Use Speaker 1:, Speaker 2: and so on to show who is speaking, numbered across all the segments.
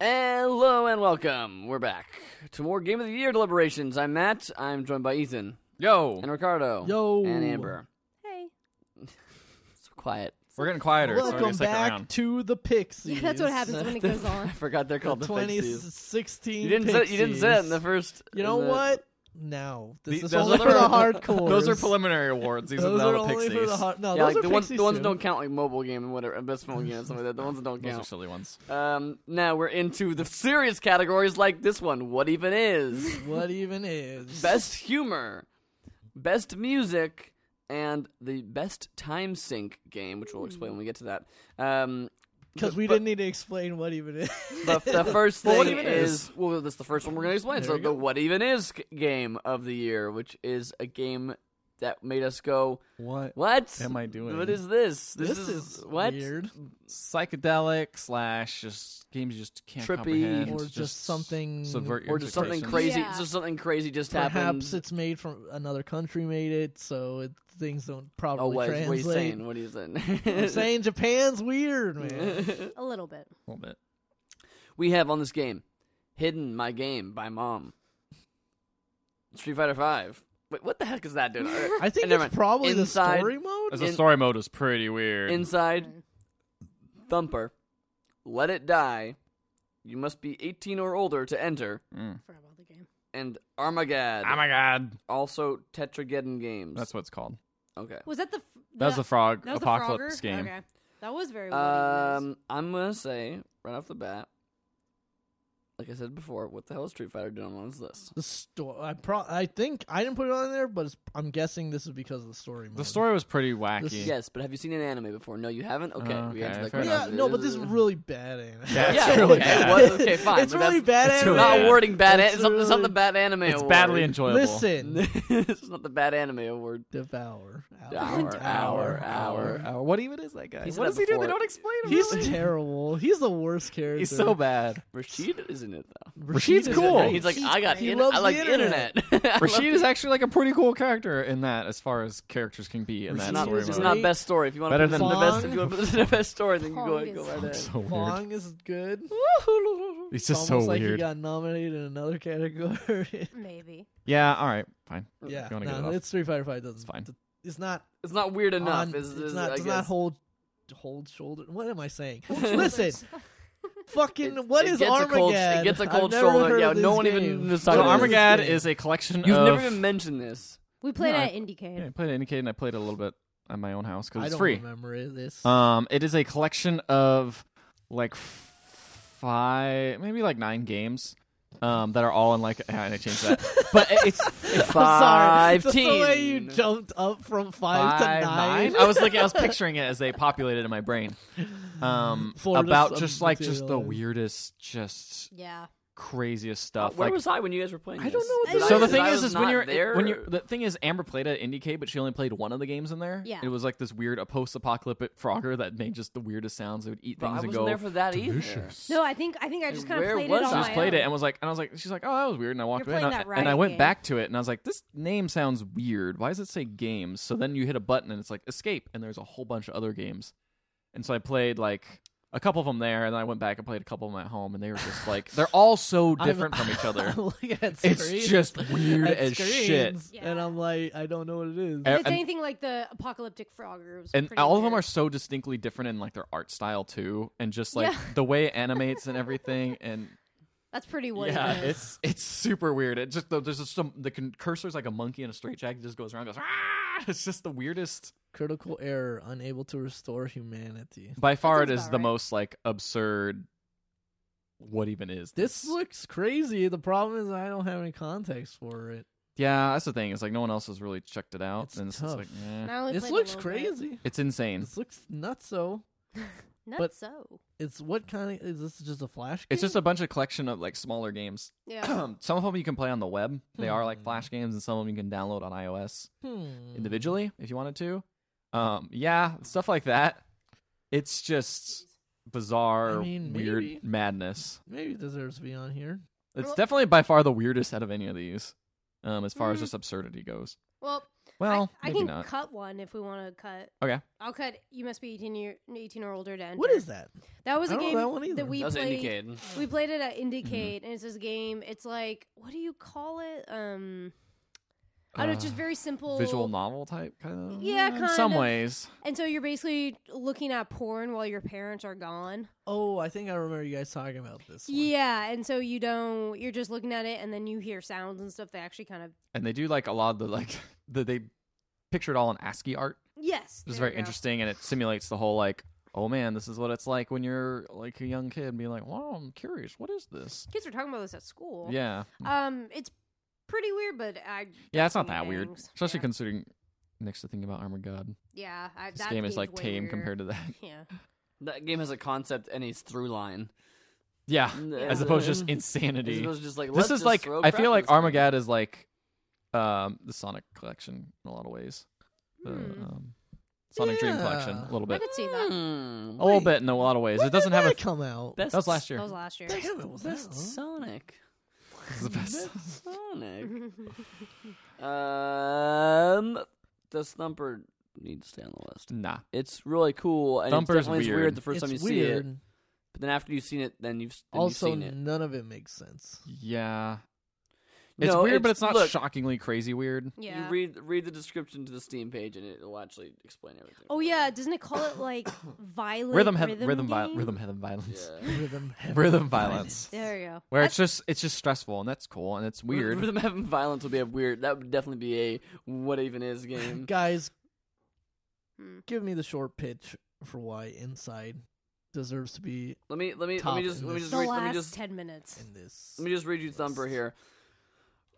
Speaker 1: Hello and welcome. We're back to more Game of the Year deliberations. I'm Matt. I'm joined by Ethan
Speaker 2: Yo,
Speaker 1: and Ricardo.
Speaker 3: Yo.
Speaker 1: And Amber.
Speaker 4: Hey.
Speaker 1: So quiet.
Speaker 2: we're getting quieter. It's already
Speaker 3: Welcome
Speaker 2: a second
Speaker 3: back
Speaker 2: round.
Speaker 3: to the Pixies.
Speaker 4: Yeah, that's what happens when it goes on.
Speaker 1: I forgot they're
Speaker 3: The
Speaker 1: called the Pixies.
Speaker 3: 2016.
Speaker 1: You didn't say you didn't say it in the
Speaker 3: Pixies.
Speaker 1: first.
Speaker 3: You know
Speaker 1: in the-
Speaker 3: what? No, this
Speaker 2: The-
Speaker 3: is
Speaker 2: those
Speaker 3: only
Speaker 2: are
Speaker 3: for the
Speaker 2: the-
Speaker 3: hardcore.
Speaker 2: Those are preliminary awards. These
Speaker 3: Those
Speaker 2: are,
Speaker 3: are
Speaker 2: the
Speaker 3: only
Speaker 2: pixies.
Speaker 3: for the hard. No,
Speaker 1: Yeah,
Speaker 3: those
Speaker 1: like
Speaker 3: are
Speaker 1: the ones
Speaker 3: Pixies
Speaker 1: the ones
Speaker 3: too.
Speaker 1: that don't count like mobile game and whatever, best phone game and stuff like that. The ones that don't
Speaker 2: Those are
Speaker 1: count.
Speaker 2: silly ones.
Speaker 1: Um, now we're into the serious categories like this one. What even is
Speaker 3: What even is
Speaker 1: best humor, best music, and the best time sync game, which we'll explain when we get to that. Um,
Speaker 3: Because we
Speaker 1: but-
Speaker 3: didn't need to explain what even is.
Speaker 1: the, the first
Speaker 2: Well,
Speaker 1: thing
Speaker 2: what even
Speaker 1: is,
Speaker 2: is?
Speaker 1: well, that's the first one we're going to explain.
Speaker 3: There
Speaker 1: so
Speaker 3: you
Speaker 1: the
Speaker 3: go.
Speaker 1: what even is g- game of the year, which is a game that made us go,
Speaker 2: What?
Speaker 1: "What
Speaker 2: am I doing?
Speaker 1: What is this?
Speaker 3: This,
Speaker 1: This,
Speaker 3: is,
Speaker 1: what?
Speaker 3: weird,
Speaker 2: Psychedelic slash just games you just can't
Speaker 1: Trippy.
Speaker 2: comprehend.
Speaker 3: or just, something.
Speaker 2: subvert your
Speaker 1: Or just something
Speaker 2: expectations.
Speaker 1: crazy?
Speaker 4: Yeah.
Speaker 1: Just something crazy just happened.
Speaker 3: Perhaps it's made from another country made it, so it, things don't probably
Speaker 1: oh, what, what are you
Speaker 3: translate.
Speaker 1: saying? What are you saying?
Speaker 3: I'm saying Japan's weird, man.
Speaker 4: A little bit.
Speaker 2: A little bit.
Speaker 1: we have on this game hidden my game by mom street fighter 5 wait what the heck is that dude Alright.
Speaker 3: I think
Speaker 1: Never mind.
Speaker 3: it's probably
Speaker 1: Inside-
Speaker 3: the story mode.
Speaker 2: As a
Speaker 1: In-
Speaker 2: story mode is pretty weird.
Speaker 1: inside thumper let it die you must be 18 or older to enter
Speaker 4: Forgot about the game.
Speaker 1: and armageddon
Speaker 2: Mm. oh my god,
Speaker 1: also tetrageddon games
Speaker 2: that's what it's called.
Speaker 1: okay
Speaker 4: Was that the? f-
Speaker 2: That was the frog
Speaker 4: that was the
Speaker 2: apocalypse
Speaker 4: Frogger?
Speaker 2: game.
Speaker 4: Okay. That was very. Um,
Speaker 1: um i'm gonna say right off the bat like i said before what the hell is street fighter doing on this list
Speaker 3: The sto- I pro- I think I didn't put it on there, but it's, I'm guessing this is because of the story mode.
Speaker 2: The story was pretty wacky.
Speaker 3: This-
Speaker 1: yes but have you seen an anime before no you haven't okay,
Speaker 2: Uh,
Speaker 1: we answered
Speaker 2: okay,
Speaker 1: that
Speaker 2: fair
Speaker 1: question.
Speaker 3: Yeah,
Speaker 2: enough.
Speaker 3: no, but this is really bad anime.
Speaker 2: Yeah, it's
Speaker 1: yeah,
Speaker 2: really
Speaker 1: okay,
Speaker 2: bad.
Speaker 1: well, okay, fine.
Speaker 3: it's
Speaker 1: but
Speaker 3: really
Speaker 1: that's-
Speaker 3: bad
Speaker 2: it's
Speaker 3: anime.
Speaker 2: really
Speaker 1: not
Speaker 2: bad.
Speaker 1: awarding bad.
Speaker 3: That's
Speaker 1: An- it's, not, it's not the
Speaker 3: really-
Speaker 1: bad anime.
Speaker 2: It's
Speaker 1: award.
Speaker 2: badly enjoyable.
Speaker 3: Listen,
Speaker 1: it's not the bad anime award.
Speaker 3: devour
Speaker 1: Hour, hour, hour.
Speaker 2: hour. uh, What even is that guy?
Speaker 1: He said
Speaker 2: what
Speaker 1: that
Speaker 2: does he do?
Speaker 1: before.
Speaker 2: They don't explain him.
Speaker 3: He's
Speaker 2: really.
Speaker 3: terrible. He's the worst character.
Speaker 2: He's so bad.
Speaker 1: Rashid is in it though.
Speaker 2: Rashid's
Speaker 3: is-
Speaker 2: cool.
Speaker 1: He's like,
Speaker 3: he-
Speaker 1: I got,
Speaker 3: he
Speaker 1: in-
Speaker 3: loves
Speaker 1: I like
Speaker 3: the
Speaker 1: internet.
Speaker 3: internet.
Speaker 1: I love-
Speaker 2: Rashid is actually like a pretty cool character in that, as far as characters can be in
Speaker 1: It's
Speaker 2: that
Speaker 3: Rashid
Speaker 1: not,
Speaker 2: story
Speaker 3: is
Speaker 1: it's
Speaker 2: mode.
Speaker 1: not
Speaker 3: great.
Speaker 1: best story. If you want to
Speaker 2: Better
Speaker 1: put this in
Speaker 2: than-
Speaker 1: the best, if you want to put this in the best story, then you go
Speaker 4: Fong
Speaker 1: go
Speaker 4: is-
Speaker 1: right there.
Speaker 2: so weird.
Speaker 3: Fong is good. It's
Speaker 1: Woo-hoo-loo-hoo.
Speaker 2: He's just so
Speaker 3: almost like
Speaker 2: weird.
Speaker 3: he got nominated in another category.
Speaker 4: maybe.
Speaker 2: yeah. All right. Fine.
Speaker 3: yeah,
Speaker 2: If you wanna get it
Speaker 3: no,
Speaker 2: off.
Speaker 3: it's Street Fighter Five. Doesn't
Speaker 2: It's fine.
Speaker 3: It's not
Speaker 1: It's not weird enough.
Speaker 3: on-
Speaker 1: is,
Speaker 3: it's
Speaker 1: is,
Speaker 3: not,
Speaker 1: I
Speaker 3: does
Speaker 1: guess.
Speaker 3: not hold hold shoulder. What am I saying? Listen, fucking what
Speaker 1: it
Speaker 3: is
Speaker 1: gets a cold-
Speaker 3: Armageddon?
Speaker 1: it gets a
Speaker 3: I've
Speaker 1: cold
Speaker 3: never
Speaker 1: shoulder.
Speaker 3: heard
Speaker 1: Yeah,
Speaker 3: of
Speaker 1: no
Speaker 3: this
Speaker 1: one even
Speaker 3: game.
Speaker 1: knows
Speaker 2: So
Speaker 1: how to
Speaker 3: What is this
Speaker 2: Armageddon
Speaker 3: game?
Speaker 2: is a collection
Speaker 1: You've
Speaker 2: of.
Speaker 1: never even mentioned this.
Speaker 4: We played
Speaker 2: No, I-
Speaker 4: at Indiecade.
Speaker 2: yeah, I played Indiecade and I played a little bit at my own house because
Speaker 3: I
Speaker 2: it's
Speaker 3: don't
Speaker 2: free.
Speaker 3: remember it-
Speaker 1: Uh,
Speaker 3: this.
Speaker 2: Um, it is a collection of like f- five, maybe like nine games. Um, that are all in like I I changed that, but it- it's, it's
Speaker 3: I'm sorry.
Speaker 1: Five
Speaker 3: Just the way you
Speaker 1: teen.
Speaker 3: jumped up from five,
Speaker 2: five,
Speaker 3: to nine.
Speaker 2: I was looking, I was picturing it as they populated in my brain. Um,
Speaker 3: Florida
Speaker 2: about
Speaker 3: sub-
Speaker 2: just like just the
Speaker 3: materialized.
Speaker 2: weirdest, just
Speaker 4: Yeah.
Speaker 2: craziest
Speaker 1: Uh,
Speaker 2: stuff.
Speaker 1: Where
Speaker 2: like,
Speaker 1: was I when you guys were playing?
Speaker 3: I don't
Speaker 1: this?
Speaker 3: know what
Speaker 4: I this
Speaker 2: so the
Speaker 4: was-
Speaker 2: thing
Speaker 1: I
Speaker 2: is,
Speaker 1: was
Speaker 2: is when
Speaker 1: not
Speaker 2: you're
Speaker 1: there.
Speaker 2: when you're the thing is Amber played at IndieCade, but she only played one of the games in there.
Speaker 4: Yeah.
Speaker 2: it was like this weird a post-apocalyptic frogger that made just the weirdest sounds. It would eat
Speaker 1: But I
Speaker 2: things
Speaker 1: wasn't
Speaker 2: and go.
Speaker 1: there for that either.
Speaker 4: No, I think I think I just kind of
Speaker 1: where
Speaker 4: played
Speaker 1: was
Speaker 4: it on
Speaker 1: I?
Speaker 2: she
Speaker 4: my
Speaker 2: just played
Speaker 4: own.
Speaker 2: it and was like, and I was like, she's like, oh, that was weird, and I walked
Speaker 4: You're
Speaker 2: away, and I,
Speaker 4: playing that
Speaker 2: and I
Speaker 4: riot
Speaker 2: went
Speaker 4: game.
Speaker 2: back to it, and I was like, this name sounds weird. Why does it say games? So then you hit a button, and it's like escape, and there's a whole bunch of other games, and so I played like a couple of them there, and then I went back and played a couple of them at home, and they were just like, they're all so
Speaker 3: I'm-
Speaker 2: different from each other.
Speaker 3: I'm looking at
Speaker 2: It's
Speaker 3: screens-
Speaker 2: just weird
Speaker 3: at
Speaker 2: as shit.
Speaker 3: screens, And I'm like, I don't know what it is.
Speaker 2: And-
Speaker 1: Er-
Speaker 4: If it's
Speaker 2: and-
Speaker 4: anything like the apocalyptic frogger. It was
Speaker 2: and
Speaker 4: pretty
Speaker 2: all of
Speaker 4: weird.
Speaker 2: them are so distinctly different in like their art style too and just like
Speaker 4: Yeah.
Speaker 2: the way it animates and everything and
Speaker 4: That's pretty what
Speaker 2: yeah
Speaker 4: it is.
Speaker 2: it's it's super weird it just there's just some the con- cursor's like a monkey in a straitjacket just goes around and goes "Ah!" it's just the weirdest
Speaker 3: Critical error, unable to restore humanity.
Speaker 2: by far it
Speaker 4: sounds
Speaker 2: is
Speaker 4: about
Speaker 2: the
Speaker 4: right.
Speaker 2: most like absurd what even is
Speaker 3: This looks crazy. The problem is I don't have any context for it.
Speaker 2: yeah that's the thing it's like no one else has really checked it out
Speaker 3: It's
Speaker 2: and it's just
Speaker 3: tough.
Speaker 2: like eh.
Speaker 4: And I only
Speaker 3: This
Speaker 4: played a
Speaker 3: looks
Speaker 4: little bit.
Speaker 3: crazy.
Speaker 2: it's insane
Speaker 3: This looks nuts. So
Speaker 4: Not
Speaker 3: But-
Speaker 4: so. it's
Speaker 3: it's what kind of is this? Just a flash?
Speaker 2: it's
Speaker 3: game?
Speaker 2: just a bunch of collection of like smaller games
Speaker 4: Yeah.
Speaker 2: some of them you can play on the web they are like flash games and some of them you can download on ios
Speaker 3: Hmm.
Speaker 2: individually if you wanted to. Um, yeah, stuff like that. It's just bizarre,
Speaker 3: I mean,
Speaker 2: weird
Speaker 3: maybe.
Speaker 2: madness.
Speaker 3: Maybe it deserves to be on here.
Speaker 2: It's
Speaker 4: Well-
Speaker 2: definitely by far the weirdest out of any of these, um, as far as
Speaker 4: Mm.
Speaker 2: just absurdity goes.
Speaker 4: Well,
Speaker 2: Well,
Speaker 4: I, I
Speaker 2: maybe
Speaker 4: can
Speaker 2: not.
Speaker 4: cut one if we want to cut.
Speaker 2: Okay.
Speaker 4: I'll cut. You must be eighteen year, eighteen or older to enter.
Speaker 3: What is that?
Speaker 4: That was
Speaker 3: I
Speaker 4: a
Speaker 3: don't know
Speaker 4: game
Speaker 3: that one either.
Speaker 4: we
Speaker 1: That was
Speaker 4: played.
Speaker 1: indicated.
Speaker 4: We played it at
Speaker 2: Mm-hmm.
Speaker 4: Indicate, and it's this game. It's like, what do you call it? Um, I don't know. It's just
Speaker 2: Uh,
Speaker 4: very simple.
Speaker 2: visual novel type kind of.
Speaker 4: Yeah,
Speaker 2: in some
Speaker 4: kind of.
Speaker 2: ways.
Speaker 4: And so you're basically looking at porn while your parents are gone.
Speaker 3: Oh, I think I remember you guys talking about this. One.
Speaker 4: Yeah, and so you don't. You're just looking at it, and then you hear sounds and stuff that actually kind of.
Speaker 2: and they do like a lot of the like the, they picture it all in ASCII art.
Speaker 4: Yes,
Speaker 2: It's
Speaker 4: there
Speaker 2: very
Speaker 4: we go.
Speaker 2: interesting, and it simulates the whole like, oh man, this is what it's like when you're like a young kid, being like, wow, I'm curious, what is this?
Speaker 4: Kids are talking about this at school.
Speaker 2: Yeah,
Speaker 4: Um, it's pretty weird, but I.
Speaker 2: yeah, it's not
Speaker 4: some
Speaker 2: that weird,
Speaker 4: things,
Speaker 2: especially
Speaker 4: yeah.
Speaker 2: considering next to think about Armored God.
Speaker 4: Yeah, I,
Speaker 2: This
Speaker 4: that
Speaker 2: game is
Speaker 4: game's
Speaker 2: like
Speaker 4: way
Speaker 2: tame
Speaker 4: weirder.
Speaker 2: compared to that.
Speaker 4: Yeah.
Speaker 1: That game has a concept and a through line.
Speaker 2: yeah, as opposed to just
Speaker 1: As
Speaker 2: insanity.
Speaker 1: opposed to just like,
Speaker 2: this
Speaker 1: let's
Speaker 2: is
Speaker 1: just
Speaker 2: like
Speaker 1: throw
Speaker 2: I
Speaker 1: crap
Speaker 2: feel
Speaker 1: in
Speaker 2: like
Speaker 1: this game.
Speaker 2: Armageddon is like um the Sonic collection in a lot of ways. The
Speaker 4: Hmm.
Speaker 2: um, Sonic Dream collection
Speaker 3: Yeah.
Speaker 2: a little
Speaker 4: I
Speaker 2: bit.
Speaker 4: could see that.
Speaker 1: Hmm.
Speaker 2: A little
Speaker 3: Wait,
Speaker 2: bit in a lot of ways.
Speaker 3: When
Speaker 2: It doesn't
Speaker 3: did
Speaker 2: have a
Speaker 3: that come out.
Speaker 1: Best
Speaker 2: Oh, that was last year. Oh.
Speaker 4: That was last year.
Speaker 3: Damn it, was that
Speaker 1: Best
Speaker 3: long?
Speaker 1: Sonic.
Speaker 2: This is the best.
Speaker 1: Best Sonic. um, does Thumper need to stay on the list?
Speaker 2: Nah.
Speaker 1: It's really cool. And
Speaker 2: Thumper's
Speaker 1: it's definitely is
Speaker 2: weird.
Speaker 1: the first time you
Speaker 3: It's
Speaker 1: see it.
Speaker 3: weird.
Speaker 1: But then after you've seen it, then you've, then
Speaker 3: Also,
Speaker 1: you've seen it.
Speaker 3: none of it makes sense.
Speaker 2: Yeah. It's
Speaker 1: No,
Speaker 2: weird, but it's not
Speaker 1: look,
Speaker 2: shockingly crazy weird.
Speaker 4: Yeah.
Speaker 1: You read read the description to the Steam page, and it'll actually explain everything.
Speaker 4: oh yeah, doesn't it call it like violent
Speaker 2: Rhythm, heav-
Speaker 4: rhythm,
Speaker 2: rhythm, vi-
Speaker 4: game?
Speaker 2: rhythm, heaven, violence,
Speaker 1: Yeah.
Speaker 3: Rhythm,
Speaker 2: rhythm, violence.
Speaker 4: There you go.
Speaker 2: Where
Speaker 4: That's-
Speaker 2: it's just it's just stressful, and that's cool, and it's weird.
Speaker 1: Rhythm Heaven Violence would be a weird. That would definitely be a what even is game.
Speaker 3: guys,
Speaker 4: Hmm.
Speaker 3: give me the short pitch for why Inside deserves to be
Speaker 1: Let me let me let
Speaker 3: Top
Speaker 1: me just let me
Speaker 3: in
Speaker 1: just
Speaker 4: the
Speaker 1: read,
Speaker 4: last
Speaker 1: let me just
Speaker 4: ten minutes.
Speaker 3: in this.
Speaker 1: let me just read you Thumper here.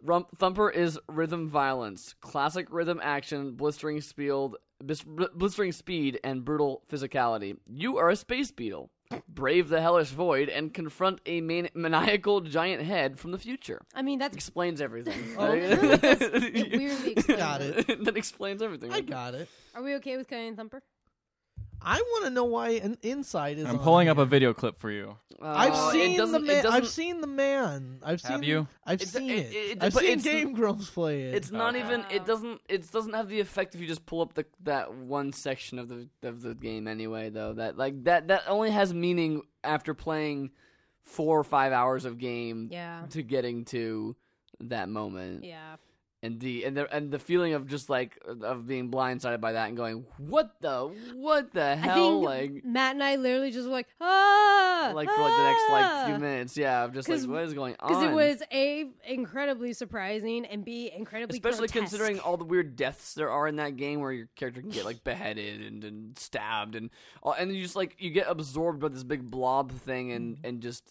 Speaker 1: Rump, Thumper is rhythm violence, classic rhythm action, blistering speed, bis- bl- blistering speed, and brutal physicality. You are a space beetle. Brave the hellish void and confront a man- maniacal giant head from the future.
Speaker 4: I mean, that's
Speaker 1: Explains everything.
Speaker 3: Oh,
Speaker 4: really does- it weirdly explains
Speaker 3: Got
Speaker 4: it.
Speaker 3: it.
Speaker 1: that explains everything.
Speaker 3: I got it.
Speaker 4: Are we okay with Cayenne Thumper?
Speaker 3: I want to know why an Inside is.
Speaker 2: I'm
Speaker 3: on
Speaker 2: pulling up
Speaker 3: here.
Speaker 2: a video clip for you.
Speaker 1: Uh,
Speaker 3: I've
Speaker 1: it
Speaker 3: seen the
Speaker 1: doesn't- it
Speaker 3: man. I've
Speaker 1: doesn't-
Speaker 3: seen the man. I've seen.
Speaker 2: Have you?
Speaker 3: I've
Speaker 1: It's-
Speaker 3: seen
Speaker 1: it-
Speaker 3: it.
Speaker 1: it-
Speaker 3: I've
Speaker 1: but
Speaker 3: seen
Speaker 1: it's-
Speaker 3: Game Grumps play it.
Speaker 1: It's not
Speaker 2: Okay.
Speaker 1: even.
Speaker 4: Wow.
Speaker 1: It doesn't. It doesn't have the effect if you just pull up the that one section of the of the game anyway. Though that like that that only has meaning after playing four or five hours of game
Speaker 4: Yeah.
Speaker 1: to getting to that moment
Speaker 4: Yeah.
Speaker 1: and the and the and the feeling of just like of being blindsided by that and going what the what the
Speaker 4: I
Speaker 1: hell
Speaker 4: think
Speaker 1: like
Speaker 4: Matt and I literally just were like ah
Speaker 1: like for like the next like few
Speaker 4: ah!"
Speaker 1: minutes yeah I'm just like
Speaker 4: 'Cause-
Speaker 1: what is going on
Speaker 4: Because it was a incredibly surprising and b incredibly
Speaker 1: especially
Speaker 4: grotesque.
Speaker 1: considering all the weird deaths there are in that game where your character can get like beheaded and, and stabbed and all, and you just like you get absorbed by this big blob thing and
Speaker 4: Mm-hmm.
Speaker 1: and just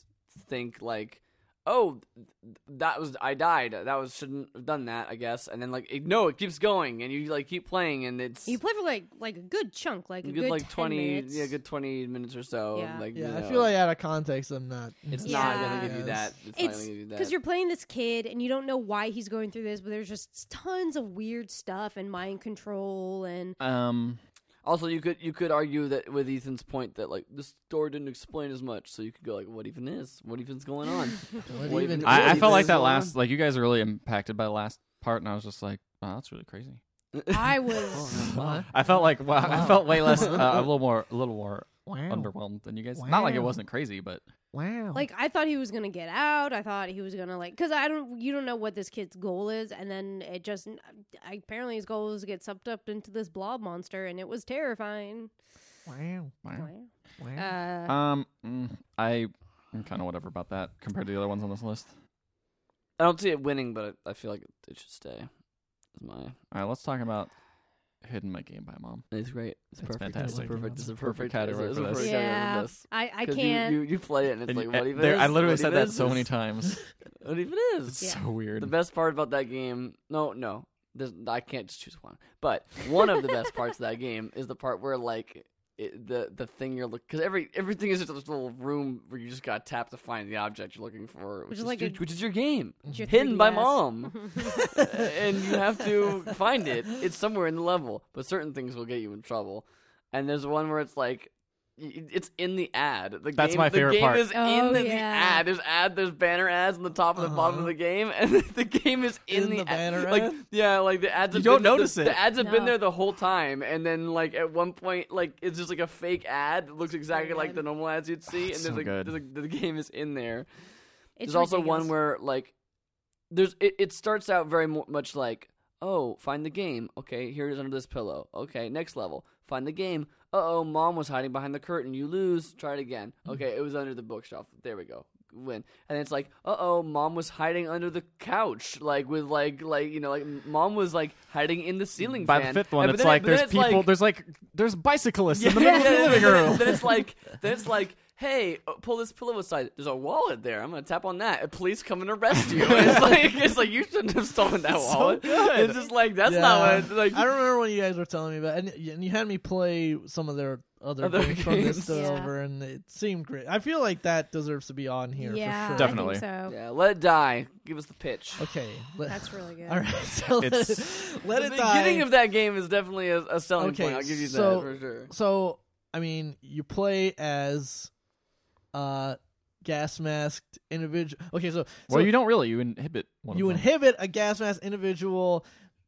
Speaker 1: think like oh th- that was i died that was shouldn't have done that i guess and then like it, no it keeps going and you like keep playing and it's
Speaker 4: you play for like like a good chunk, like a
Speaker 1: you
Speaker 4: good,
Speaker 1: get like
Speaker 4: 10
Speaker 1: 20
Speaker 4: minutes.
Speaker 1: yeah good 20 minutes or so of,
Speaker 4: Yeah.
Speaker 1: like
Speaker 3: yeah,
Speaker 1: you
Speaker 3: I
Speaker 1: know,
Speaker 3: feel like out of context, I'm not.
Speaker 1: it's
Speaker 4: Yeah.
Speaker 1: not gonna give you that
Speaker 3: Yes.
Speaker 1: it's, not
Speaker 4: It's
Speaker 1: gonna give you that
Speaker 4: because you're playing this kid and you don't know why he's going through this, but there's just tons of weird stuff and mind control and
Speaker 2: Um,
Speaker 1: Also, you could you could argue that with Ethan's point that like the story didn't explain as much, so you could go like, "What even is? What even's going on?"
Speaker 3: What
Speaker 1: Well,
Speaker 3: even
Speaker 1: even-
Speaker 2: I, I
Speaker 1: Really
Speaker 2: felt like
Speaker 1: good.
Speaker 2: that last, like you guys are really impacted by the last part, and I was just like, wow, that's really crazy.
Speaker 4: I was
Speaker 2: I felt like wow, I
Speaker 3: Wow.
Speaker 2: felt way less, uh, a little more, a little more
Speaker 3: Wow.
Speaker 2: underwhelmed than you guys. Not like it
Speaker 3: Wow.
Speaker 2: wasn't crazy, but
Speaker 3: Oh, Wow.
Speaker 4: like, I thought he was gonna get out. I thought he was gonna like because I don't you don't know what this kid's goal is, and then it just I, apparently his goal was to get sucked up into this blob monster, and it was terrifying.
Speaker 3: wow.
Speaker 2: wow.
Speaker 4: Uh,
Speaker 3: Wow.
Speaker 2: Um, mm, I am kind of whatever about that compared to the other ones on this list.
Speaker 1: I don't see it winning, but I, I feel like it, it should stay. Is my
Speaker 2: All right, let's talk about Hidden My Game by Mom.
Speaker 1: it's great. It's
Speaker 2: That's
Speaker 1: perfect.
Speaker 2: fantastic.
Speaker 1: It's perfect. It's a
Speaker 2: That's a perfect
Speaker 1: perfect
Speaker 2: category
Speaker 1: it's
Speaker 2: for
Speaker 1: a perfect
Speaker 2: this.
Speaker 1: category
Speaker 4: yeah,
Speaker 1: for this.
Speaker 4: I I
Speaker 1: 'Cause
Speaker 4: can't.
Speaker 1: You, you, you play it and it's
Speaker 2: And
Speaker 1: like
Speaker 2: you-
Speaker 1: what
Speaker 2: uh,
Speaker 1: even?
Speaker 2: there-
Speaker 1: is?
Speaker 2: I literally
Speaker 1: What
Speaker 2: said
Speaker 1: even
Speaker 2: that
Speaker 1: is
Speaker 2: so many
Speaker 1: this?
Speaker 2: times.
Speaker 1: What even is?
Speaker 2: It's
Speaker 4: Yeah.
Speaker 2: so weird.
Speaker 1: The best part about that game? No, no. There's, I can't just choose one. But one of the best parts of that game is the part where like it, the the thing you're looking because every everything is just this little room where you just got to tap to find the object you're looking for, which,
Speaker 4: is
Speaker 1: is
Speaker 4: like
Speaker 1: your,
Speaker 4: a-
Speaker 1: which is your game
Speaker 4: it's your
Speaker 1: hidden by
Speaker 4: 3DS.
Speaker 1: mom, and you have to find it. It's somewhere in the level, but certain things will get you in trouble. And there's one where it's like It's in the ad. The
Speaker 2: That's
Speaker 1: game,
Speaker 2: my
Speaker 1: the
Speaker 2: favorite
Speaker 1: game
Speaker 2: part.
Speaker 1: Is
Speaker 4: Oh,
Speaker 1: in the, the
Speaker 4: yeah.
Speaker 1: ad. There's ad. There's banner ads on the top and the bottom of
Speaker 3: Uh-huh.
Speaker 1: the game, and the game is in,
Speaker 3: In the
Speaker 1: ad.
Speaker 3: banner
Speaker 1: Like
Speaker 3: ad?
Speaker 1: yeah, like the ads.
Speaker 2: You
Speaker 1: have
Speaker 2: don't
Speaker 1: been- the-
Speaker 2: notice
Speaker 1: the,
Speaker 2: it.
Speaker 1: The ads have been
Speaker 4: No.
Speaker 1: there the whole time, and then like at one point, like it's just like a fake ad that looks exactly like
Speaker 4: good.
Speaker 1: the normal ads you'd see, and
Speaker 2: it's
Speaker 1: there's
Speaker 2: so
Speaker 1: like
Speaker 2: good.
Speaker 1: there's, like, the game is in there.
Speaker 4: It's
Speaker 1: there's also
Speaker 4: ridiculous.
Speaker 1: one where like there's it, it starts out very mo- much like oh find the game okay here it is under this pillow okay next level find the game uh oh mom was hiding behind the curtain you lose try it again
Speaker 4: Mm-hmm.
Speaker 1: okay it was under the bookshelf there we go win and it's like uh oh mom was hiding under the couch like with like like you know like mom was like hiding in the ceiling
Speaker 2: By the
Speaker 1: fan.
Speaker 2: fifth one,
Speaker 1: And- but
Speaker 2: it's
Speaker 1: then-
Speaker 2: like
Speaker 1: but then
Speaker 2: there's
Speaker 1: it's
Speaker 2: people,
Speaker 1: like-
Speaker 2: there's like there's bicyclists in the
Speaker 1: yeah,
Speaker 2: middle of the
Speaker 1: yeah,
Speaker 2: living
Speaker 1: yeah.
Speaker 2: room.
Speaker 1: Then it's like, then it's like, hey, uh, pull this pillow aside. There's a wallet there. I'm gonna tap on that. Police come and arrest you. And it's like, it's like you shouldn't have stolen that
Speaker 2: So
Speaker 1: wallet.
Speaker 2: good.
Speaker 1: It's just like that's not what. It's like,
Speaker 3: I remember when you guys were telling me about, and, and you had me play some of their other,
Speaker 1: Other
Speaker 3: games, from
Speaker 1: games.
Speaker 3: this
Speaker 4: Yeah.
Speaker 3: over, and it seemed great. I feel like that deserves to be on here
Speaker 4: yeah,
Speaker 3: for sure.
Speaker 4: I think
Speaker 2: Definitely.
Speaker 4: so.
Speaker 1: yeah, let it die. Give us the pitch.
Speaker 3: Okay, let,
Speaker 4: That's really good.
Speaker 3: all right. So let,
Speaker 2: It's-
Speaker 3: let
Speaker 1: the
Speaker 3: it
Speaker 1: beginning
Speaker 3: die.
Speaker 1: of that game is definitely a, a selling
Speaker 3: Okay,
Speaker 1: point. I'll give you
Speaker 3: so-
Speaker 1: that for sure.
Speaker 3: so I mean, you play as, uh, gas masked individual. Okay, so
Speaker 2: well,
Speaker 3: so
Speaker 2: you don't really. You inhibit one.
Speaker 3: you
Speaker 2: of them.
Speaker 3: inhibit a gas mask individual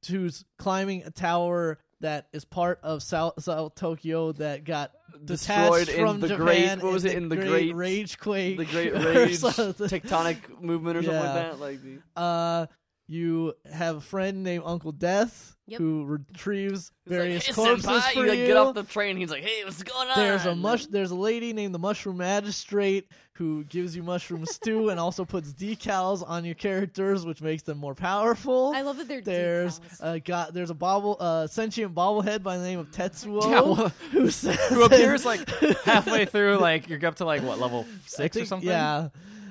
Speaker 3: who's climbing a tower that is part part of South, South Tokyo that got
Speaker 1: Destroyed
Speaker 3: detached
Speaker 1: in
Speaker 3: from
Speaker 1: the great-
Speaker 3: Japan
Speaker 1: what was
Speaker 3: in
Speaker 1: it,
Speaker 3: the
Speaker 1: in the great-
Speaker 3: great, rage quake
Speaker 1: The Great
Speaker 3: or
Speaker 1: Rage
Speaker 3: something.
Speaker 1: tectonic movement or something like
Speaker 3: Yeah.
Speaker 1: that. Like the,
Speaker 3: uh you have a friend named Uncle Death
Speaker 4: Yep.
Speaker 3: who retrieves
Speaker 1: it's like,
Speaker 3: various
Speaker 1: "Hey,
Speaker 3: corpses
Speaker 1: senpai,"
Speaker 3: for
Speaker 1: you, like,
Speaker 3: you.
Speaker 1: get off the train. He's like, hey, what's going on?
Speaker 3: there's a mush. There's a lady named the Mushroom Magistrate who gives you mushroom stew and also puts decals on your characters, which makes them more powerful.
Speaker 4: I love that they're
Speaker 3: There's
Speaker 4: decals.
Speaker 3: a got there's a bobble uh, sentient bobblehead by the name of Tetsuo
Speaker 2: Yeah, well-
Speaker 3: who says
Speaker 2: who appears like halfway through, like you're up to like what level
Speaker 3: I
Speaker 2: six or
Speaker 3: think-
Speaker 2: something.
Speaker 3: Yeah.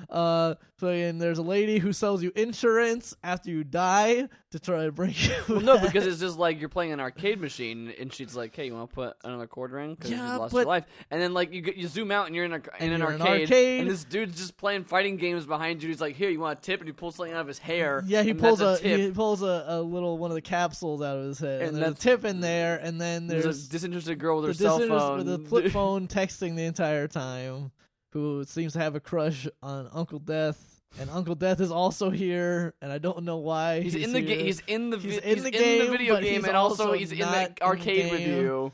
Speaker 3: Uh, so and there's a lady who sells you insurance after you die to try to bring you.
Speaker 1: Well, no,
Speaker 3: back.
Speaker 1: because it's just like you're playing an arcade machine, and she's like, "Hey, you want to put another quarter in? Because
Speaker 3: Yeah,
Speaker 1: you lost
Speaker 3: but-
Speaker 1: your life." And then like you get, you zoom out, and you're in a, in
Speaker 3: And
Speaker 1: an
Speaker 3: you're in an
Speaker 1: arcade,
Speaker 3: arcade.
Speaker 1: and this dude's just playing fighting games behind you. He's like, "Here, you want a tip?" And he pulls something out of his hair.
Speaker 3: yeah, he
Speaker 1: and
Speaker 3: pulls a,
Speaker 1: that's tip.
Speaker 3: he pulls a, a little one of the capsules out of his head,
Speaker 1: And
Speaker 3: and, there's a
Speaker 1: that's-
Speaker 3: tip in there, and then
Speaker 1: There's,
Speaker 3: there's,
Speaker 1: a disinterested girl with
Speaker 3: the
Speaker 1: her cell
Speaker 3: disinterest-
Speaker 1: phone.
Speaker 3: with a flip phone texting the entire time, who seems to have a crush on Uncle Death, and Uncle Death is also here, and I don't know why
Speaker 1: He's,
Speaker 3: he's
Speaker 1: in the
Speaker 3: here.
Speaker 1: game. He's in the vi-
Speaker 3: He's
Speaker 1: he's
Speaker 3: in the game,
Speaker 1: video
Speaker 3: but
Speaker 1: game,
Speaker 3: he's
Speaker 1: and also
Speaker 3: also
Speaker 1: he's in
Speaker 3: not in
Speaker 1: the
Speaker 3: the
Speaker 1: arcade with
Speaker 3: game.
Speaker 1: you.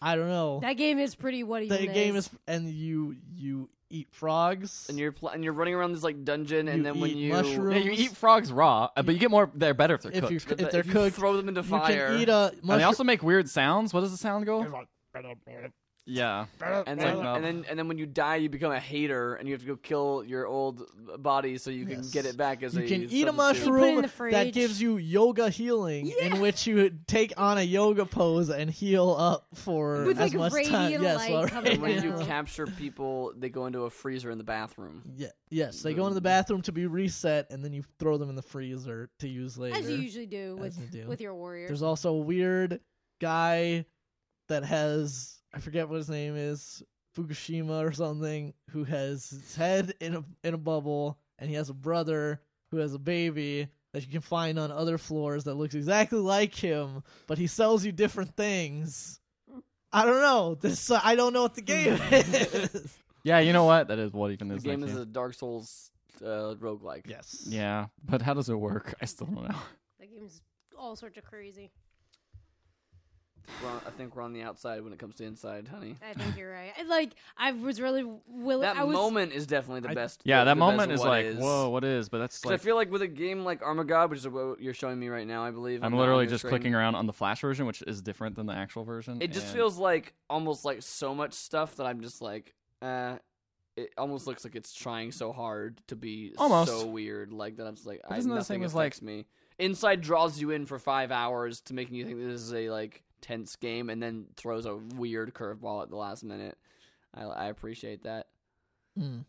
Speaker 3: I don't know.
Speaker 4: That game is pretty woody.
Speaker 3: the game is, and you you eat frogs,
Speaker 1: And you're pl- and you're running around this like dungeon, and
Speaker 3: You
Speaker 1: then when
Speaker 3: eat
Speaker 1: you
Speaker 3: mushrooms.
Speaker 2: Yeah, you eat frogs raw, uh, but you get more. They're better if they're
Speaker 3: if
Speaker 2: cooked.
Speaker 3: you
Speaker 1: But
Speaker 3: if they're
Speaker 1: if you
Speaker 3: cooked.
Speaker 1: throw them into
Speaker 3: you
Speaker 1: fire.
Speaker 3: can eat a
Speaker 2: and they
Speaker 3: mushroom.
Speaker 2: also make weird sounds. What does the sound go? Yeah,
Speaker 1: And
Speaker 2: Fair
Speaker 1: then,
Speaker 2: enough.
Speaker 1: and then and then when you die, you become a hater, and you have to go kill your old body so you can
Speaker 3: Yes.
Speaker 1: get it back. As
Speaker 3: You
Speaker 1: a
Speaker 3: can eat
Speaker 1: substitute.
Speaker 3: a
Speaker 4: You put it in
Speaker 3: mushroom
Speaker 4: the fridge.
Speaker 3: that gives you yoga healing, in which you take on a yoga pose and heal up for
Speaker 4: With,
Speaker 3: as
Speaker 4: like,
Speaker 3: much time.
Speaker 4: radiant
Speaker 3: Yes,
Speaker 4: light
Speaker 3: well,
Speaker 4: coming
Speaker 1: And when you
Speaker 4: Yeah.
Speaker 1: capture people, they go into a freezer in the bathroom.
Speaker 3: Ye- yes, they go into the bathroom to be reset, and then you throw them in the freezer to use later.
Speaker 4: as you usually do
Speaker 3: As
Speaker 4: with
Speaker 3: you do.
Speaker 4: with your warriors.
Speaker 3: There's also a weird guy that has I forget what his name is, Fukushima or something, who has his head in a in a bubble, and he has a brother who has a baby that you can find on other floors that looks exactly like him, but he sells you different things. I don't know. This I don't know what the game is.
Speaker 2: yeah. You know what? That is what even
Speaker 1: The
Speaker 2: is.
Speaker 1: game
Speaker 2: that
Speaker 1: is
Speaker 2: game.
Speaker 1: a Dark Souls uh, roguelike.
Speaker 3: yes.
Speaker 2: yeah, but how does it work? I still don't know.
Speaker 4: That game's all sorts of crazy.
Speaker 1: We're on- I think we're on the outside when it comes to inside, honey.
Speaker 4: I think you're right. And, Like I was really willing.
Speaker 1: That
Speaker 4: I was,
Speaker 1: moment is definitely the
Speaker 3: I-
Speaker 1: best.
Speaker 2: Yeah,
Speaker 1: the
Speaker 2: that
Speaker 1: best
Speaker 2: moment is
Speaker 1: what
Speaker 2: like, whoa, what is? But that's
Speaker 1: 'Cause
Speaker 2: like,
Speaker 1: I feel like with a game like Armagod, which is what you're showing me right now, I believe. on
Speaker 2: I'm
Speaker 1: the- on
Speaker 2: literally
Speaker 1: your
Speaker 2: just
Speaker 1: screen,
Speaker 2: clicking around on the Flash version, which is different than the actual version.
Speaker 1: It just
Speaker 2: Mm, and-
Speaker 1: feels like almost like so much stuff that I'm just like, uh, it almost looks like it's trying so hard to be
Speaker 2: Almost.
Speaker 1: so weird, like that. I'm just like, I,
Speaker 2: isn't that the
Speaker 1: nothing
Speaker 2: same as,
Speaker 1: affects me. Inside draws you in for five hours to making you think this is a like tense game, and then throws a weird curveball at the last minute. I, I appreciate that.
Speaker 3: Hmm.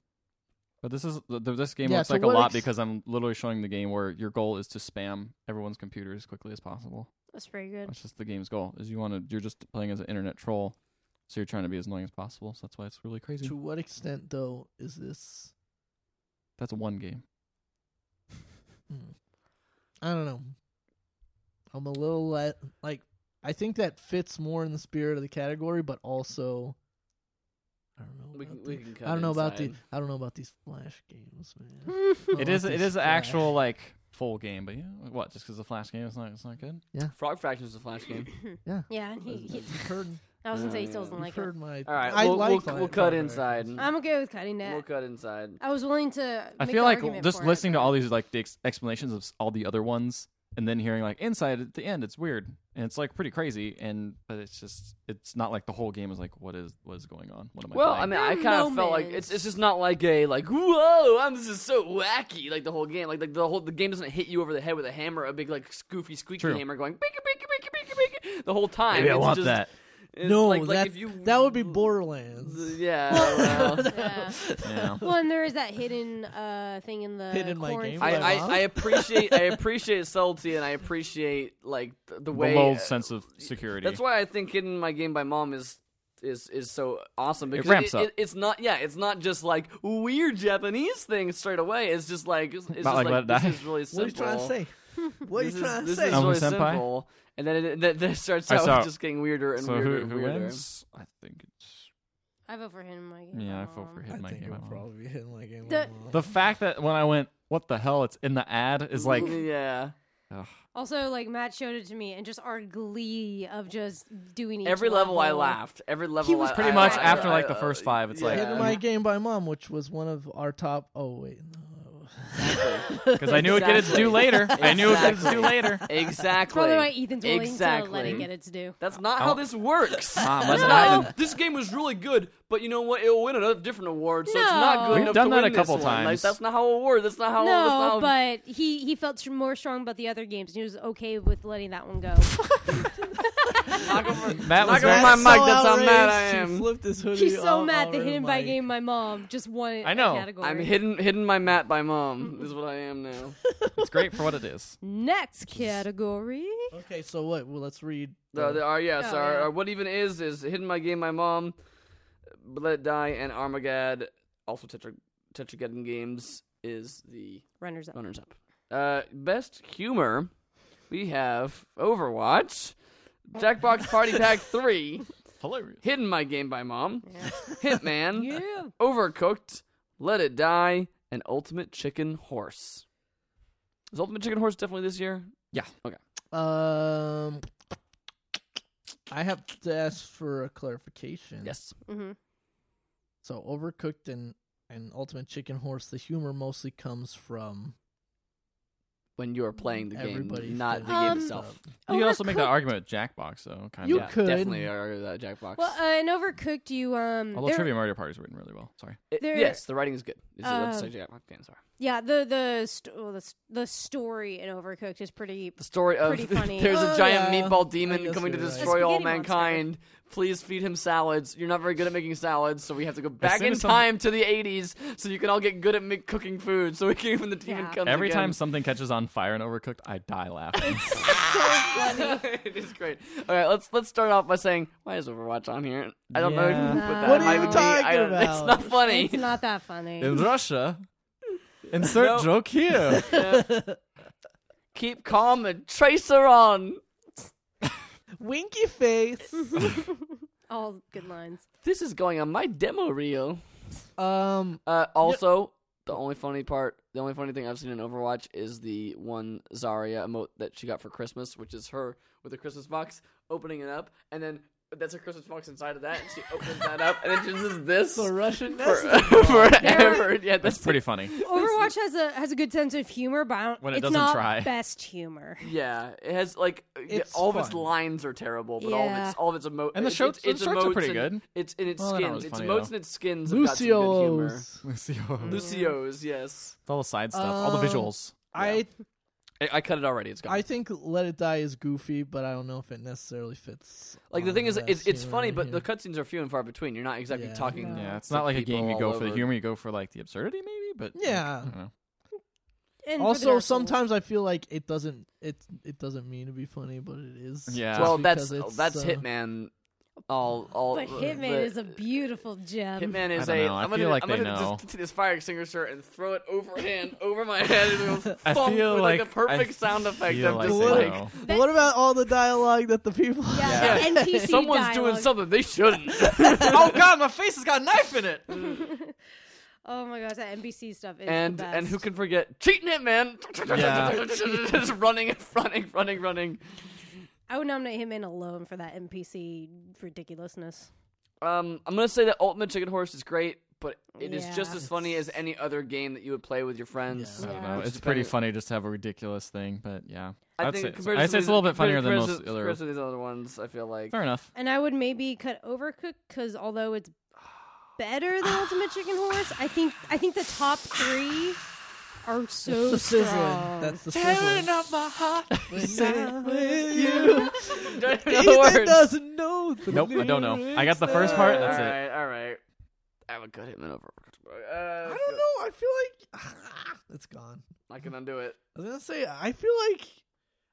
Speaker 2: But this is th- th- this game
Speaker 3: Yeah,
Speaker 2: looks
Speaker 3: to
Speaker 2: like a
Speaker 3: what
Speaker 2: lot
Speaker 3: ex-
Speaker 2: because I'm literally showing the game where your goal is to spam everyone's computer as quickly as possible.
Speaker 4: That's pretty good.
Speaker 2: That's just the game's goal. Is you want to you're just playing as an internet troll, so you're trying to be as annoying as possible. So that's why it's really crazy.
Speaker 3: To what extent though is this?
Speaker 2: That's one game.
Speaker 3: Hmm. I don't know. I'm a little le- like I think that fits more in the spirit of the category, but also I don't know.
Speaker 1: We
Speaker 3: about
Speaker 1: can,
Speaker 3: the-
Speaker 1: we can cut
Speaker 3: I don't know about the.
Speaker 1: inside.
Speaker 3: I don't know about these flash games, man.
Speaker 4: Mm.
Speaker 3: I
Speaker 2: It
Speaker 3: love
Speaker 2: is it
Speaker 3: these
Speaker 2: is an
Speaker 3: Flash.
Speaker 2: actual like full game, but yeah, what? Just because the flash game is not it's not good.
Speaker 1: Frog Fraction is a flash game.
Speaker 4: yeah, and he,
Speaker 3: You've
Speaker 4: he,
Speaker 3: heard,
Speaker 4: I was gonna
Speaker 1: Oh,
Speaker 4: say he
Speaker 1: yeah.
Speaker 4: still doesn't
Speaker 3: you've
Speaker 4: like it.
Speaker 3: heard my.
Speaker 1: All right,
Speaker 3: I
Speaker 1: we'll-
Speaker 3: like
Speaker 1: we'll-
Speaker 3: Flash-
Speaker 1: we'll cut
Speaker 3: Flash
Speaker 1: inside.
Speaker 3: Gardens.
Speaker 4: I'm okay with cutting that.
Speaker 1: We'll cut inside.
Speaker 4: I was willing to.
Speaker 2: I
Speaker 4: make
Speaker 2: feel
Speaker 4: the
Speaker 2: like
Speaker 4: argument
Speaker 2: just
Speaker 4: for it,
Speaker 2: listening to
Speaker 4: but-
Speaker 2: all these like the ex- explanations of s- all the other ones, and then hearing like inside at the end, it's weird and it's like pretty crazy, and but it's just it's not like the whole game is like what is what is going on? What am I?
Speaker 1: Well,
Speaker 2: playing?
Speaker 1: I mean,
Speaker 4: There
Speaker 1: I
Speaker 4: are
Speaker 1: kind of felt like
Speaker 4: moments.
Speaker 1: it's it's just not like a like whoa, I'm, this is so wacky. Like the whole game, like, like the whole the game doesn't hit you over the head with a hammer, a big like goofy squeaky
Speaker 2: True.
Speaker 1: hammer going bink bink bink bink bink the whole time.
Speaker 2: maybe I
Speaker 1: It's
Speaker 2: want
Speaker 1: just-
Speaker 2: that.
Speaker 1: it's
Speaker 3: no,
Speaker 1: like, like,
Speaker 3: that
Speaker 1: if you,
Speaker 3: that would be Borderlands.
Speaker 1: Yeah, well,
Speaker 4: Yeah.
Speaker 2: Yeah.
Speaker 4: well, and there is that hidden uh thing in the
Speaker 3: Hidden in my game.
Speaker 1: I,
Speaker 4: cornfield.
Speaker 1: I,
Speaker 3: Huh?
Speaker 1: I appreciate I appreciate subtlety and I appreciate like the, the
Speaker 2: The
Speaker 1: way uh,
Speaker 2: lulled sense of security.
Speaker 1: That's why I think "Hidden My Game" by Mom is is is so awesome because
Speaker 2: ramps up.
Speaker 1: it's not yeah, it's not just like weird Japanese things straight away. It's just like it's just
Speaker 2: Not like
Speaker 1: like,
Speaker 2: Let It
Speaker 1: this
Speaker 2: Die.
Speaker 1: is really
Speaker 3: What
Speaker 1: simple.
Speaker 3: are you trying to say? What are
Speaker 1: This
Speaker 3: you
Speaker 1: is-
Speaker 3: trying to
Speaker 1: this
Speaker 3: say?
Speaker 1: is
Speaker 2: Um,
Speaker 1: really
Speaker 2: Senpai?
Speaker 1: simple, and then it, it, it starts
Speaker 2: I
Speaker 1: out
Speaker 2: saw-
Speaker 1: with just getting weirder and
Speaker 2: so
Speaker 1: weirder
Speaker 2: who,
Speaker 1: and
Speaker 2: who
Speaker 1: weirder.
Speaker 2: wins? I think it's
Speaker 4: I vote for hidden in my game.
Speaker 2: yeah. I
Speaker 4: by
Speaker 2: vote for
Speaker 4: Mom.
Speaker 2: hit my
Speaker 3: I think
Speaker 2: game.
Speaker 3: it
Speaker 2: by
Speaker 3: would
Speaker 2: Mom.
Speaker 3: probably be Hidden My Game.
Speaker 4: The-
Speaker 3: by Mom.
Speaker 2: The fact that when I went, what the hell? It's in the ad is like.
Speaker 1: yeah,
Speaker 2: ugh.
Speaker 4: Also, like Matt showed it to me, and just our glee of just doing each
Speaker 1: every level, I
Speaker 4: level.
Speaker 1: laughed. Every level,
Speaker 4: was
Speaker 1: I-
Speaker 4: pretty
Speaker 1: I-
Speaker 4: much
Speaker 1: I-
Speaker 4: after,
Speaker 1: I-
Speaker 2: like, the
Speaker 1: I-
Speaker 2: first five, it's like-
Speaker 1: yeah.
Speaker 3: Hidden My Game by Mom, which was one of our top. Oh wait, no.
Speaker 2: Because I knew it get its
Speaker 1: Exactly.
Speaker 2: due later. I knew it get its
Speaker 1: Exactly.
Speaker 2: due later.
Speaker 4: That's
Speaker 1: exactly.
Speaker 4: probably why Ethan's willing to let it
Speaker 1: Exactly.
Speaker 4: get its due.
Speaker 1: That's not how
Speaker 2: Oh.
Speaker 1: this works.
Speaker 2: Mom,
Speaker 1: That's
Speaker 2: let's
Speaker 1: not
Speaker 2: not
Speaker 1: how-
Speaker 2: even-
Speaker 1: this game was really good, but you know what? It'll win another different award, so it's
Speaker 4: No.
Speaker 1: not good
Speaker 4: We've
Speaker 1: enough
Speaker 2: done
Speaker 1: to
Speaker 2: that
Speaker 1: win
Speaker 2: a couple
Speaker 1: this one. Like,
Speaker 2: times.
Speaker 1: that's not how it works. That's not how. that's not
Speaker 4: no,
Speaker 1: how-
Speaker 4: but he he felt tr- more strong about the other games. He was okay with letting that one go.
Speaker 2: Matt was
Speaker 1: Knock over
Speaker 2: very-
Speaker 1: my
Speaker 3: That's
Speaker 1: mic,
Speaker 3: so
Speaker 1: that's how mad
Speaker 3: outraged,
Speaker 1: I am.
Speaker 3: She flipped his hoodie.
Speaker 4: She's so
Speaker 3: all
Speaker 4: mad that
Speaker 3: over
Speaker 4: hidden
Speaker 3: the
Speaker 4: by
Speaker 3: mic.
Speaker 4: game my mom just wanted.
Speaker 2: I know.
Speaker 4: A category.
Speaker 1: I'm hidden, hidden my mat by mom. is what I am now.
Speaker 2: It's great for what it is.
Speaker 4: Next category.
Speaker 3: Okay, so what? Well, let's read.
Speaker 1: The, the, our, yes,
Speaker 4: Oh,
Speaker 1: our,
Speaker 4: yeah.
Speaker 1: our what even is is hidden my game by mom, But let it die, and Armageddon. Also, Tetra Tetrageddon games is the
Speaker 4: Runners up.
Speaker 1: runners up. Uh, best humor, we have Overwatch, Jackbox Party Pack Three.
Speaker 2: Hilarious.
Speaker 1: Hidden My Game by Mom,
Speaker 4: Yeah.
Speaker 2: Mm-hmm.
Speaker 1: Hitman,
Speaker 4: yeah.
Speaker 1: Overcooked, Let It Die, and Ultimate Chicken Horse. Is Ultimate Chicken Horse definitely this year?
Speaker 3: Um, I have to ask for a clarification.
Speaker 1: Yes.
Speaker 4: Mm-hmm.
Speaker 3: So overcooked and and ultimate chicken horse. The humor mostly comes from
Speaker 1: When you are playing the
Speaker 3: everybody.
Speaker 1: game, not the
Speaker 4: Um,
Speaker 1: game itself.
Speaker 2: You could also make that argument with Jackbox, though. Kind
Speaker 3: You
Speaker 2: of.
Speaker 1: yeah,
Speaker 3: could.
Speaker 1: definitely are that Jackbox.
Speaker 4: Well, uh, and overcooked you. Um,
Speaker 2: Although
Speaker 4: there-
Speaker 2: Trivia Mario Party is written really well. Sorry.
Speaker 1: It-
Speaker 4: there-
Speaker 1: yes, the writing is good. Is it- let's
Speaker 4: Uh,
Speaker 1: say Jackbox games are.
Speaker 4: yeah, the the, st- well, the s- the story in Overcooked is pretty.
Speaker 1: The story of
Speaker 4: pretty funny.
Speaker 1: there's
Speaker 3: Oh,
Speaker 1: a giant
Speaker 3: yeah. I
Speaker 1: meatball demon
Speaker 3: guess
Speaker 1: coming to
Speaker 3: you're right.
Speaker 1: destroy all
Speaker 4: Spaghetti monster.
Speaker 1: mankind. Please feed him salads. You're not very good at making salads, so we have to go back
Speaker 2: soon
Speaker 1: in
Speaker 2: as some-
Speaker 1: time to the 80s so you can all get good at make, cooking food. So we can when the demon
Speaker 4: Yeah.
Speaker 1: comes
Speaker 2: Every
Speaker 1: again.
Speaker 2: time something catches on fire and overcooked, I die laughing.
Speaker 1: it is great. All right, let's let's start off by saying why is Overwatch on here? I don't know if
Speaker 2: Yeah.
Speaker 1: you put that.
Speaker 4: What
Speaker 1: It
Speaker 4: are
Speaker 1: might
Speaker 4: you
Speaker 1: be-
Speaker 3: talking
Speaker 1: I don't- It's
Speaker 3: about?
Speaker 1: not funny.
Speaker 4: It's not that funny.
Speaker 2: In Russia, insert
Speaker 1: Nope.
Speaker 2: joke here.
Speaker 1: Keep calm and tracer on.
Speaker 3: winky face.
Speaker 4: All good lines.
Speaker 1: This is going on my demo reel.
Speaker 3: um,
Speaker 1: Uh, also, the only funny part, the only funny thing I've seen in Overwatch is the one Zarya emote that she got for Christmas, which is her with a Christmas box opening it up, and then that's her Christmas box inside of that, and she opens that up, and then she does this
Speaker 3: the Russian
Speaker 1: for,
Speaker 3: nesting doll.
Speaker 1: forever. Yeah,
Speaker 2: That's
Speaker 1: that's
Speaker 2: pretty funny.
Speaker 4: Overwatch has a has a good sense of humor, but I don't-
Speaker 2: When it
Speaker 4: it's
Speaker 2: doesn't
Speaker 4: not
Speaker 2: try.
Speaker 4: best humor.
Speaker 1: Yeah, it has like uh, yeah,
Speaker 3: It's
Speaker 1: all of its
Speaker 3: fun.
Speaker 1: lines are terrible, but all of
Speaker 4: Yeah.
Speaker 1: its all of its emotes
Speaker 2: And the shirts-
Speaker 1: its,
Speaker 2: the shirts are
Speaker 1: emotes
Speaker 2: pretty
Speaker 1: and
Speaker 2: good.
Speaker 1: It's in its
Speaker 2: Well, they're not
Speaker 1: skins,
Speaker 2: really
Speaker 1: its
Speaker 2: funny,
Speaker 1: emotes
Speaker 2: though.
Speaker 1: and its skins. have got some good humor.
Speaker 3: Lucio's.
Speaker 2: Lucio.
Speaker 1: Lucio's, yes.
Speaker 2: It's all the side stuff, all the
Speaker 3: Um,
Speaker 2: visuals.
Speaker 3: I
Speaker 1: I, I cut it already. It's gone.
Speaker 3: I think Let It Die is goofy, but I don't know if it necessarily fits.
Speaker 1: like the thing
Speaker 3: on
Speaker 1: is,
Speaker 3: that
Speaker 1: it's, it's
Speaker 3: scene
Speaker 1: funny,
Speaker 3: right
Speaker 1: but the
Speaker 3: here.
Speaker 1: cutscenes are few and far between. You're not exactly
Speaker 3: Yeah.
Speaker 1: talking.
Speaker 4: Yeah,
Speaker 2: Yeah, Uh, it's
Speaker 1: to
Speaker 2: not like a
Speaker 1: people
Speaker 2: game you
Speaker 1: all
Speaker 2: go for the
Speaker 1: over.
Speaker 2: humor, you go for like the absurdity, maybe. But like,
Speaker 3: Yeah.
Speaker 2: I don't know.
Speaker 4: And for the
Speaker 3: also
Speaker 4: assholes.
Speaker 3: sometimes I feel like it doesn't it it doesn't mean to be funny, but it is.
Speaker 2: Yeah.
Speaker 3: just
Speaker 1: Well,
Speaker 3: because
Speaker 1: that's
Speaker 3: it's,
Speaker 1: that's
Speaker 3: uh,
Speaker 1: Hitman. all all.
Speaker 4: But Hitman
Speaker 1: the-
Speaker 4: is um, a beautiful gem.
Speaker 1: Hitman is
Speaker 2: I
Speaker 1: a.
Speaker 2: don't know. I
Speaker 1: am gonna,
Speaker 2: feel like
Speaker 1: I'm
Speaker 2: they
Speaker 1: gonna
Speaker 2: know.
Speaker 1: just take this fire extinguisher and throw it overhand over my head and it'll
Speaker 2: I
Speaker 1: thump
Speaker 2: feel
Speaker 1: with
Speaker 2: like,
Speaker 1: like, the perfect
Speaker 2: I
Speaker 1: sound effect
Speaker 2: feel
Speaker 1: of
Speaker 2: like
Speaker 1: just
Speaker 2: they
Speaker 1: like
Speaker 2: know.
Speaker 4: That-
Speaker 3: what about all the dialogue that the people?
Speaker 4: Yeah,
Speaker 1: Yeah.
Speaker 4: the NPC
Speaker 1: someone's doing
Speaker 4: dialogue.
Speaker 1: something they shouldn't.
Speaker 2: oh god, my face has got a knife in it.
Speaker 4: Oh my gosh, that NBC stuff is
Speaker 1: and
Speaker 4: the best.
Speaker 1: and who can forget cheating Hitman?
Speaker 2: Yeah.
Speaker 1: just running, running, running, running.
Speaker 4: I would nominate Hitman alone for that NPC ridiculousness.
Speaker 1: Um, I'm gonna say that Ultimate Chicken Horse is great, but it is just
Speaker 4: Yeah.
Speaker 1: as funny as any other game that you would play with your friends.
Speaker 2: I don't
Speaker 4: Yeah.
Speaker 2: know. It's pretty funny just to have a ridiculous thing, but yeah.
Speaker 1: I
Speaker 2: I'd
Speaker 1: think
Speaker 2: say-
Speaker 1: compared to
Speaker 2: I'd say
Speaker 1: some of
Speaker 2: it's a little
Speaker 1: these-
Speaker 2: bit funnier than
Speaker 1: compared to
Speaker 2: most
Speaker 1: some-
Speaker 2: other.
Speaker 1: compared to these other ones. I feel like
Speaker 2: Fair enough.
Speaker 4: And I would maybe cut Overcooked because although it's better than Ultimate Chicken Horse, I think I think the top three are so
Speaker 3: the sizzling.
Speaker 4: strong.
Speaker 3: That's the sizzling.
Speaker 2: up my heart.
Speaker 3: With you.
Speaker 1: don't even know the
Speaker 3: Ethan
Speaker 1: words.
Speaker 3: doesn't know. The
Speaker 2: Nope, I don't know. I got the first part,
Speaker 1: all
Speaker 2: that's it.
Speaker 1: right, all right. I'm a good Hitman over. Uh,
Speaker 3: I don't know. I feel like it's gone.
Speaker 1: I can undo it.
Speaker 3: I was gonna say. I feel like.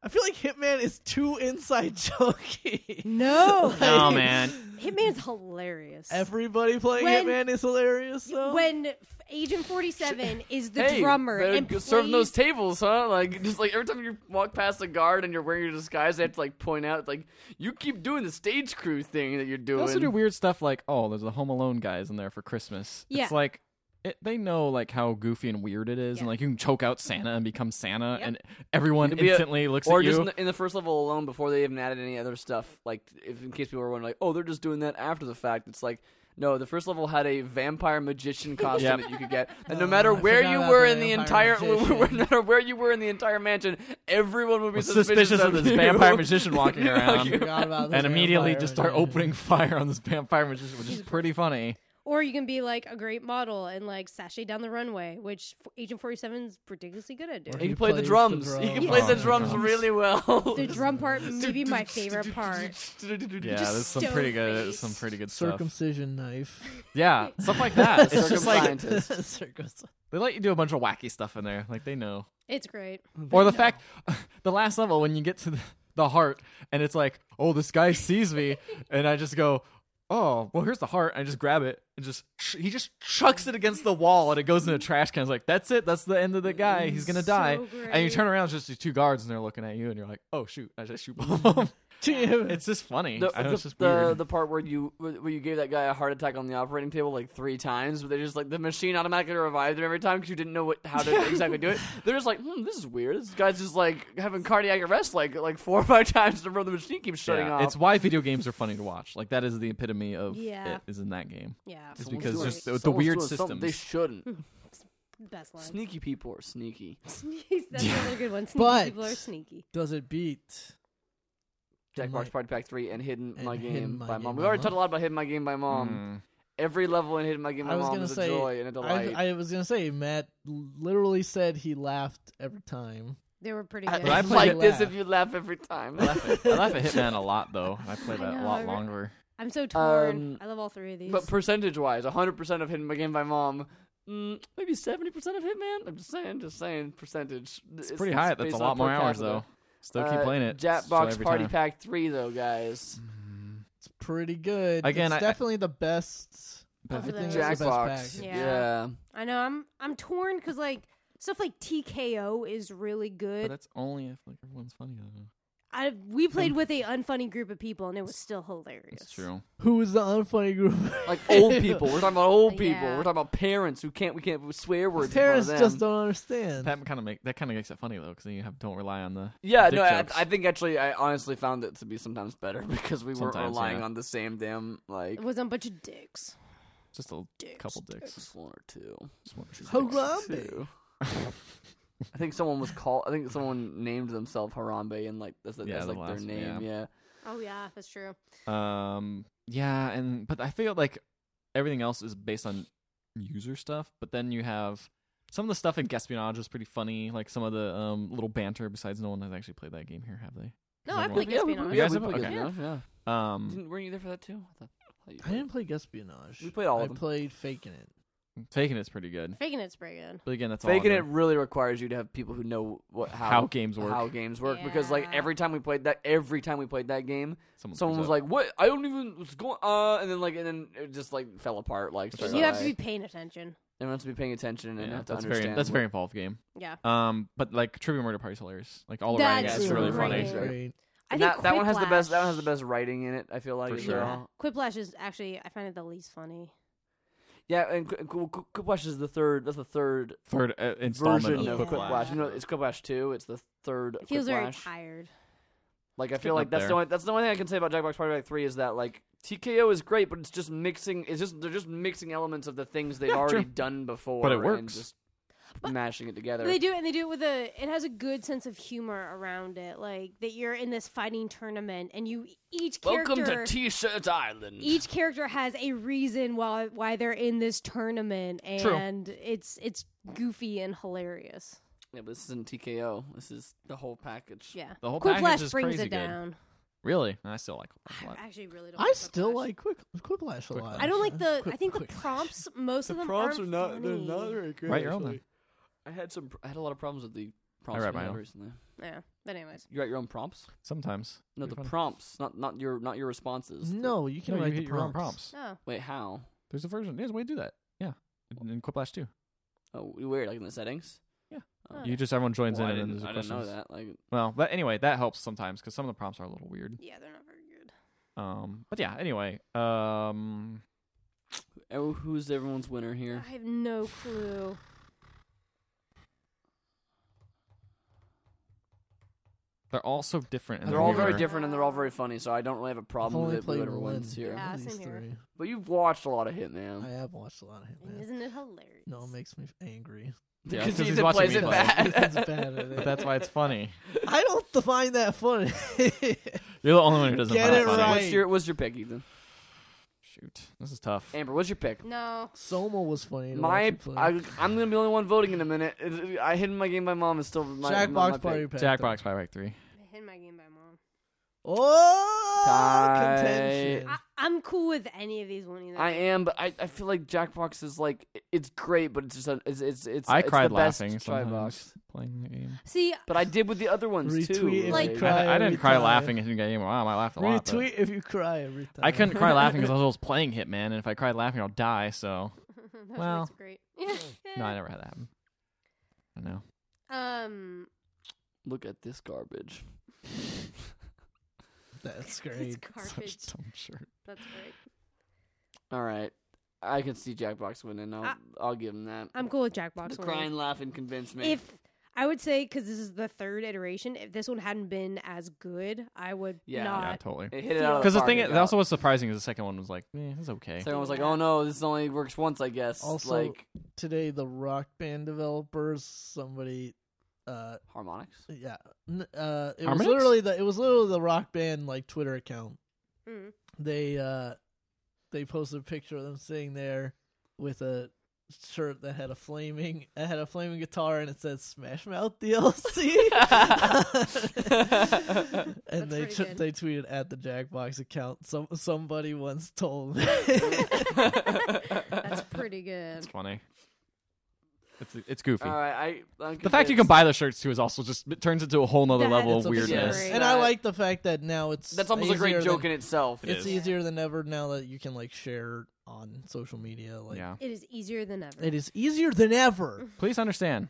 Speaker 3: I feel like Hitman is too inside jokey.
Speaker 4: no,
Speaker 2: No man.
Speaker 4: Hitman's hilarious.
Speaker 3: Everybody playing
Speaker 4: When-
Speaker 3: Hitman is hilarious. though.
Speaker 4: when F- Agent Forty Seven is the
Speaker 1: hey,
Speaker 4: drummer
Speaker 1: better
Speaker 4: and
Speaker 1: go-
Speaker 4: plays,
Speaker 1: serving those tables, huh? Like just like every time you walk past a guard and you're wearing your disguise, they have to like point out like you keep doing the stage crew thing that you're
Speaker 2: They
Speaker 1: doing.
Speaker 2: also do weird stuff like, oh, there's the Home Alone guys in there for Christmas.
Speaker 4: Yeah.
Speaker 2: It's like it, they know like how goofy and weird it is,
Speaker 4: Yeah.
Speaker 2: and like you can choke out Santa and become Santa,
Speaker 4: Yep.
Speaker 2: and everyone
Speaker 1: You can be a-
Speaker 2: instantly looks
Speaker 1: or
Speaker 2: at
Speaker 1: just in
Speaker 2: you.
Speaker 1: the, in the first level alone before they even added any other stuff like if in case people were wondering like oh they're just doing that after the fact it's like no the first level had a vampire magician costume
Speaker 2: Yep.
Speaker 1: that you could get and no
Speaker 3: Oh,
Speaker 1: matter
Speaker 3: I
Speaker 1: where
Speaker 3: forgot
Speaker 1: you
Speaker 3: about
Speaker 1: were
Speaker 3: the
Speaker 1: in the
Speaker 3: vampire
Speaker 1: entire no
Speaker 3: magician.
Speaker 1: matter where you were in the entire mansion everyone would be
Speaker 2: Was suspicious of this
Speaker 1: you.
Speaker 2: vampire magician walking
Speaker 1: Like,
Speaker 2: around.
Speaker 1: you-
Speaker 3: Forgot about this
Speaker 2: and immediately
Speaker 3: vampire
Speaker 2: just start
Speaker 3: again.
Speaker 2: opening fire on this vampire magician, which is pretty funny.
Speaker 4: or you can be like a great model and like sashay down the runway, which F- Agent Forty Seven's ridiculously good
Speaker 3: Or
Speaker 4: at
Speaker 1: he
Speaker 4: doing.
Speaker 3: He
Speaker 1: can play the
Speaker 3: plays the
Speaker 1: drums he can
Speaker 3: drums.
Speaker 1: play
Speaker 2: Oh,
Speaker 1: the
Speaker 2: the
Speaker 1: drums
Speaker 2: drums.
Speaker 1: really well
Speaker 4: The drum part may be my favorite part.
Speaker 2: Yeah,
Speaker 4: Just
Speaker 2: there's some
Speaker 4: stone
Speaker 2: pretty good,
Speaker 4: face.
Speaker 2: some pretty good stuff.
Speaker 3: Circumcision knife.
Speaker 2: yeah, stuff like that. It's just like
Speaker 1: Circumcised.
Speaker 3: Circumcision.
Speaker 2: they let you do a bunch of wacky stuff in there, like they know.
Speaker 4: It's great.
Speaker 2: Or the fact, the last level when you get to the, the heart, and it's like, oh, this guy sees me, and I just go, oh, well, here's the heart. I just grab it and just ch- he just chucks it against the wall, and it goes in a trash can. It's like that's it. That's the end of the guy. He's gonna
Speaker 4: So
Speaker 2: die. And you
Speaker 4: great.
Speaker 2: turn around, it's just these two guards, and they're looking at you, and you're like, oh shoot, I just shoot both of them.
Speaker 3: Damn it.
Speaker 2: It's just funny.
Speaker 1: the,
Speaker 2: I know,
Speaker 1: the,
Speaker 2: it's just
Speaker 1: the-
Speaker 2: weird.
Speaker 1: the part where you where you gave that guy a heart attack on the operating table like three times, but they just like the machine automatically revived him every time because you didn't know what how to exactly do it. They're just like, hmm, this is weird. This guy's just like having cardiac arrest like like four or five times in a row. The machine keeps shutting
Speaker 2: Yeah,
Speaker 1: off.
Speaker 2: It's why video games are funny to watch. Like that is the epitome of
Speaker 4: Yeah.
Speaker 2: it is in that game.
Speaker 4: Yeah,
Speaker 2: It's
Speaker 1: Someone's
Speaker 2: because
Speaker 1: doing-
Speaker 2: just the- the
Speaker 1: someone's
Speaker 2: weird
Speaker 1: doing something They
Speaker 2: systems.
Speaker 1: shouldn't.
Speaker 4: best line.
Speaker 1: Sneaky people are sneaky.
Speaker 4: That's another good one. Sneaky
Speaker 3: But-
Speaker 4: people are sneaky.
Speaker 3: Does it beat?
Speaker 1: Jackbox
Speaker 3: Like-
Speaker 1: Party Pack Three and Hidden
Speaker 3: and
Speaker 1: My
Speaker 3: Hidden
Speaker 1: Game
Speaker 3: My
Speaker 1: by
Speaker 3: Game
Speaker 1: Mom.
Speaker 3: by
Speaker 1: We've already
Speaker 3: Mom.
Speaker 1: talked a lot about Hidden My
Speaker 2: Hmm.
Speaker 1: Game by Mom. Every level in Hidden My Game by
Speaker 3: I was
Speaker 1: Mom
Speaker 3: gonna
Speaker 1: is a
Speaker 3: say,
Speaker 1: joy and a
Speaker 3: I,
Speaker 1: delight.
Speaker 3: I was gonna say Matt literally said he laughed every time.
Speaker 4: They were pretty
Speaker 1: I,
Speaker 4: good.
Speaker 2: But I played
Speaker 1: like
Speaker 3: it-
Speaker 1: this if you laugh every time.
Speaker 2: I laugh at- I laugh at Hitman a lot though. I play
Speaker 4: I
Speaker 2: that a
Speaker 4: know, I
Speaker 2: lot
Speaker 4: re-
Speaker 2: longer.
Speaker 4: I'm so torn.
Speaker 1: Um,
Speaker 4: I love all three of these.
Speaker 1: But percentage wise, 100% of Hidden by Game by Mom, mm, maybe 70% of Hitman? I'm just saying, just saying, percentage.
Speaker 2: It's, pretty high. That's a lot more hours though. Still keep playing it. Still
Speaker 1: Jackbox
Speaker 2: every
Speaker 1: Uh, Party
Speaker 2: time.
Speaker 1: Pack 3, though, guys.
Speaker 3: It's pretty good.
Speaker 2: Again,
Speaker 3: it's
Speaker 2: I-
Speaker 3: definitely the best.
Speaker 2: But-
Speaker 4: Over
Speaker 3: I think
Speaker 4: those.
Speaker 3: it's the best
Speaker 1: Jackbox.
Speaker 3: pack.
Speaker 4: Yeah.
Speaker 1: Yeah.
Speaker 4: I know I'm I'm torn because like stuff like TKO is really
Speaker 2: But
Speaker 4: good.
Speaker 2: that's only if like everyone's funny though.
Speaker 4: I we played with a unfunny group of people and it was still hilarious.
Speaker 2: That's true.
Speaker 3: Who is the unfunny group?
Speaker 1: Like old people. We're talking about old people.
Speaker 4: Yeah.
Speaker 1: We're talking about parents who can't, we can't swear words. in front of
Speaker 3: Terrence
Speaker 1: them.
Speaker 3: just don't understand.
Speaker 2: That kind of make that kind of makes it funny though, because then you have don't rely on the
Speaker 1: Yeah,
Speaker 2: dick
Speaker 1: no, I,
Speaker 2: jokes.
Speaker 1: I think actually, I honestly found it to be sometimes better because we weren't
Speaker 2: Sometimes,
Speaker 1: relying
Speaker 2: yeah.
Speaker 1: on the same damn, like,
Speaker 4: It was a bunch of dicks.
Speaker 2: just a
Speaker 4: Dicks.
Speaker 2: couple dicks.
Speaker 1: just one or two.
Speaker 2: Just one or two dicks.
Speaker 3: Harambe.
Speaker 1: Two. I think someone was called. I think someone named themselves Harambe, and like that's, that's
Speaker 2: Yeah, the
Speaker 1: like their
Speaker 2: last-
Speaker 1: name. Yeah.
Speaker 4: Oh yeah, that's true.
Speaker 2: Um, yeah, and but I feel like everything else is based on user stuff. But then you have some of the stuff in Gaspionage is pretty funny. Like some of the um little banter. Besides, no one has actually played that game here, have they?
Speaker 4: No,
Speaker 2: Yeah,
Speaker 4: I played
Speaker 1: yeah, we, we-
Speaker 4: Gaspion.
Speaker 2: You
Speaker 1: yeah,
Speaker 2: guys
Speaker 1: we
Speaker 2: have-
Speaker 1: played
Speaker 2: okay.
Speaker 1: Gaspionage, yeah.
Speaker 2: Um,
Speaker 1: Didn't, weren't you there for that too? I thought, I thought you
Speaker 3: I
Speaker 1: played.
Speaker 3: didn't play Espionage.
Speaker 1: We played all
Speaker 3: I
Speaker 1: of them.
Speaker 3: played faking it.
Speaker 2: Faking it's pretty good,
Speaker 4: Faking it's pretty good.
Speaker 2: but again, that's
Speaker 1: Faking
Speaker 2: all
Speaker 1: it
Speaker 2: on
Speaker 1: really requires you to have people who know what
Speaker 2: the-
Speaker 1: how
Speaker 2: how games work.
Speaker 1: how games work because like
Speaker 4: Yeah.
Speaker 1: every time we played that every time we played that game,
Speaker 2: Someone,
Speaker 1: someone was
Speaker 2: like,
Speaker 1: like, "What? I don't even what's going uh," and then like and then it just like fell apart. Like
Speaker 2: Which
Speaker 1: so
Speaker 2: is
Speaker 4: You have to
Speaker 1: I-
Speaker 4: be paying attention.
Speaker 1: everyone has to be paying attention and
Speaker 2: yeah,
Speaker 1: have to
Speaker 2: that's
Speaker 1: understand.
Speaker 2: very that's
Speaker 1: what-
Speaker 2: very involved game.
Speaker 4: Yeah.
Speaker 2: Um, but like Trivia Murder Party's hilarious. Like all around,
Speaker 4: That's
Speaker 2: it's
Speaker 1: That's
Speaker 2: really
Speaker 1: great.
Speaker 2: funny.
Speaker 1: Right.
Speaker 4: I
Speaker 1: and
Speaker 4: think
Speaker 1: that, that one has the best. That one
Speaker 4: Quiplash-
Speaker 1: has the best writing in it. I feel like
Speaker 2: For
Speaker 1: as
Speaker 2: sure.
Speaker 1: well.
Speaker 4: Quiplash is actually I find it the least funny.
Speaker 1: Yeah, and Qu- Qu- Qu- Quiplash is the third. That's the third
Speaker 2: Third uh, installment
Speaker 1: version
Speaker 2: of
Speaker 1: of
Speaker 4: Quiplash.
Speaker 1: Quiplash. You know, it's Quiplash two. It's the third.
Speaker 4: It feels very
Speaker 1: Quiplash.
Speaker 4: tired.
Speaker 1: Like I
Speaker 2: It's
Speaker 1: feel
Speaker 2: getting
Speaker 1: like
Speaker 2: up
Speaker 1: that's the
Speaker 2: there.
Speaker 1: only that's the only thing I can say about Jackbox Party Pack Three is that like TKO is great, but it's just mixing. It's just they're just mixing elements of the things they've
Speaker 2: Yeah,
Speaker 1: already
Speaker 2: true.
Speaker 1: done before,
Speaker 2: But it
Speaker 1: And
Speaker 2: works.
Speaker 1: just
Speaker 4: But-
Speaker 1: mashing it together.
Speaker 4: They do it, and they do it with a. It has a good sense of humor around it, like that you're in this fighting tournament, and you each character.
Speaker 1: Welcome to T-shirt Island.
Speaker 4: each character has a reason why why they're in this tournament,
Speaker 2: True.
Speaker 4: and it's it's goofy and hilarious.
Speaker 1: yeah, but this isn't TKO. This is the whole package.
Speaker 4: Yeah,
Speaker 2: The whole package
Speaker 4: Quiplash
Speaker 2: is
Speaker 4: brings
Speaker 2: crazy
Speaker 4: it
Speaker 2: good.
Speaker 4: down.
Speaker 2: Really, I still like Quiplash a
Speaker 4: I
Speaker 2: lot.
Speaker 4: actually really don't.
Speaker 3: I still
Speaker 4: Quiplash.
Speaker 3: like Quick Quiplash a lot.
Speaker 4: I don't like the.
Speaker 3: Quick-
Speaker 4: I think the
Speaker 3: Quiplash.
Speaker 4: prompts. Most of them aren't funny.
Speaker 1: very good.
Speaker 2: Write your own actually.
Speaker 1: I had some. I had a lot of problems with the prompts
Speaker 2: write
Speaker 1: we had
Speaker 2: my own.
Speaker 1: recently.
Speaker 4: Yeah, but anyways,
Speaker 1: You write your own prompts?
Speaker 2: Sometimes.
Speaker 1: No,
Speaker 2: Pretty
Speaker 1: the
Speaker 2: fun.
Speaker 1: prompts, not not your not your responses. The-
Speaker 3: No, you can
Speaker 2: No, you
Speaker 3: write
Speaker 2: hit
Speaker 3: the
Speaker 2: your own
Speaker 3: prompts.
Speaker 2: prompts.
Speaker 4: oh,
Speaker 1: Wait, how?
Speaker 2: There's a version. There's a way to do that. Yeah, in, in Quiplash too.
Speaker 1: Oh, weird. Like in the settings.
Speaker 4: oh.
Speaker 2: You just everyone joins
Speaker 1: Well, I
Speaker 2: in and
Speaker 1: didn't,
Speaker 2: then there's
Speaker 1: I
Speaker 2: a
Speaker 1: didn't
Speaker 2: question.
Speaker 1: know that. Like,
Speaker 2: Well, but anyway, that helps sometimes because some of the prompts are a little weird.
Speaker 4: yeah, they're not very good.
Speaker 2: Um, but yeah, anyway, um,
Speaker 1: Oh, who's everyone's winner here?
Speaker 4: I have no clue.
Speaker 2: they're all so different. in
Speaker 1: They're
Speaker 2: their
Speaker 1: all
Speaker 2: humor.
Speaker 1: very different and they're all very funny, so I don't really have a
Speaker 3: I've
Speaker 1: problem
Speaker 3: only
Speaker 1: with it,
Speaker 3: played
Speaker 1: whoever
Speaker 3: one.
Speaker 1: wins here.
Speaker 4: Yeah.
Speaker 3: Of
Speaker 4: same
Speaker 3: these
Speaker 4: here.
Speaker 3: three.
Speaker 1: But you've watched a lot of
Speaker 3: I
Speaker 1: Hitman.
Speaker 3: have watched a lot of Hitman.
Speaker 4: Isn't it hilarious?
Speaker 3: No, it makes me angry.
Speaker 2: Yeah,
Speaker 1: Because
Speaker 2: it's 'cause he's
Speaker 1: Ethan
Speaker 2: watching
Speaker 1: plays
Speaker 2: me
Speaker 1: it
Speaker 2: play.
Speaker 1: bad.
Speaker 3: Ethan's bad at
Speaker 2: But
Speaker 3: it.
Speaker 2: that's why it's funny.
Speaker 3: I don't define that funny.
Speaker 2: You're the only one who doesn't
Speaker 3: Get
Speaker 2: find
Speaker 3: it
Speaker 2: funny.
Speaker 3: right.
Speaker 1: What's your What's your pick, Ethan?
Speaker 2: Shoot, this is tough.
Speaker 1: Amber, what's your pick?
Speaker 4: No.
Speaker 3: Soma was funny. to watch
Speaker 1: My,
Speaker 3: you play.
Speaker 1: I, I'm gonna be the only one voting in a minute. It- I hidden my game by mom is still my my- my
Speaker 3: Jackbox
Speaker 1: pick.
Speaker 3: Party Pack.
Speaker 2: Jackbox by Rack Three.
Speaker 4: I hid my game by mom.
Speaker 3: Oh,
Speaker 1: Tie.
Speaker 3: contention.
Speaker 4: I, I'm cool with any of these one either.
Speaker 1: I am, but I, I feel like Jackbox is like it's great, but it's just a, it's it's it's
Speaker 2: I
Speaker 1: it's
Speaker 2: cried
Speaker 1: the best
Speaker 2: laughing
Speaker 1: try
Speaker 2: sometimes.
Speaker 1: box.
Speaker 2: Playing the game.
Speaker 4: See,
Speaker 1: But I did with the other ones too.
Speaker 3: Retweet if you
Speaker 4: Like-
Speaker 3: cry
Speaker 2: I, I
Speaker 3: every
Speaker 2: didn't cry
Speaker 3: time.
Speaker 2: laughing at the game. Wow, I laughed a lot. but
Speaker 3: Retweet if you cry every time.
Speaker 2: I couldn't cry laughing because I was always playing Hitman, and if I cried laughing, I'll die. So
Speaker 4: that's
Speaker 2: Well.
Speaker 4: great.
Speaker 2: no, I never had that happen. I don't know.
Speaker 4: um,
Speaker 1: Look at this garbage.
Speaker 3: That's
Speaker 4: it's
Speaker 3: great.
Speaker 4: garbage.
Speaker 2: Such a dumb shirt.
Speaker 4: That's great.
Speaker 1: All right, I can see Jackbox winning. I'll
Speaker 4: I-
Speaker 1: I'll give him that.
Speaker 4: I'm cool with Jackbox.
Speaker 1: The
Speaker 4: Ah. winning.
Speaker 1: crying, laughing convinced me.
Speaker 4: If I would say, because this is the third iteration, if this one hadn't been as good, I would
Speaker 1: Yeah.
Speaker 3: Uh,
Speaker 4: not.
Speaker 2: Yeah, totally.
Speaker 1: it hit it out of the
Speaker 2: Because the
Speaker 1: park,
Speaker 2: thing,
Speaker 1: it
Speaker 2: is,
Speaker 1: got-
Speaker 2: also was surprising is the second one was like, eh, it's okay.
Speaker 1: So everyone was like, "Oh no, this only works once, I guess."
Speaker 3: Also-
Speaker 1: like
Speaker 3: Today, the rock band developers, somebody, uh,
Speaker 1: harmonics.
Speaker 3: yeah, n- uh, it was
Speaker 2: Harmonix?
Speaker 3: literally the it was literally the rock band like Twitter account.
Speaker 4: Mm.
Speaker 3: They uh, they posted a picture of them sitting there with a shirt that had a flaming it had a flaming guitar and it said Smash Mouth DLC.
Speaker 4: That's
Speaker 3: and they
Speaker 4: pretty
Speaker 3: t-
Speaker 4: good.
Speaker 3: they tweeted at the Jackbox account. Some somebody once told me.
Speaker 4: That's pretty good.
Speaker 2: It's funny. It's it's goofy.
Speaker 1: All
Speaker 3: Uh,
Speaker 1: right, I I'm
Speaker 2: the fact you can
Speaker 1: convinced.
Speaker 2: buy the shirts too is also just it turns into a whole nother
Speaker 4: That
Speaker 2: level
Speaker 4: is
Speaker 2: of weirdness.
Speaker 1: great.
Speaker 3: And I like the fact that now it's
Speaker 1: that's almost a
Speaker 3: easier
Speaker 1: great
Speaker 3: than-
Speaker 1: joke in itself.
Speaker 2: It
Speaker 3: it's
Speaker 2: is.
Speaker 3: easier than ever now that you can like share on social media. Like
Speaker 2: yeah.
Speaker 4: It is easier than ever.
Speaker 3: it is easier than ever.
Speaker 4: Mm-hmm.
Speaker 2: Please understand.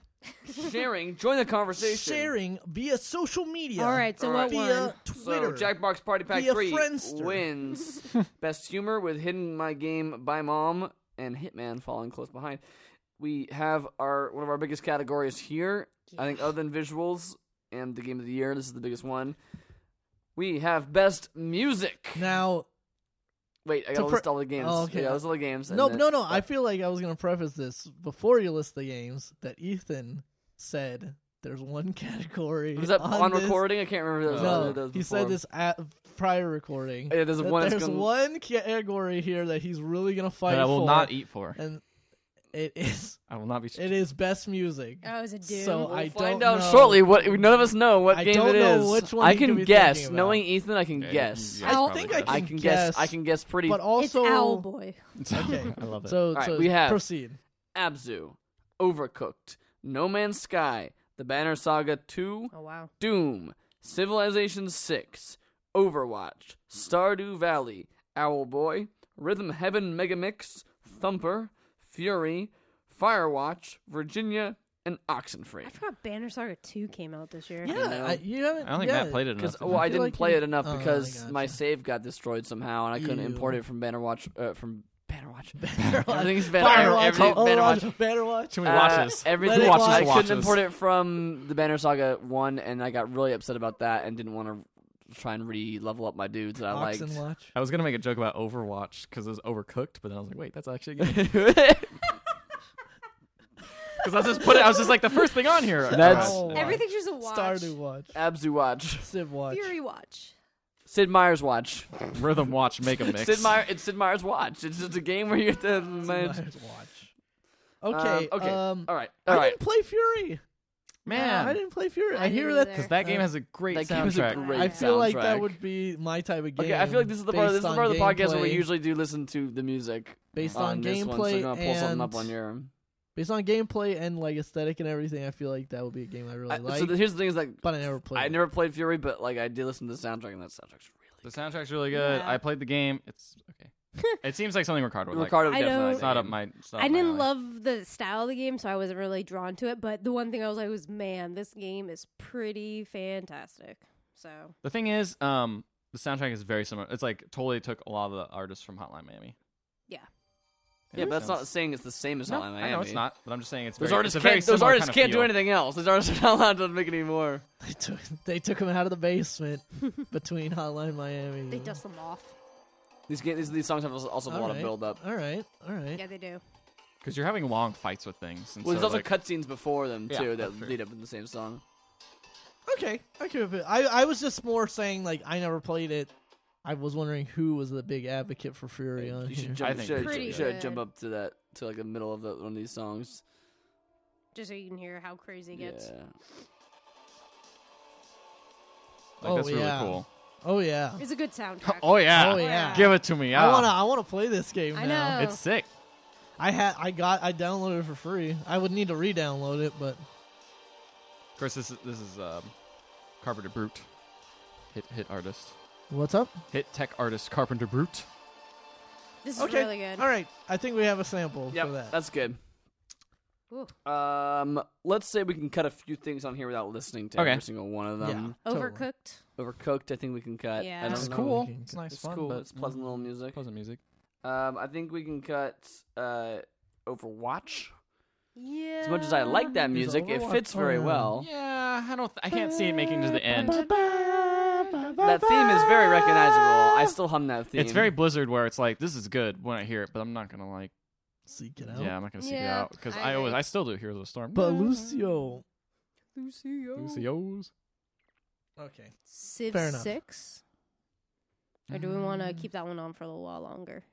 Speaker 1: Sharing, join the conversation.
Speaker 3: Sharing via social media.
Speaker 4: All right, so
Speaker 1: All right.
Speaker 4: what
Speaker 3: Via
Speaker 4: one?
Speaker 1: So
Speaker 3: Twitter.
Speaker 1: Jackbox Party Pack
Speaker 3: Via
Speaker 1: Three
Speaker 3: Friendster.
Speaker 1: wins best humor with "Hidden My Game" by Mom and Hitman falling close behind. We have our one of our biggest categories here. I think other than visuals and the game of the year, this is the biggest one. We have best music.
Speaker 3: now,
Speaker 1: Wait, I
Speaker 3: To
Speaker 1: gotta
Speaker 3: pre-
Speaker 1: list all the games.
Speaker 3: Oh, okay.
Speaker 1: Yeah, list all the games. and
Speaker 3: no,
Speaker 1: then-
Speaker 3: no, no. I feel like I was gonna preface this before you list the games that Ethan said. There's one category.
Speaker 1: Was that
Speaker 3: on,
Speaker 1: on,
Speaker 3: this-
Speaker 1: recording? I can't remember. if that was- that
Speaker 3: No,
Speaker 1: was
Speaker 3: he
Speaker 1: before.
Speaker 3: said
Speaker 1: Oh,
Speaker 3: this at prior recording.
Speaker 1: Yeah, there's
Speaker 3: that
Speaker 1: one. that's
Speaker 3: there's
Speaker 1: gonna-
Speaker 3: one category here that he's really gonna fight
Speaker 2: That I will
Speaker 3: for,
Speaker 2: not eat for.
Speaker 3: and it is
Speaker 2: I will not be.
Speaker 3: it is best music.
Speaker 4: Oh, is it Doom?
Speaker 3: So
Speaker 1: We'll
Speaker 3: I
Speaker 1: find out
Speaker 3: don't know.
Speaker 1: shortly. What none of us know what
Speaker 3: I
Speaker 1: game
Speaker 3: don't
Speaker 1: it
Speaker 3: know
Speaker 1: is.
Speaker 3: which one
Speaker 1: I
Speaker 3: you could
Speaker 1: can
Speaker 3: be
Speaker 1: guess.
Speaker 3: thinking about.
Speaker 1: Knowing Ethan, I can
Speaker 2: Yeah, you-
Speaker 1: guess.
Speaker 2: you
Speaker 4: I
Speaker 2: guys
Speaker 4: don't
Speaker 2: probably
Speaker 3: think I
Speaker 2: guess.
Speaker 1: I
Speaker 3: can
Speaker 1: can guess.
Speaker 3: guess.
Speaker 1: I can guess pretty.
Speaker 3: But also,
Speaker 4: it's Owlboy.
Speaker 3: okay.
Speaker 2: I love it.
Speaker 3: so
Speaker 1: All right,
Speaker 3: so
Speaker 1: we have-
Speaker 3: proceed.
Speaker 1: Abzu, Overcooked, No Man's Sky, The Banner Saga 2,
Speaker 4: Oh wow.
Speaker 1: Doom, Civilization 6, Overwatch, Stardew Valley, Owlboy, Rhythm Heaven Megamix, Thumper, Fury, Firewatch, Virginia, and Oxenfree.
Speaker 4: I forgot Banner Saga 2 came out this year.
Speaker 3: Yeah,
Speaker 1: know.
Speaker 3: I, you haven't.
Speaker 2: I don't think
Speaker 3: yeah.
Speaker 2: Matt played it enough.
Speaker 1: Because well, I,
Speaker 3: feel
Speaker 1: didn't
Speaker 3: like
Speaker 1: play
Speaker 3: you-
Speaker 1: it enough
Speaker 3: Oh, I
Speaker 1: because my
Speaker 3: gotcha.
Speaker 1: save got destroyed somehow, and I couldn't import
Speaker 3: Ew.
Speaker 1: it from Bannerwatch uh, from Bannerwatch.
Speaker 3: Bannerwatch.
Speaker 1: Everything's Banner,
Speaker 3: Firewatch, Oh,
Speaker 1: everything-
Speaker 3: Overwatch,
Speaker 1: Bannerwatch.
Speaker 3: Bannerwatch.
Speaker 2: Can we watch
Speaker 1: Uh,
Speaker 2: this?
Speaker 1: everything-
Speaker 3: Let it watch.
Speaker 1: I
Speaker 3: Just
Speaker 1: couldn't import it from the Banner Saga one, and I got really upset about that, and didn't want to try and re-level up my dudes that I
Speaker 3: Ox
Speaker 1: liked.
Speaker 3: and Watch.
Speaker 2: I was gonna make a joke about Overwatch because it was overcooked, but then I was like, wait, that's actually a game. Because I was just put it. I was just like the first thing on here.
Speaker 1: That's-
Speaker 2: Alright.
Speaker 3: Watch.
Speaker 4: Everything's just a watch.
Speaker 3: Stardew Watch.
Speaker 1: Abzu Watch,
Speaker 3: Civ Watch.
Speaker 4: Fury watch.
Speaker 1: Sid Meier's Watch.
Speaker 2: Rhythm Watch, make a mix.
Speaker 1: Sid Meier, it's Sid Meier's Watch. It's just a game where you have to manage.
Speaker 3: Myers Watch. Okay.
Speaker 1: Um, okay.
Speaker 3: Um,
Speaker 1: all right, all
Speaker 3: I
Speaker 1: right.
Speaker 3: didn't play Fury.
Speaker 1: Oh,
Speaker 3: I
Speaker 2: man,
Speaker 3: didn't play Fury.
Speaker 4: I
Speaker 3: I, hear
Speaker 4: didn't
Speaker 3: that.
Speaker 4: either.
Speaker 2: because that game has a great
Speaker 1: That game is a
Speaker 2: soundtrack.
Speaker 1: great
Speaker 3: I feel like that
Speaker 1: soundtrack.
Speaker 3: would be my type of game.
Speaker 1: Okay, I feel like this is the part. This is
Speaker 3: based
Speaker 1: the part of the
Speaker 3: on
Speaker 1: podcast where we
Speaker 3: gameplay-
Speaker 1: usually do listen to the music
Speaker 3: based
Speaker 1: on,
Speaker 3: on
Speaker 1: this one. So I'm
Speaker 3: gameplay
Speaker 1: gonna pull something up
Speaker 3: and-
Speaker 1: on your.
Speaker 3: based on gameplay and like aesthetic and everything. I feel like that would be a game I really
Speaker 1: I-
Speaker 3: like.
Speaker 1: so the, here's the thing: is like
Speaker 3: but I never played.
Speaker 1: I
Speaker 3: it.
Speaker 1: never played Fury, but like I did listen to the soundtrack, and that soundtrack's
Speaker 2: The
Speaker 1: really.
Speaker 2: soundtrack's really good.
Speaker 4: Yeah.
Speaker 2: I played the game. It's okay. it seems like something Ricardo would like.
Speaker 1: Ricardo
Speaker 4: I
Speaker 1: definitely.
Speaker 4: don't-
Speaker 1: liked
Speaker 2: It's not
Speaker 1: that
Speaker 2: up
Speaker 1: game.
Speaker 2: my. it's not
Speaker 4: I
Speaker 2: up my
Speaker 4: didn't
Speaker 2: alley.
Speaker 4: love the style of the game, so I wasn't really drawn to it. But the one thing I was like was, man, this game is pretty fantastic. So
Speaker 2: The thing is, um, the soundtrack is very similar. It's like totally took a lot of the artists from Hotline Miami.
Speaker 4: Yeah.
Speaker 1: Yeah, but that's
Speaker 2: sounds-
Speaker 1: not saying it's the same as
Speaker 2: No,
Speaker 1: Hotline Miami.
Speaker 2: I know it's not, but I'm just saying it's
Speaker 1: Those
Speaker 2: very,
Speaker 1: artists
Speaker 2: it's a very
Speaker 1: can't. Those
Speaker 2: similar
Speaker 1: artists
Speaker 2: kind of
Speaker 1: can't do
Speaker 2: feel.
Speaker 1: anything else. Those artists are not allowed to make any more.
Speaker 3: They took they took him out of the basement between Hotline Miami.
Speaker 4: they dust them off.
Speaker 1: These ga- these, these songs have also, also have a lot
Speaker 3: Alright.
Speaker 1: of build up.
Speaker 3: All right, all right.
Speaker 4: Yeah, they do.
Speaker 2: Because you're having long fights with things. And
Speaker 1: Well, there's
Speaker 2: so,
Speaker 1: also
Speaker 2: like,
Speaker 1: cutscenes before them
Speaker 2: Yeah,
Speaker 1: too
Speaker 2: that's
Speaker 1: that
Speaker 2: true.
Speaker 1: lead up in the same song.
Speaker 3: Okay, I could. Have, I I was just more saying like I never played it. I was wondering who was the big advocate for Fury on
Speaker 1: You should
Speaker 3: here.
Speaker 1: jump.
Speaker 2: I
Speaker 1: You
Speaker 2: think
Speaker 1: should,
Speaker 4: pretty
Speaker 1: you should
Speaker 4: good.
Speaker 1: jump up to that to like the middle of the, one of these songs.
Speaker 4: Just so you can hear how crazy it
Speaker 1: Yeah.
Speaker 4: gets.
Speaker 2: like,
Speaker 3: Oh,
Speaker 2: that's really
Speaker 3: yeah.
Speaker 2: cool.
Speaker 3: Oh yeah.
Speaker 4: It's a good soundtrack.
Speaker 2: Oh yeah.
Speaker 3: Oh, yeah.
Speaker 2: Give it to me. Yeah.
Speaker 3: I wanna I wanna play this game
Speaker 4: I
Speaker 3: now.
Speaker 4: know.
Speaker 2: It's sick.
Speaker 3: I had I got I downloaded it for free. I would need to re-download it, but
Speaker 2: Of course, this is this is um, Carpenter Brute, hit hit artist,
Speaker 3: what's up?
Speaker 2: hit tech artist Carpenter Brute.
Speaker 4: This is
Speaker 3: okay.
Speaker 4: really good.
Speaker 3: All right. I think we have a sample
Speaker 1: Yep,
Speaker 3: for that.
Speaker 1: that's good.
Speaker 4: Ooh.
Speaker 1: Um, let's say we can cut a few things on here without listening to
Speaker 2: Okay.
Speaker 1: every single one of them.
Speaker 3: totally.
Speaker 4: Overcooked.
Speaker 1: Overcooked, I think we can cut.
Speaker 4: Yeah.
Speaker 1: I
Speaker 4: This
Speaker 1: don't
Speaker 3: is
Speaker 1: know.
Speaker 3: cool. It's
Speaker 2: nice
Speaker 1: um, It's cool. it's pleasant
Speaker 2: mm.
Speaker 1: little music.
Speaker 2: pleasant music.
Speaker 1: Um, I think we can cut uh, Overwatch.
Speaker 4: Yeah.
Speaker 1: As much as I like that music, it
Speaker 3: Overwatch
Speaker 1: fits very
Speaker 3: on.
Speaker 1: well.
Speaker 2: Yeah, I don't. Th- I can't see it making it to the end.
Speaker 1: That theme is very recognizable. I still hum that theme.
Speaker 2: It's very Blizzard, where it's like this is good when I hear it, but I'm not gonna like.
Speaker 3: Seek it out.
Speaker 2: Yeah, I'm not gonna seek it
Speaker 4: Yeah,
Speaker 2: out because
Speaker 4: I
Speaker 2: I, always
Speaker 4: agree.
Speaker 2: I still do Heroes of the Storm.
Speaker 3: But Lucio.
Speaker 4: Lucio.
Speaker 2: Lucio's.
Speaker 3: Okay.
Speaker 4: Civ
Speaker 3: Fair enough.
Speaker 4: Six. Or do we want to keep that one on for a little while longer?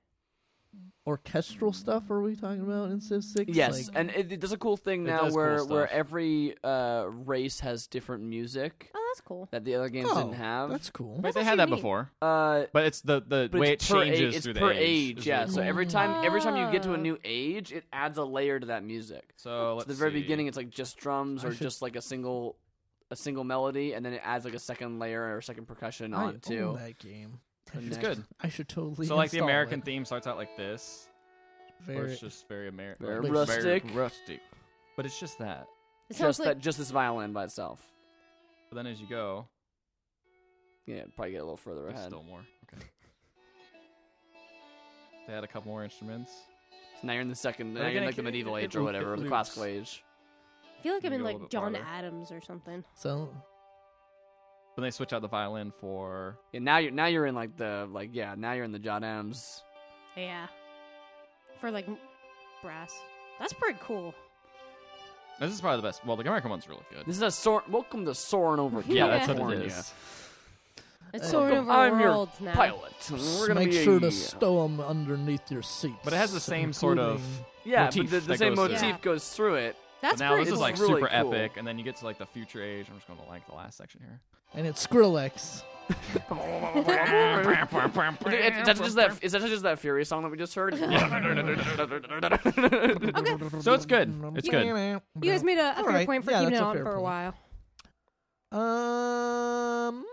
Speaker 3: Orchestral stuff are we talking about in Civ Six?
Speaker 1: Yes,
Speaker 3: Like,
Speaker 1: and it, it does a cool thing
Speaker 2: It
Speaker 1: now
Speaker 2: does
Speaker 1: where
Speaker 2: cool
Speaker 1: where
Speaker 2: stuff.
Speaker 1: every uh, race has different music
Speaker 4: Oh, that's cool.
Speaker 1: that the other games
Speaker 3: oh,
Speaker 1: didn't have.
Speaker 3: That's cool.
Speaker 2: Wait,
Speaker 4: That's
Speaker 2: they had that
Speaker 4: actually neat.
Speaker 2: before,
Speaker 1: uh,
Speaker 2: but it's the the
Speaker 1: but
Speaker 2: way it
Speaker 1: it's per age-
Speaker 2: changes
Speaker 1: it's
Speaker 2: through
Speaker 1: per
Speaker 2: the
Speaker 1: age,
Speaker 2: is
Speaker 1: yeah.
Speaker 2: really
Speaker 1: So
Speaker 2: cool.
Speaker 1: every time every time you get to a
Speaker 4: Ah.
Speaker 1: new age, it adds a layer to that music.
Speaker 2: so
Speaker 1: At
Speaker 2: let's
Speaker 1: the very
Speaker 2: see.
Speaker 1: beginning, it's like just drums
Speaker 3: I
Speaker 1: or
Speaker 3: should-
Speaker 1: just like a single, a single melody, and then it adds like a second layer or second percussion
Speaker 3: I
Speaker 1: on it too.
Speaker 3: own that game. I
Speaker 1: And
Speaker 2: it's
Speaker 1: next-
Speaker 2: good.
Speaker 3: I should totally.
Speaker 2: So like the
Speaker 3: install
Speaker 2: American
Speaker 3: it.
Speaker 2: theme starts out like this, where
Speaker 3: Very-
Speaker 2: it's just very American,
Speaker 1: Very rustic.
Speaker 2: rustic. But it's just that.
Speaker 4: It sounds
Speaker 1: Just
Speaker 4: like
Speaker 1: that, just this violin by itself.
Speaker 2: But then as you go,
Speaker 1: Yeah, probably get a little further
Speaker 2: there's
Speaker 1: ahead.
Speaker 2: still more. Okay. they had a couple more instruments.
Speaker 1: So now you're in the second,
Speaker 2: But
Speaker 1: now you're in
Speaker 2: again,
Speaker 1: like the
Speaker 2: it-
Speaker 1: medieval
Speaker 2: it-
Speaker 1: age
Speaker 2: it
Speaker 1: or
Speaker 2: loops,
Speaker 1: whatever,
Speaker 2: it
Speaker 1: the
Speaker 2: loops.
Speaker 1: classical age.
Speaker 4: I feel like I'm
Speaker 2: Maybe
Speaker 4: in
Speaker 2: a little
Speaker 4: like
Speaker 2: bit
Speaker 4: John
Speaker 2: farther.
Speaker 4: Adams or something.
Speaker 3: so.
Speaker 2: But they switch out the violin for
Speaker 1: Yeah, now you're now you're in like the like yeah, now you're in the John Adams.
Speaker 4: Yeah. For like m- brass. That's pretty cool.
Speaker 2: this is probably the best. Well, the American one's really good.
Speaker 1: This is a soar. Welcome to soaring over.
Speaker 2: Yeah,
Speaker 4: that's
Speaker 2: what it
Speaker 1: California.
Speaker 2: is.
Speaker 4: It's
Speaker 3: Uh,
Speaker 4: soaring over
Speaker 1: I'm your
Speaker 4: worlds now.
Speaker 1: Pilot. We're gonna
Speaker 3: make
Speaker 1: be
Speaker 3: sure to stow them underneath your seats.
Speaker 2: But it has the same sort of-
Speaker 3: including-
Speaker 1: yeah,
Speaker 2: motif
Speaker 1: but the, the
Speaker 2: that
Speaker 1: same
Speaker 2: goes
Speaker 1: motif
Speaker 4: through.
Speaker 1: goes through it.
Speaker 4: That's
Speaker 2: but now
Speaker 4: pretty
Speaker 2: this is
Speaker 4: cool.
Speaker 2: like
Speaker 1: It's really
Speaker 2: super
Speaker 1: cool.
Speaker 2: epic, and then you get to like the future age. I'm just going to like the last section here.
Speaker 3: and it's Skrillex.
Speaker 1: Is that just that? Is that just that Fury song that we just heard?
Speaker 4: Okay.
Speaker 2: So it's good. It's good.
Speaker 4: You guys made a, a
Speaker 3: All
Speaker 4: fair
Speaker 3: right.
Speaker 4: point for
Speaker 3: Yeah,
Speaker 4: keeping it
Speaker 3: that's a
Speaker 4: on for
Speaker 3: fair
Speaker 4: a
Speaker 3: point.
Speaker 4: while.
Speaker 3: Um.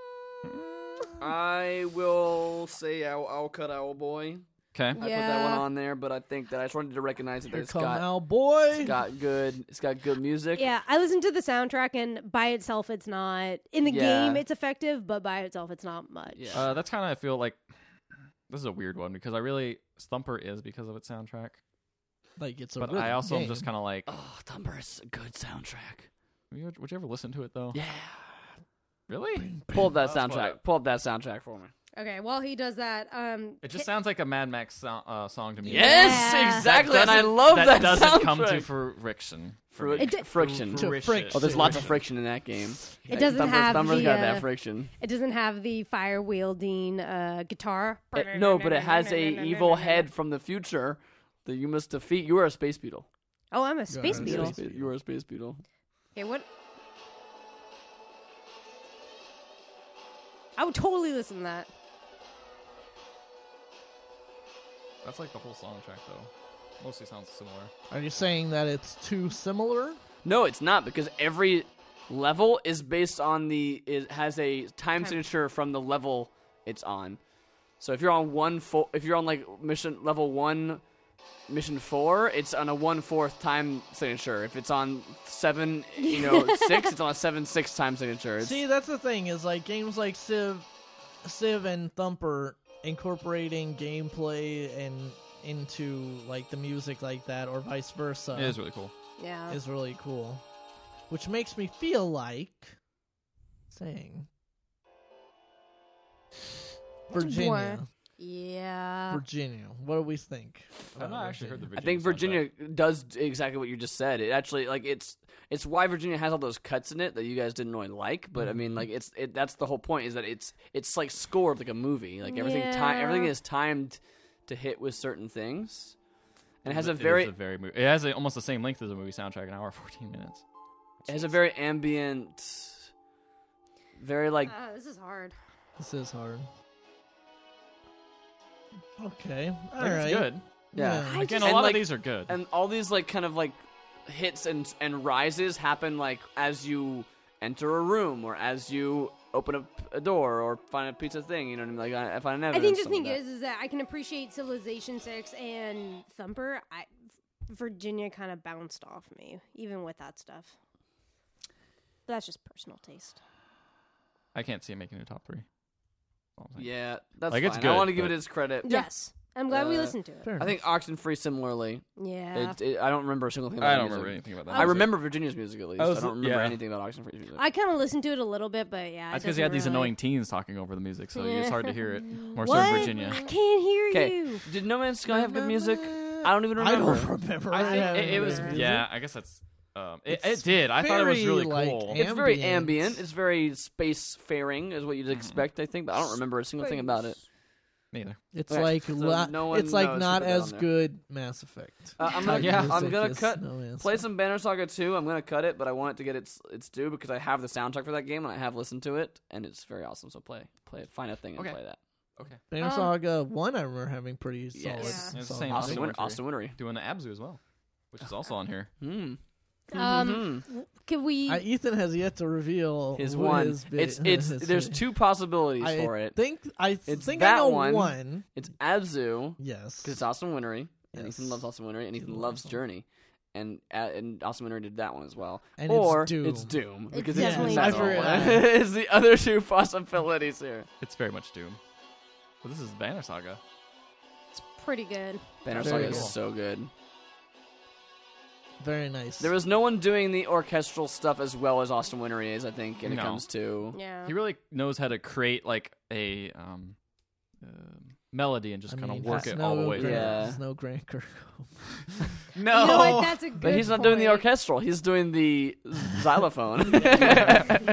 Speaker 1: I will say I'll, I'll cut Owl Boy.
Speaker 2: Okay.
Speaker 1: I put that
Speaker 4: Yeah.
Speaker 1: one on there, but I think that I just wanted to recognize that
Speaker 3: Here
Speaker 1: it's
Speaker 3: come
Speaker 1: got,
Speaker 3: Al Boy.
Speaker 1: it's got good. It's got good music.
Speaker 4: Yeah, I listened to the soundtrack, and by itself, it's not. In the
Speaker 1: Yeah.
Speaker 4: game, it's effective, but by itself, it's not much.
Speaker 1: Yeah.
Speaker 2: Uh, that's kind of I feel like this is a weird one because I really Stumper is because of its soundtrack,
Speaker 3: like it's a
Speaker 2: but
Speaker 3: rhythm
Speaker 2: I also am
Speaker 3: game.
Speaker 2: just kind of like,
Speaker 1: Oh, Thumper is a good soundtrack.
Speaker 2: would you, would you ever listen to it though?
Speaker 1: Yeah.
Speaker 2: Really?
Speaker 1: Pull up that
Speaker 2: That's what I-
Speaker 1: soundtrack. Pull up that soundtrack for me.
Speaker 4: Okay, while he does that, um,
Speaker 2: It just sounds like a Mad Max so- uh, song to me.
Speaker 1: Yes,
Speaker 4: Yeah.
Speaker 1: exactly. And I
Speaker 2: doesn't-
Speaker 1: love that,
Speaker 2: doesn't
Speaker 1: soundtrack.
Speaker 2: come to fruition. for
Speaker 1: Fric-
Speaker 2: me.
Speaker 4: It d-
Speaker 1: friction.
Speaker 3: To friction.
Speaker 1: Oh, there's lots of friction in that game.
Speaker 4: It doesn't
Speaker 1: Thumper's,
Speaker 4: have
Speaker 1: Thumper's
Speaker 4: the,
Speaker 1: got
Speaker 4: uh,
Speaker 1: that friction.
Speaker 4: it doesn't have the fire wielding uh, guitar.
Speaker 1: It- no, but it has a evil head from the future that you must defeat. You are a space beetle.
Speaker 4: Oh, I'm a space
Speaker 3: Yeah,
Speaker 1: You are a
Speaker 4: beetle.
Speaker 3: Beetle.
Speaker 1: space- You are a space beetle.
Speaker 4: Okay, what? I would totally listen to that.
Speaker 2: That's like the whole soundtrack though. Mostly sounds similar.
Speaker 3: Are you saying that it's too similar?
Speaker 1: No, it's not because every level is based on the it has a time signature from the level it's on. So if you're on one fo- if you're on like mission level one, mission four, it's on a one fourth time signature. If it's on seven, you know six, it's on a seven six time signature. It's,
Speaker 3: See, that's the thing is like games like Civ, Civ and Thumper incorporating gameplay and into like the music like that, or vice versa,
Speaker 1: Uh,
Speaker 2: it is really cool.
Speaker 4: Yeah.
Speaker 3: is really cool. Which makes me feel like saying Virginia,
Speaker 4: yeah.
Speaker 3: Virginia. What do we think?
Speaker 2: I've
Speaker 3: about
Speaker 2: not actually heard the.
Speaker 3: Virginia?
Speaker 1: I
Speaker 2: Virginia
Speaker 1: think
Speaker 2: soundtrack.
Speaker 1: Virginia does exactly what you just said. It actually like it's it's why Virginia has all those cuts in it that you guys didn't really like. But I mean, like it's it, that's the whole point is that it's it's like scored like a movie. Like everything time
Speaker 4: Yeah.
Speaker 1: everything is timed to hit with certain things, and it has a
Speaker 2: is
Speaker 1: very
Speaker 2: very mo- It has a, almost the same length as a movie soundtrack, an hour fourteen minutes.
Speaker 1: it has a very ambient, very like
Speaker 4: Ah, this is hard.
Speaker 3: This is hard. Okay, all
Speaker 2: I think
Speaker 3: right,
Speaker 2: It's good.
Speaker 1: yeah.
Speaker 4: I
Speaker 2: Again,
Speaker 4: just-
Speaker 2: a
Speaker 1: And,
Speaker 2: lot
Speaker 1: like-
Speaker 2: of these are good.
Speaker 1: and all these like kind of like hits and and rises happen like as you enter a room or as you open up a door or find a piece of thing. You know what I mean? Like I, I find an
Speaker 4: I
Speaker 1: evidence.
Speaker 4: think just
Speaker 1: something
Speaker 4: thing
Speaker 1: like
Speaker 4: is is that I can appreciate Civilization Six and Thumper. I Virginia kind of bounced off me, even with that stuff. But that's just personal taste.
Speaker 2: I can't see it making a top three. That's all I'm
Speaker 1: that.
Speaker 2: saying.
Speaker 1: Yeah, that's
Speaker 2: Like,
Speaker 1: fine.
Speaker 2: it's
Speaker 1: I
Speaker 2: good,
Speaker 1: want to give it
Speaker 2: but-
Speaker 1: its credit.
Speaker 4: Yes, I'm glad we
Speaker 1: Uh,
Speaker 4: listened to it.
Speaker 3: Fair
Speaker 1: I
Speaker 3: enough.
Speaker 1: think Oxen Free similarly.
Speaker 4: Yeah,
Speaker 1: It, it, I don't remember a single thing. About
Speaker 2: I
Speaker 1: that
Speaker 2: don't
Speaker 1: music.
Speaker 2: remember anything about that.
Speaker 1: I remember Virginia's music at least. I,
Speaker 2: was-
Speaker 1: don't remember
Speaker 2: yeah.
Speaker 1: anything about Oxen Free's music.
Speaker 4: I kind of listened to it a little bit, but yeah, it
Speaker 2: That's because you had these
Speaker 4: doesn't really-
Speaker 2: annoying teens talking over the music, so
Speaker 4: Yeah.
Speaker 2: it's hard to hear it. More so
Speaker 4: What?
Speaker 2: in Virginia.
Speaker 4: I can't hear
Speaker 1: Okay,
Speaker 4: you.
Speaker 1: did No Man's Sky have good music? I don't even
Speaker 3: I
Speaker 1: remember.
Speaker 3: don't remember.
Speaker 1: I think it, it was
Speaker 4: Yeah.
Speaker 2: Yeah, I guess that's. Um, it,
Speaker 3: It's
Speaker 2: it did. I thought it was
Speaker 3: very,
Speaker 2: really
Speaker 3: like,
Speaker 2: cool.
Speaker 1: It's very
Speaker 3: Ambient.
Speaker 1: ambient. It's very spacefaring, is what
Speaker 2: Mm-hmm.
Speaker 1: you'd expect, I think. But I don't remember a single thing about it.
Speaker 2: Neither.
Speaker 3: It's
Speaker 1: Okay,
Speaker 3: like
Speaker 1: so
Speaker 3: lo-
Speaker 1: no one
Speaker 3: it's like
Speaker 1: knows
Speaker 3: not
Speaker 1: who put that
Speaker 3: as
Speaker 1: on there.
Speaker 3: good Mass Effect.
Speaker 1: Uh, I'm gonna,
Speaker 2: Yeah.
Speaker 1: I'm gonna
Speaker 3: Music
Speaker 1: cut.
Speaker 3: is no Mass
Speaker 1: Play
Speaker 3: Effect.
Speaker 1: some Banner Saga 2. I'm gonna cut it, but I want it to get its its due because I have the soundtrack for that game and I have listened to it and it's very awesome. So play play it. Find a thing and
Speaker 2: Okay.
Speaker 1: play that.
Speaker 2: Okay.
Speaker 3: Banner
Speaker 4: Um,
Speaker 3: Saga One. I remember having pretty solid.
Speaker 1: Yes.
Speaker 4: Yeah.
Speaker 2: It's the
Speaker 3: songs.
Speaker 2: same
Speaker 1: Austin,
Speaker 2: Austin
Speaker 1: Winter,
Speaker 2: Wintry.
Speaker 1: Austin Wintery.
Speaker 2: Doing the Abzu as well, which is also on here.
Speaker 1: Hmm.
Speaker 4: Um,
Speaker 1: Hmm.
Speaker 4: can we?
Speaker 3: I, Uh, Ethan has yet to reveal
Speaker 1: His
Speaker 3: what
Speaker 1: one.
Speaker 3: his bit-
Speaker 1: it's it's
Speaker 3: his
Speaker 1: there's
Speaker 3: bit-
Speaker 1: two possibilities
Speaker 3: I
Speaker 1: for it.
Speaker 3: Think I
Speaker 1: It's
Speaker 3: think
Speaker 1: that
Speaker 3: I know
Speaker 1: one.
Speaker 3: one.
Speaker 1: It's Abzu
Speaker 3: Yes.
Speaker 1: because it's Austin Wintery and
Speaker 3: Yes.
Speaker 1: Ethan loves Austin Wintery and Ethan
Speaker 3: Ethan
Speaker 1: loves
Speaker 3: loves Austin.
Speaker 1: Journey. And uh, and Austin Winter did that one as well,
Speaker 3: And it's
Speaker 1: or
Speaker 3: Doom.
Speaker 1: Doom because
Speaker 4: It's
Speaker 1: it's,
Speaker 4: definitely
Speaker 1: that's
Speaker 4: Doom.
Speaker 1: all.
Speaker 3: I forgot.
Speaker 1: it's the other two possibilities here.
Speaker 2: It's very much Doom. But this is Banner Saga.
Speaker 4: it's pretty good.
Speaker 1: Banner
Speaker 3: Very
Speaker 1: Saga is
Speaker 3: cool.
Speaker 1: so good.
Speaker 3: very nice.
Speaker 1: There was no one doing the orchestral stuff as well as Austin Wintery is, I think, when it
Speaker 2: No.
Speaker 1: comes to
Speaker 4: Yeah.
Speaker 2: He really knows how to create like a um, um, melody and just
Speaker 3: I
Speaker 2: kind
Speaker 3: mean,
Speaker 2: of work
Speaker 3: it's
Speaker 2: it
Speaker 3: no
Speaker 2: all the way.
Speaker 3: Grant-
Speaker 1: Yeah.
Speaker 3: There's no Grant Kirkhope.
Speaker 2: No.
Speaker 4: You know what? That's a good.
Speaker 1: Oh. But he's not doing the
Speaker 4: point.
Speaker 1: orchestral. He's doing the xylophone.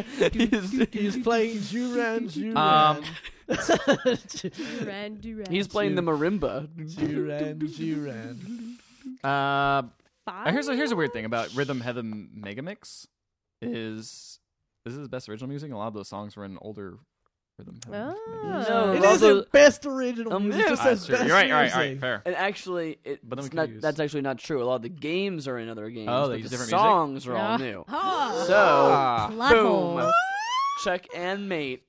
Speaker 1: he's,
Speaker 3: He's playing Juran
Speaker 2: Um,
Speaker 3: Juran. Juran
Speaker 4: Duran, Duran.
Speaker 1: he's playing the marimba.
Speaker 3: Juran.
Speaker 2: uh,
Speaker 4: Five?
Speaker 2: Uh, here's a here's a weird thing about Rhythm Heaven Megamix is this is his best original music. and A lot of those songs were in older for them.
Speaker 4: Oh.
Speaker 1: No,
Speaker 3: It
Speaker 1: Well,
Speaker 3: isn't
Speaker 1: also-
Speaker 3: best original
Speaker 1: Um,
Speaker 3: music. It just
Speaker 1: yeah.
Speaker 3: says
Speaker 2: You're
Speaker 3: best
Speaker 2: right. All right. All right.
Speaker 3: music.
Speaker 2: Fair.
Speaker 1: And actually, it,
Speaker 2: But then we
Speaker 1: it's
Speaker 2: could
Speaker 1: not,
Speaker 2: use-
Speaker 1: that's actually not true. A lot of the games are in other games.
Speaker 2: Oh, they
Speaker 1: but
Speaker 2: use
Speaker 1: the
Speaker 2: different music?
Speaker 1: songs are all
Speaker 4: Ah.
Speaker 1: new.
Speaker 4: Ah.
Speaker 3: Oh.
Speaker 1: So,
Speaker 2: Ah.
Speaker 4: Plot
Speaker 1: boom,
Speaker 4: hole.
Speaker 1: check and mate.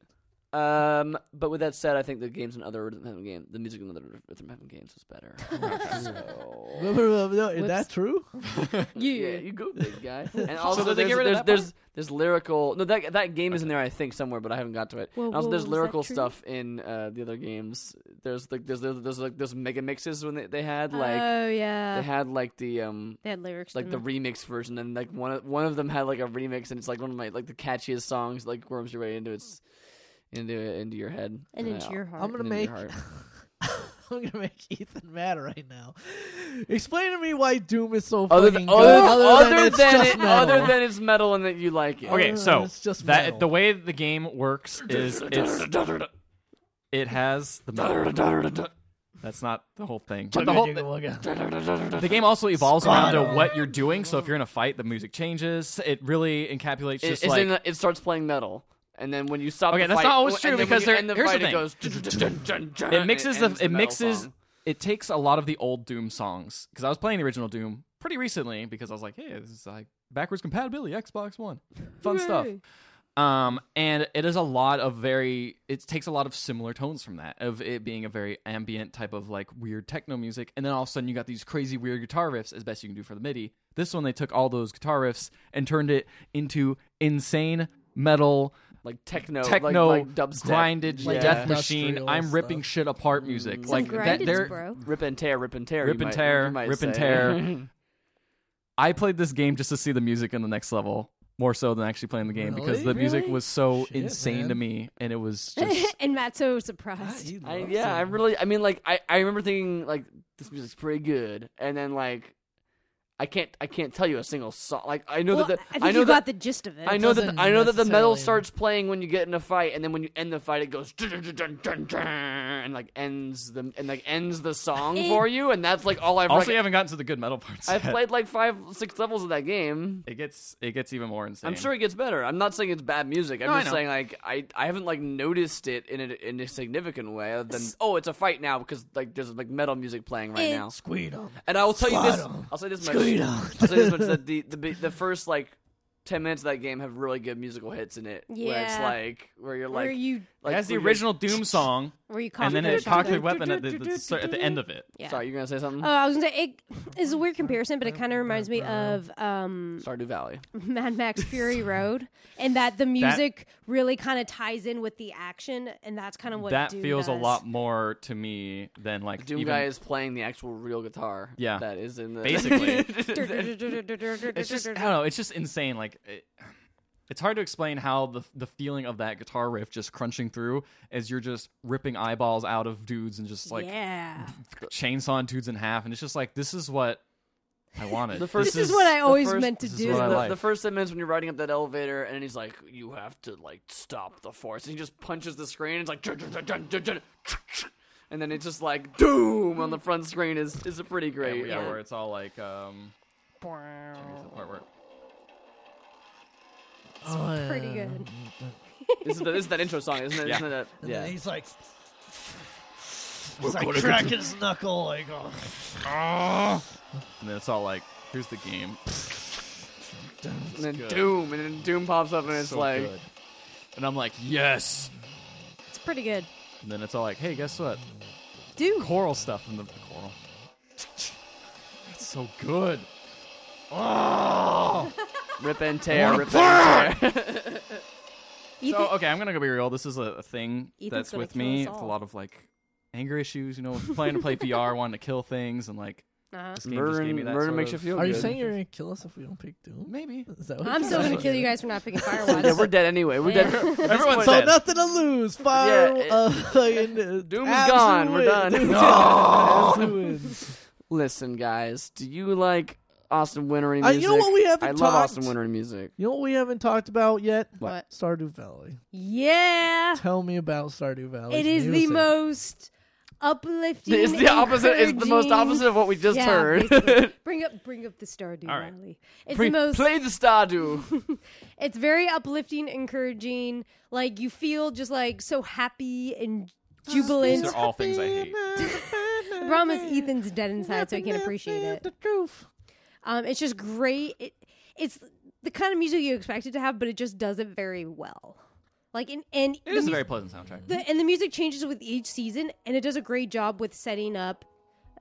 Speaker 1: Um, but with that said, I think the games in other rhythm heaven game, the music in other rhythm heaven games is better.
Speaker 3: No,
Speaker 1: so,
Speaker 3: no, no, no, Is
Speaker 4: Whoops.
Speaker 3: that true?
Speaker 1: yeah, you go big guy. And also,
Speaker 2: did they
Speaker 1: there's,
Speaker 2: get rid of
Speaker 1: there's,
Speaker 2: that part?
Speaker 1: there's there's lyrical. No, that that game is in there, I think, somewhere, but I haven't got to it.
Speaker 4: Whoa,
Speaker 1: And also,
Speaker 4: whoa,
Speaker 1: there's
Speaker 4: is that
Speaker 1: lyrical
Speaker 4: true?
Speaker 1: stuff in uh, the other games. There's like there's there's, there's like there's mega mixes when they, they had like
Speaker 4: oh yeah,
Speaker 1: they had like the um
Speaker 4: they had lyrics
Speaker 1: like
Speaker 4: in
Speaker 1: the
Speaker 4: them.
Speaker 1: remix version and like one of one of them had like a remix and it's like one of my like the catchiest songs like worms your way into its into into your head
Speaker 4: and into
Speaker 1: I-
Speaker 4: your heart.
Speaker 3: I'm gonna
Speaker 1: And in
Speaker 3: make.
Speaker 1: your
Speaker 3: I'm gonna make Ethan mad right now. Explain to me why Doom is so
Speaker 1: other
Speaker 3: fucking
Speaker 1: than,
Speaker 3: good.
Speaker 1: other, other
Speaker 3: it's
Speaker 1: than
Speaker 3: just
Speaker 1: it,
Speaker 3: metal.
Speaker 1: other than it's metal and that you like it
Speaker 2: Okay,
Speaker 3: Uh,
Speaker 2: so
Speaker 3: it's just metal.
Speaker 2: that the way the game works is it's it has the metal. That's not the whole thing. But the whole the game also evolves around to what you're doing. So if you're in a fight, the music changes. It really encapsulates
Speaker 1: it,
Speaker 2: just
Speaker 1: it's
Speaker 2: like
Speaker 1: in the- it starts playing metal and then when you stop
Speaker 2: Okay,
Speaker 1: the
Speaker 2: that's
Speaker 1: fight,
Speaker 2: not always
Speaker 1: and
Speaker 2: true,
Speaker 1: then when
Speaker 2: because
Speaker 1: you
Speaker 2: there-
Speaker 1: end the
Speaker 2: here's the
Speaker 1: fight, it goes
Speaker 2: it mixes the
Speaker 1: ends
Speaker 2: it
Speaker 1: metal
Speaker 2: mixes
Speaker 1: song.
Speaker 2: it takes a lot of the old Doom songs because I was playing the original Doom pretty recently because I was like, hey, this is like backwards compatibility Xbox One, fun stuff. Um, and it is a lot of very it takes a lot of similar tones from that of it being a very ambient type of like weird techno music, and then all of a sudden you got these crazy weird guitar riffs as best you can do for the MIDI. This one they took all those guitar riffs and turned it into insane metal
Speaker 1: like techno
Speaker 2: techno
Speaker 1: Oh, like, like dubstep
Speaker 2: grinded
Speaker 1: Like
Speaker 2: death
Speaker 1: yeah. Mm.
Speaker 2: machine.
Speaker 3: industrial
Speaker 2: I'm ripping
Speaker 3: stuff.
Speaker 2: shit apart music.
Speaker 4: Some
Speaker 2: like that,
Speaker 4: grinded,
Speaker 2: they're
Speaker 4: bro.
Speaker 1: rip and tear rip and tear
Speaker 2: Rip
Speaker 1: you
Speaker 2: and
Speaker 1: might-
Speaker 2: tear,
Speaker 1: you might
Speaker 2: rip and
Speaker 1: say.
Speaker 2: tear. I played this game just to see the music in the next level more so than actually playing the game because
Speaker 3: Really?
Speaker 2: the music
Speaker 3: Really?
Speaker 2: was so
Speaker 3: Shit,
Speaker 2: insane to
Speaker 3: man.
Speaker 2: me and it was just
Speaker 4: and Matt's so surprised.
Speaker 3: He
Speaker 1: I,
Speaker 3: loves
Speaker 1: yeah, I
Speaker 3: it.
Speaker 1: really. I mean, like, I, I remember thinking like this music's pretty good, and then like, I can't I can't tell you a single song. Like, I know
Speaker 4: well,
Speaker 1: that
Speaker 4: I
Speaker 1: the,
Speaker 4: think
Speaker 1: I know
Speaker 4: you
Speaker 1: that
Speaker 4: got the gist of it.
Speaker 1: I know that
Speaker 3: doesn't
Speaker 1: I know that the metal
Speaker 3: necessarily-
Speaker 1: starts playing when you get in a fight, and then when you end the fight, it goes dun dun dun dun dun dun, and like ends the and like ends the song
Speaker 4: It-
Speaker 1: for you, and that's like all I've.
Speaker 2: also you
Speaker 1: rec-
Speaker 2: haven't gotten to the good metal parts.
Speaker 1: I've
Speaker 2: yet.
Speaker 1: played like five six levels of that game.
Speaker 2: it gets it gets even more insane.
Speaker 1: I'm sure it gets better. I'm not saying it's bad music. I'm
Speaker 2: No, I
Speaker 1: just
Speaker 2: know.
Speaker 1: saying like I, I haven't like noticed it in a, in a significant way. Other than oh, it's a fight now because like there's like metal music playing right
Speaker 4: Eh.
Speaker 1: now.
Speaker 3: Squeed 'em.
Speaker 1: And I will tell you
Speaker 3: Squat
Speaker 1: this.
Speaker 3: 'em.
Speaker 1: I'll say this much.
Speaker 3: Squeed 'em.
Speaker 1: I'll say this much that the, the big- the first like ten minutes of that game have really good musical hits in it. Where it's
Speaker 4: Yeah.
Speaker 1: like where you're like
Speaker 4: were you
Speaker 1: like
Speaker 2: That's the
Speaker 1: where you're-
Speaker 2: original Doom song,
Speaker 4: were you
Speaker 2: and then
Speaker 4: cocky or
Speaker 2: it
Speaker 4: something?
Speaker 2: cockpit weapon at the, the at the end of it.
Speaker 4: Yeah.
Speaker 1: Sorry, you're gonna say something.
Speaker 4: Oh, I was gonna say it is a weird comparison, but it kind of reminds me of um,
Speaker 1: Stardew Valley.
Speaker 4: Mad Max Fury Road, and that the music really kind of ties in with the action, and that's kind of what
Speaker 2: that
Speaker 4: Doom
Speaker 2: feels a
Speaker 4: does.
Speaker 2: lot more to me than like
Speaker 1: Doom
Speaker 2: even,
Speaker 1: guy is playing the actual real guitar.
Speaker 2: Yeah.
Speaker 1: That is in the
Speaker 2: Basically. it's
Speaker 4: it's
Speaker 2: just I don't know. It's just insane. Like, it, it's hard to explain how the the feeling of that guitar riff just crunching through as you're just ripping eyeballs out of dudes and just like
Speaker 4: yeah.
Speaker 2: chainsawing dudes in half, and it's just like this is what I wanted.
Speaker 1: The first-
Speaker 4: This is what I
Speaker 1: the
Speaker 4: always
Speaker 1: first-
Speaker 4: meant to
Speaker 2: this is what I
Speaker 4: do.
Speaker 1: the,
Speaker 2: like.
Speaker 1: the first 10 minutes when you're riding up that elevator and he's like you have to like stop the force and he just punches the screen and it's like "Dun, dun, dun, dun, dun, dun, dun, dun." and then it's just like doom on the front screen is is a pretty
Speaker 2: yeah,
Speaker 1: great
Speaker 2: yeah,
Speaker 1: uh,
Speaker 2: where it's all like um. here's the part where-
Speaker 3: Oh, yeah.
Speaker 4: Pretty good.
Speaker 1: this is the, this is that intro song isn't it
Speaker 2: Yeah.
Speaker 1: isn't it that,
Speaker 3: And then
Speaker 1: yeah
Speaker 3: he's like, he's like crack his knuckle, like, oh.
Speaker 2: And then it's all like, here's the game.
Speaker 1: and then doom and then doom pops up and it's
Speaker 2: So
Speaker 1: like
Speaker 2: good. And I'm like, yes.
Speaker 4: It's pretty good.
Speaker 2: And then it's all like, hey, guess what?
Speaker 4: Dude,
Speaker 2: Choral stuff from the choral. That's so good. Oh.
Speaker 1: rip and tear rip and tear
Speaker 4: Ethan,
Speaker 2: So okay, I'm gonna go be real. This is a, a thing
Speaker 4: Ethan's
Speaker 2: that's
Speaker 4: gonna
Speaker 2: with
Speaker 4: kill
Speaker 2: me.
Speaker 4: us
Speaker 2: It's a
Speaker 4: all.
Speaker 2: lot of like anger issues. You know, playing to play VR, wanting to kill things, and like
Speaker 4: Uh-huh.
Speaker 2: this game just
Speaker 1: murder,
Speaker 2: gave me that
Speaker 1: murder
Speaker 2: sort
Speaker 1: makes you
Speaker 2: of-
Speaker 1: feel
Speaker 3: Are you
Speaker 1: good.
Speaker 3: saying you're gonna kill us if we don't pick Doom?
Speaker 2: maybe.
Speaker 3: Is that what
Speaker 4: I'm
Speaker 3: you're
Speaker 4: still gonna
Speaker 3: saying?
Speaker 4: kill you guys for not picking
Speaker 1: yeah
Speaker 4: Firewatch.
Speaker 1: we're dead anyway we're dead
Speaker 2: Everyone's
Speaker 3: So
Speaker 2: dead.
Speaker 3: nothing to lose. Fire.
Speaker 1: Yeah, it-
Speaker 3: uh, fucking, uh,
Speaker 1: Doom is
Speaker 3: absolute
Speaker 1: gone. We're
Speaker 3: win.
Speaker 1: done.
Speaker 3: Doom's
Speaker 1: No.
Speaker 3: gone. Absolute wins.
Speaker 1: listen guys do you like Austin Wintery
Speaker 3: Uh,
Speaker 1: music
Speaker 3: you know what we haven't
Speaker 1: I love
Speaker 3: talked-
Speaker 1: Austin Wintery music
Speaker 3: You know what we haven't talked about yet?
Speaker 4: What?
Speaker 3: Stardew Valley.
Speaker 4: yeah.
Speaker 3: Tell me about Stardew Valley.
Speaker 4: It is the most uplifting.
Speaker 1: It's the opposite. It's the most
Speaker 4: encouraging-
Speaker 1: opposite of what we just
Speaker 4: Yeah,
Speaker 1: heard.
Speaker 4: basically. bring up, bring up the Stardew
Speaker 2: All right.
Speaker 4: Valley. It's
Speaker 1: Pre-
Speaker 4: the most.
Speaker 1: Play the Stardew.
Speaker 4: It's very uplifting, encouraging. Like you feel just like so happy and
Speaker 2: These
Speaker 4: jubilant.
Speaker 2: are all things I hate.
Speaker 4: The problem is Ethan's dead inside, so he can't appreciate it.
Speaker 3: The truth.
Speaker 4: Um, it's just great. It, it's the kind of music you expect it to have, but it just does it very well. Like in and
Speaker 2: It
Speaker 4: the
Speaker 2: is a
Speaker 4: mus-
Speaker 2: very pleasant soundtrack.
Speaker 4: the, and the music changes with each season, and it does a great job with setting up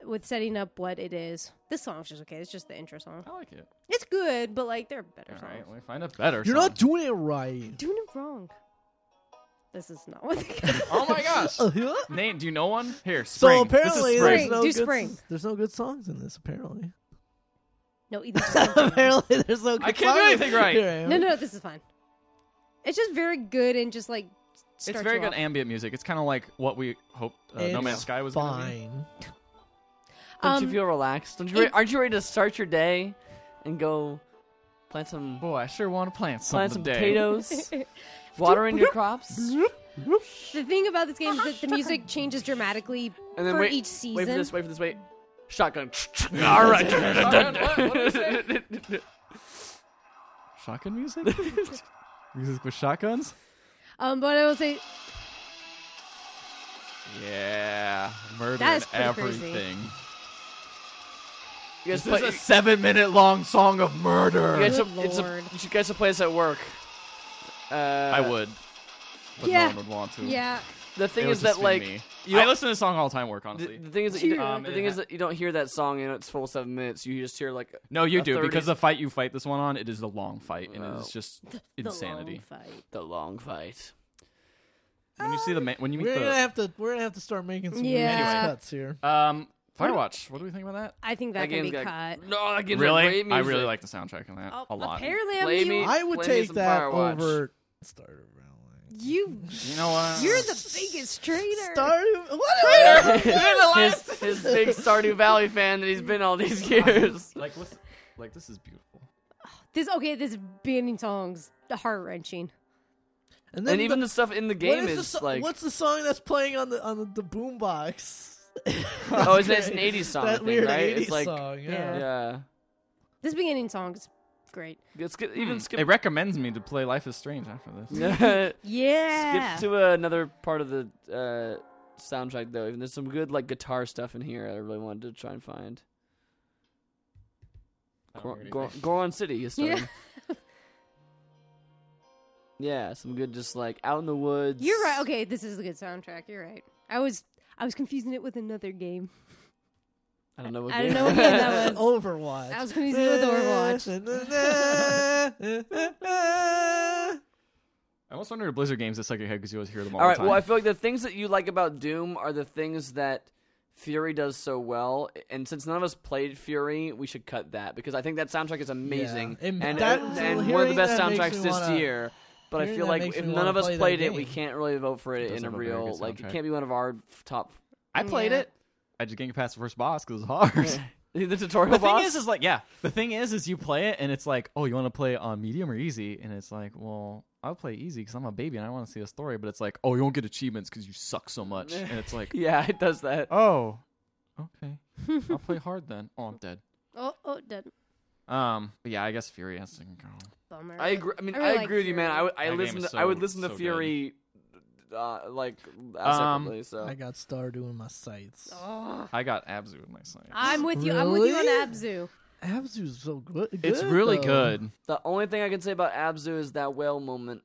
Speaker 4: with setting up what it is. This song's just okay. It's just the intro song.
Speaker 2: I like it.
Speaker 4: It's good, but like there are better
Speaker 2: All
Speaker 4: songs.
Speaker 2: right, we find a better.
Speaker 3: You're
Speaker 2: song.
Speaker 3: not doing it right.
Speaker 4: Doing it wrong. This is not what. They
Speaker 2: Oh my gosh.
Speaker 3: Uh-huh.
Speaker 2: Nate, do you know one? Here,
Speaker 3: So
Speaker 2: spring. this
Speaker 3: apparently,
Speaker 2: is
Speaker 3: there's
Speaker 2: spring.
Speaker 3: no
Speaker 4: Do
Speaker 3: good,
Speaker 4: spring.
Speaker 3: There's no good songs in this. Apparently,
Speaker 4: no, either.
Speaker 3: apparently there's no. Good
Speaker 2: I can't do
Speaker 3: songs.
Speaker 2: anything right.
Speaker 3: Here I am.
Speaker 4: No, no, this is fine. It's just very good and just like.
Speaker 2: It's
Speaker 4: starts
Speaker 2: very
Speaker 4: you
Speaker 2: good
Speaker 4: off.
Speaker 2: ambient music. It's kind of like what we hoped uh, No
Speaker 3: It's
Speaker 2: Man's Sky was gonna be.
Speaker 3: fine.
Speaker 1: Don't you
Speaker 4: Um,
Speaker 1: feel relaxed? Don't you? Re-
Speaker 4: it-
Speaker 1: aren't you ready to start your day and go plant some
Speaker 2: Boy, I sure want to plant some
Speaker 1: plant some
Speaker 2: today.
Speaker 1: potatoes, water in your crops, and
Speaker 4: The thing about this game is that the music changes dramatically
Speaker 1: then
Speaker 4: for
Speaker 1: wait. Wait
Speaker 4: each
Speaker 1: for
Speaker 4: season.
Speaker 1: this. Wait for this. Wait. Shotgun. All right.
Speaker 2: Shotgun music? music with shotguns?
Speaker 4: Um, but I will say
Speaker 2: Yeah, murder
Speaker 4: That is
Speaker 2: and
Speaker 4: pretty crazy.
Speaker 2: everything.
Speaker 1: You guys,
Speaker 2: This is
Speaker 1: play,
Speaker 2: a seven-minute-long song of
Speaker 1: you,
Speaker 2: murder.
Speaker 1: guys should,
Speaker 4: Good
Speaker 1: it's a,
Speaker 4: lord.
Speaker 1: you should- guys should play this at work. Uh,
Speaker 2: I would, but
Speaker 4: Yeah.
Speaker 2: no one would want to.
Speaker 4: yeah.
Speaker 1: The thing is
Speaker 2: It was
Speaker 1: that
Speaker 2: just me.
Speaker 1: like you
Speaker 2: I
Speaker 1: don't-
Speaker 2: listen to this song all the time. at Work
Speaker 1: the,
Speaker 2: honestly.
Speaker 1: the thing is that you,
Speaker 4: Cheer.
Speaker 1: don't- the thing is that you don't hear that song in its full seven minutes. You just hear like
Speaker 2: no, you
Speaker 1: a
Speaker 2: do
Speaker 1: 30
Speaker 2: because the fight you fight this one on, it is the long fight, and it
Speaker 1: Oh.
Speaker 2: is just
Speaker 4: The long
Speaker 2: insanity.
Speaker 4: fight.
Speaker 1: the long fight.
Speaker 2: When you see the man, when you meet
Speaker 3: We're gonna
Speaker 2: the
Speaker 3: have to. We're gonna have to start making some
Speaker 4: Yeah.
Speaker 3: loose
Speaker 4: Anyway.
Speaker 3: cuts here.
Speaker 2: um Firewatch, what do we think about that?
Speaker 4: I think that,
Speaker 1: That
Speaker 4: can
Speaker 1: game's
Speaker 4: be
Speaker 1: got
Speaker 4: cut.
Speaker 1: no. That game's got
Speaker 2: Really,
Speaker 1: great
Speaker 2: I
Speaker 1: music.
Speaker 2: really like the soundtrack in that
Speaker 4: Oh,
Speaker 2: a lot.
Speaker 4: Apparently, I'm
Speaker 1: Play
Speaker 4: the
Speaker 1: me.
Speaker 4: only-
Speaker 3: I would
Speaker 1: play me
Speaker 3: take
Speaker 1: some
Speaker 3: that
Speaker 1: Firewatch.
Speaker 3: over. Starter Valley.
Speaker 4: you.
Speaker 2: You know what?
Speaker 4: You're the biggest traitor.
Speaker 3: Stardew. What?
Speaker 1: his, his big Stardew Valley fan that he's been all these years.
Speaker 2: like what's like this is beautiful.
Speaker 4: This okay? This beginning song's heart wrenching.
Speaker 3: And
Speaker 1: And even the stuff in the
Speaker 3: what
Speaker 1: game
Speaker 3: the
Speaker 1: is
Speaker 3: so-
Speaker 1: like
Speaker 3: What's the song that's playing on the on the, the boombox?
Speaker 1: oh, it's, it's an '80s song, I
Speaker 3: that
Speaker 1: think,
Speaker 3: weird
Speaker 1: right?
Speaker 3: 80s
Speaker 1: it's like
Speaker 3: song. Yeah.
Speaker 4: Yeah.
Speaker 1: yeah,
Speaker 4: This beginning song's great.
Speaker 1: it's good. even skip.
Speaker 2: Hmm. It recommends me to play Life is Strange after this.
Speaker 1: skip
Speaker 4: Yeah.
Speaker 1: to uh, another part of the uh, soundtrack though. Even there's some good like guitar stuff in here. I really wanted to try and find.
Speaker 2: Oh,
Speaker 1: Gor- Gor- Goron City is starting.
Speaker 4: Yeah.
Speaker 1: Yeah, some good just like out in the woods.
Speaker 4: You're right. Okay, this is a good soundtrack. You're right. I was I was confusing it with another game.
Speaker 1: I don't know what
Speaker 4: I don't
Speaker 1: game-
Speaker 4: know what game that was.
Speaker 3: Overwatch.
Speaker 4: I was confusing it with Overwatch.
Speaker 3: Overwatch.
Speaker 2: I almost wonder if Blizzard games that suck your head because you always hear them all,
Speaker 1: All
Speaker 2: the
Speaker 1: right.
Speaker 2: time.
Speaker 1: Well, I feel like the things that you like about Doom are the things that Fury does so well. And since none of us played Fury, we should cut that because I think that soundtrack is amazing
Speaker 3: Yeah.
Speaker 1: and
Speaker 3: And
Speaker 1: and,
Speaker 3: that-
Speaker 1: and one of the
Speaker 3: hearing
Speaker 1: best
Speaker 3: that makes
Speaker 1: soundtracks
Speaker 3: me
Speaker 1: this
Speaker 3: wanna-
Speaker 1: year. But I
Speaker 3: hearing
Speaker 1: feel
Speaker 3: that
Speaker 1: like
Speaker 3: makes
Speaker 1: if
Speaker 3: me
Speaker 1: none of
Speaker 3: wanna
Speaker 1: us
Speaker 3: play that
Speaker 1: played it, we
Speaker 3: game.
Speaker 1: can't really vote for it,
Speaker 2: It does
Speaker 1: in a
Speaker 2: have a very
Speaker 1: real
Speaker 2: good
Speaker 1: like. It
Speaker 2: soundtrack.
Speaker 1: can't be one of our f- top.
Speaker 2: I played
Speaker 4: Yeah.
Speaker 2: it. I just can't get past the first boss because it's hard.
Speaker 1: the tutorial
Speaker 2: the
Speaker 1: boss.
Speaker 2: thing is, is like, yeah. The thing is, is you play it and it's like, oh, you want to play on medium or easy, and it's like, well, I'll play easy because I'm a baby and I want to see a story. But it's like, oh, you won't get achievements because you suck so much, and it's like,
Speaker 1: yeah, it does that.
Speaker 2: oh, okay, I'll play hard then. Oh, I'm dead.
Speaker 4: Oh, oh, dead.
Speaker 2: Um, but yeah, I guess Fury has to go.
Speaker 4: Bummer.
Speaker 1: I agree. I mean, I,
Speaker 4: I really like
Speaker 1: agree with you, man. I,
Speaker 4: Fury.
Speaker 1: would- I
Speaker 2: That game
Speaker 1: listen.
Speaker 2: is
Speaker 1: To, I would
Speaker 2: so-
Speaker 1: listen to
Speaker 2: so good.
Speaker 1: Fury, uh, like
Speaker 2: Um,
Speaker 1: separately. so
Speaker 3: I got Stardew in my sights.
Speaker 1: Ah.
Speaker 4: Oh.
Speaker 2: I got Abzu in my sight.
Speaker 4: I'm with you. I'm with you on
Speaker 3: Really?
Speaker 4: Abzu.
Speaker 3: Abzu's so good.
Speaker 2: It's
Speaker 3: good,
Speaker 2: really
Speaker 3: though.
Speaker 2: good.
Speaker 1: The only thing I can say about Abzu is that whale moment.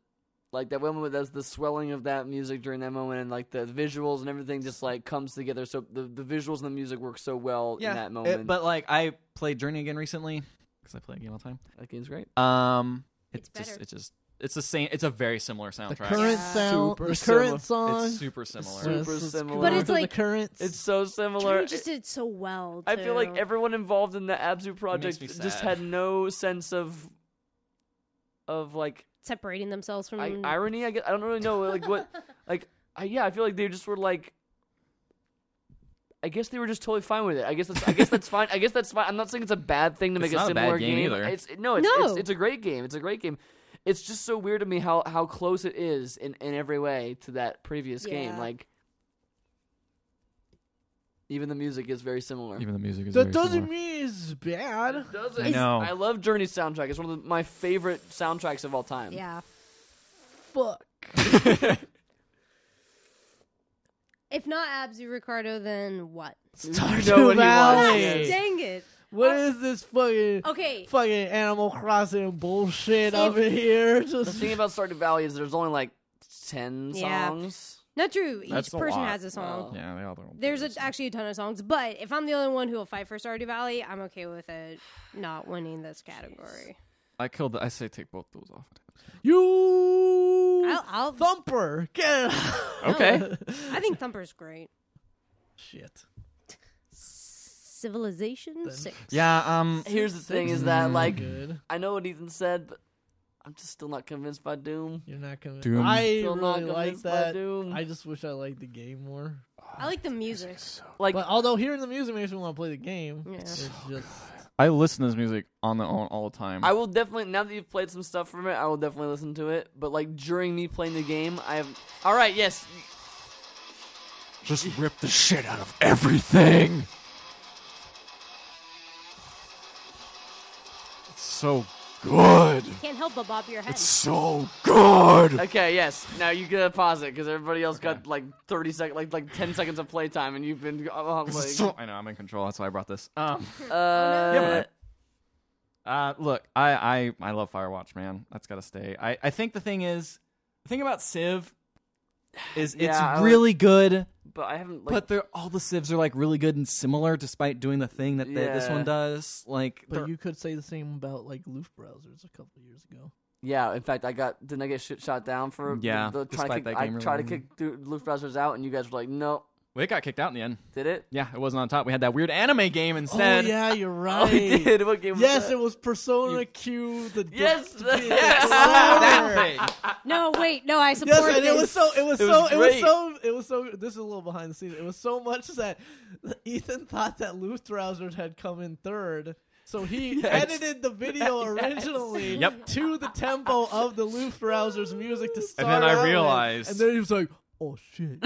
Speaker 1: Like that whale moment, that's the swelling of that music during that moment, and like the visuals and everything just like comes together. So the, the visuals and the music work so well in that moment.
Speaker 2: It- but like, I played Journey again recently because I play a game all the time.
Speaker 1: that game's great.
Speaker 2: Um, it's,
Speaker 4: It's
Speaker 2: just,
Speaker 4: better.
Speaker 2: it's just, it's the same. It's a very similar
Speaker 3: The
Speaker 2: soundtrack.
Speaker 3: current
Speaker 4: Yeah.
Speaker 3: sound,
Speaker 1: Super
Speaker 3: the
Speaker 1: similar.
Speaker 3: current song,
Speaker 2: it's super similar.
Speaker 1: super
Speaker 3: Yes, it's
Speaker 1: similar.
Speaker 4: But it's
Speaker 3: to the
Speaker 4: like-
Speaker 3: current.
Speaker 1: It's so similar.
Speaker 4: Johnny just did so well.
Speaker 1: I feel like
Speaker 4: too.
Speaker 1: everyone involved in the Abzu project
Speaker 2: me
Speaker 1: just
Speaker 2: sad.
Speaker 1: had no sense of of like
Speaker 4: separating themselves from
Speaker 1: I, irony. I guess I don't really know like what like I, yeah. I feel like they just were like. I guess they were just totally fine with it. I guess that's I guess that's fine. I guess that's fine. I'm not saying it's a bad thing to make
Speaker 2: It's
Speaker 1: a
Speaker 2: not a bad
Speaker 1: similar
Speaker 2: game either.
Speaker 1: It's no, it's, it's
Speaker 4: No.
Speaker 1: it's a great game. It's a great game. It's just so weird to me how how close it is in in every way to that previous game.
Speaker 4: Yeah.
Speaker 1: Like Even the music is very similar.
Speaker 2: Even the music is
Speaker 3: That
Speaker 2: very
Speaker 3: doesn't
Speaker 2: similar.
Speaker 3: mean it's bad.
Speaker 1: Does
Speaker 2: I know.
Speaker 1: I love Journey's soundtrack. It's one of the, my favorite soundtracks of all time.
Speaker 4: Yeah.
Speaker 3: Fuck.
Speaker 4: If not Abzu Ricardo, then what?
Speaker 3: Stardew
Speaker 1: know what he
Speaker 3: Valley.
Speaker 1: wants, yes.
Speaker 4: Dang it.
Speaker 3: What is this fucking
Speaker 4: Okay.
Speaker 3: fucking Animal Crossing bullshit
Speaker 4: If-
Speaker 3: up in here?
Speaker 1: The
Speaker 3: Just
Speaker 1: thing about Stardew Valley is there's only like ten
Speaker 4: Yeah.
Speaker 1: songs.
Speaker 4: Not true. Each
Speaker 2: That's a
Speaker 4: person
Speaker 2: lot.
Speaker 4: has a song.
Speaker 1: Oh.
Speaker 2: Yeah, they all their own
Speaker 4: There's
Speaker 2: things.
Speaker 4: a, actually a ton of songs, but if I'm the only one who will fight for Stardew Valley, I'm okay with it not winning this category.
Speaker 2: I killed. The, I say take both those off.
Speaker 3: you
Speaker 4: I'll, I'll
Speaker 3: thumper. Get it.
Speaker 2: Okay.
Speaker 4: I think Thumper's great.
Speaker 3: Shit.
Speaker 4: Civilization
Speaker 3: Then-
Speaker 4: Six.
Speaker 2: Yeah. Um.
Speaker 1: Here's the thing: is that like
Speaker 2: Mm-hmm.
Speaker 3: Good.
Speaker 1: I know what Ethan said, but I'm just still not convinced by Doom.
Speaker 3: You're not convinced.
Speaker 2: Doom.
Speaker 3: I
Speaker 1: Still not
Speaker 3: really like
Speaker 1: convinced by
Speaker 3: that.
Speaker 1: Doom.
Speaker 3: I just wish I liked the game more.
Speaker 4: I like the music.
Speaker 1: Like
Speaker 3: But although hearing the music makes me want to play the game,
Speaker 4: Yeah.
Speaker 3: it's just
Speaker 2: I listen to this music on the own all the time.
Speaker 1: I will definitely now that you've played some stuff from it, I will definitely listen to it. But like during me playing the game, I have all right. Yes,
Speaker 2: just rip the shit out of everything. It's so good.
Speaker 4: Can't help but bob your head.
Speaker 2: so good.
Speaker 1: okay, yes. Now you gotta pause it because everybody else got like thirty sec, like like ten seconds of playtime, and you've been oh, like,
Speaker 2: I know I'm in control. That's why I brought this. Um.
Speaker 1: uh,
Speaker 2: Yeah, but Uh, look, I, I, I love Firewatch, man. That's gotta stay. I, I think the thing is, the thing about Civ is it's
Speaker 1: Yeah, I like-
Speaker 2: really good,
Speaker 1: but I haven't. Like,
Speaker 2: but they're all the Civs are like really good and similar, despite doing the thing that the, this
Speaker 1: Yeah.
Speaker 2: one does. Like,
Speaker 3: But
Speaker 2: they're-
Speaker 3: you could say the same about like Loof browsers a couple of years ago.
Speaker 1: yeah, in fact, I got didn't I get shit shot down for
Speaker 2: Yeah,
Speaker 1: The, trying to
Speaker 2: despite
Speaker 1: kick,
Speaker 2: that
Speaker 1: I
Speaker 2: game
Speaker 1: tried to
Speaker 2: removing-
Speaker 1: kick through Loof Brothers out, and you guys were like, no,
Speaker 2: well, it got kicked out in the end.
Speaker 1: did it?
Speaker 2: Yeah, it wasn't on top. We had that weird anime game
Speaker 3: Oh
Speaker 2: instead.
Speaker 3: yeah, you're right.
Speaker 1: Oh, we did. What game?
Speaker 3: Yes,
Speaker 1: was
Speaker 3: it
Speaker 1: that?
Speaker 3: was Persona
Speaker 2: You-
Speaker 3: Q. The
Speaker 1: Yes,
Speaker 3: the-
Speaker 1: yes.
Speaker 2: that
Speaker 3: Yes,
Speaker 2: thing.
Speaker 4: No, wait, no, I support
Speaker 3: Yes, and
Speaker 4: this.
Speaker 3: it was so. It was
Speaker 1: It
Speaker 3: so.
Speaker 1: was
Speaker 3: it was
Speaker 1: great.
Speaker 3: so. It was so. This is a little behind the scenes. It was so much that Ethan thought that Loof browsers had come in third. So he edited the video originally
Speaker 2: Yep.
Speaker 3: to the tempo of the Loof browsers music to start.
Speaker 2: then I
Speaker 3: out with,
Speaker 2: realized-
Speaker 3: and then he was like, "Oh shit!"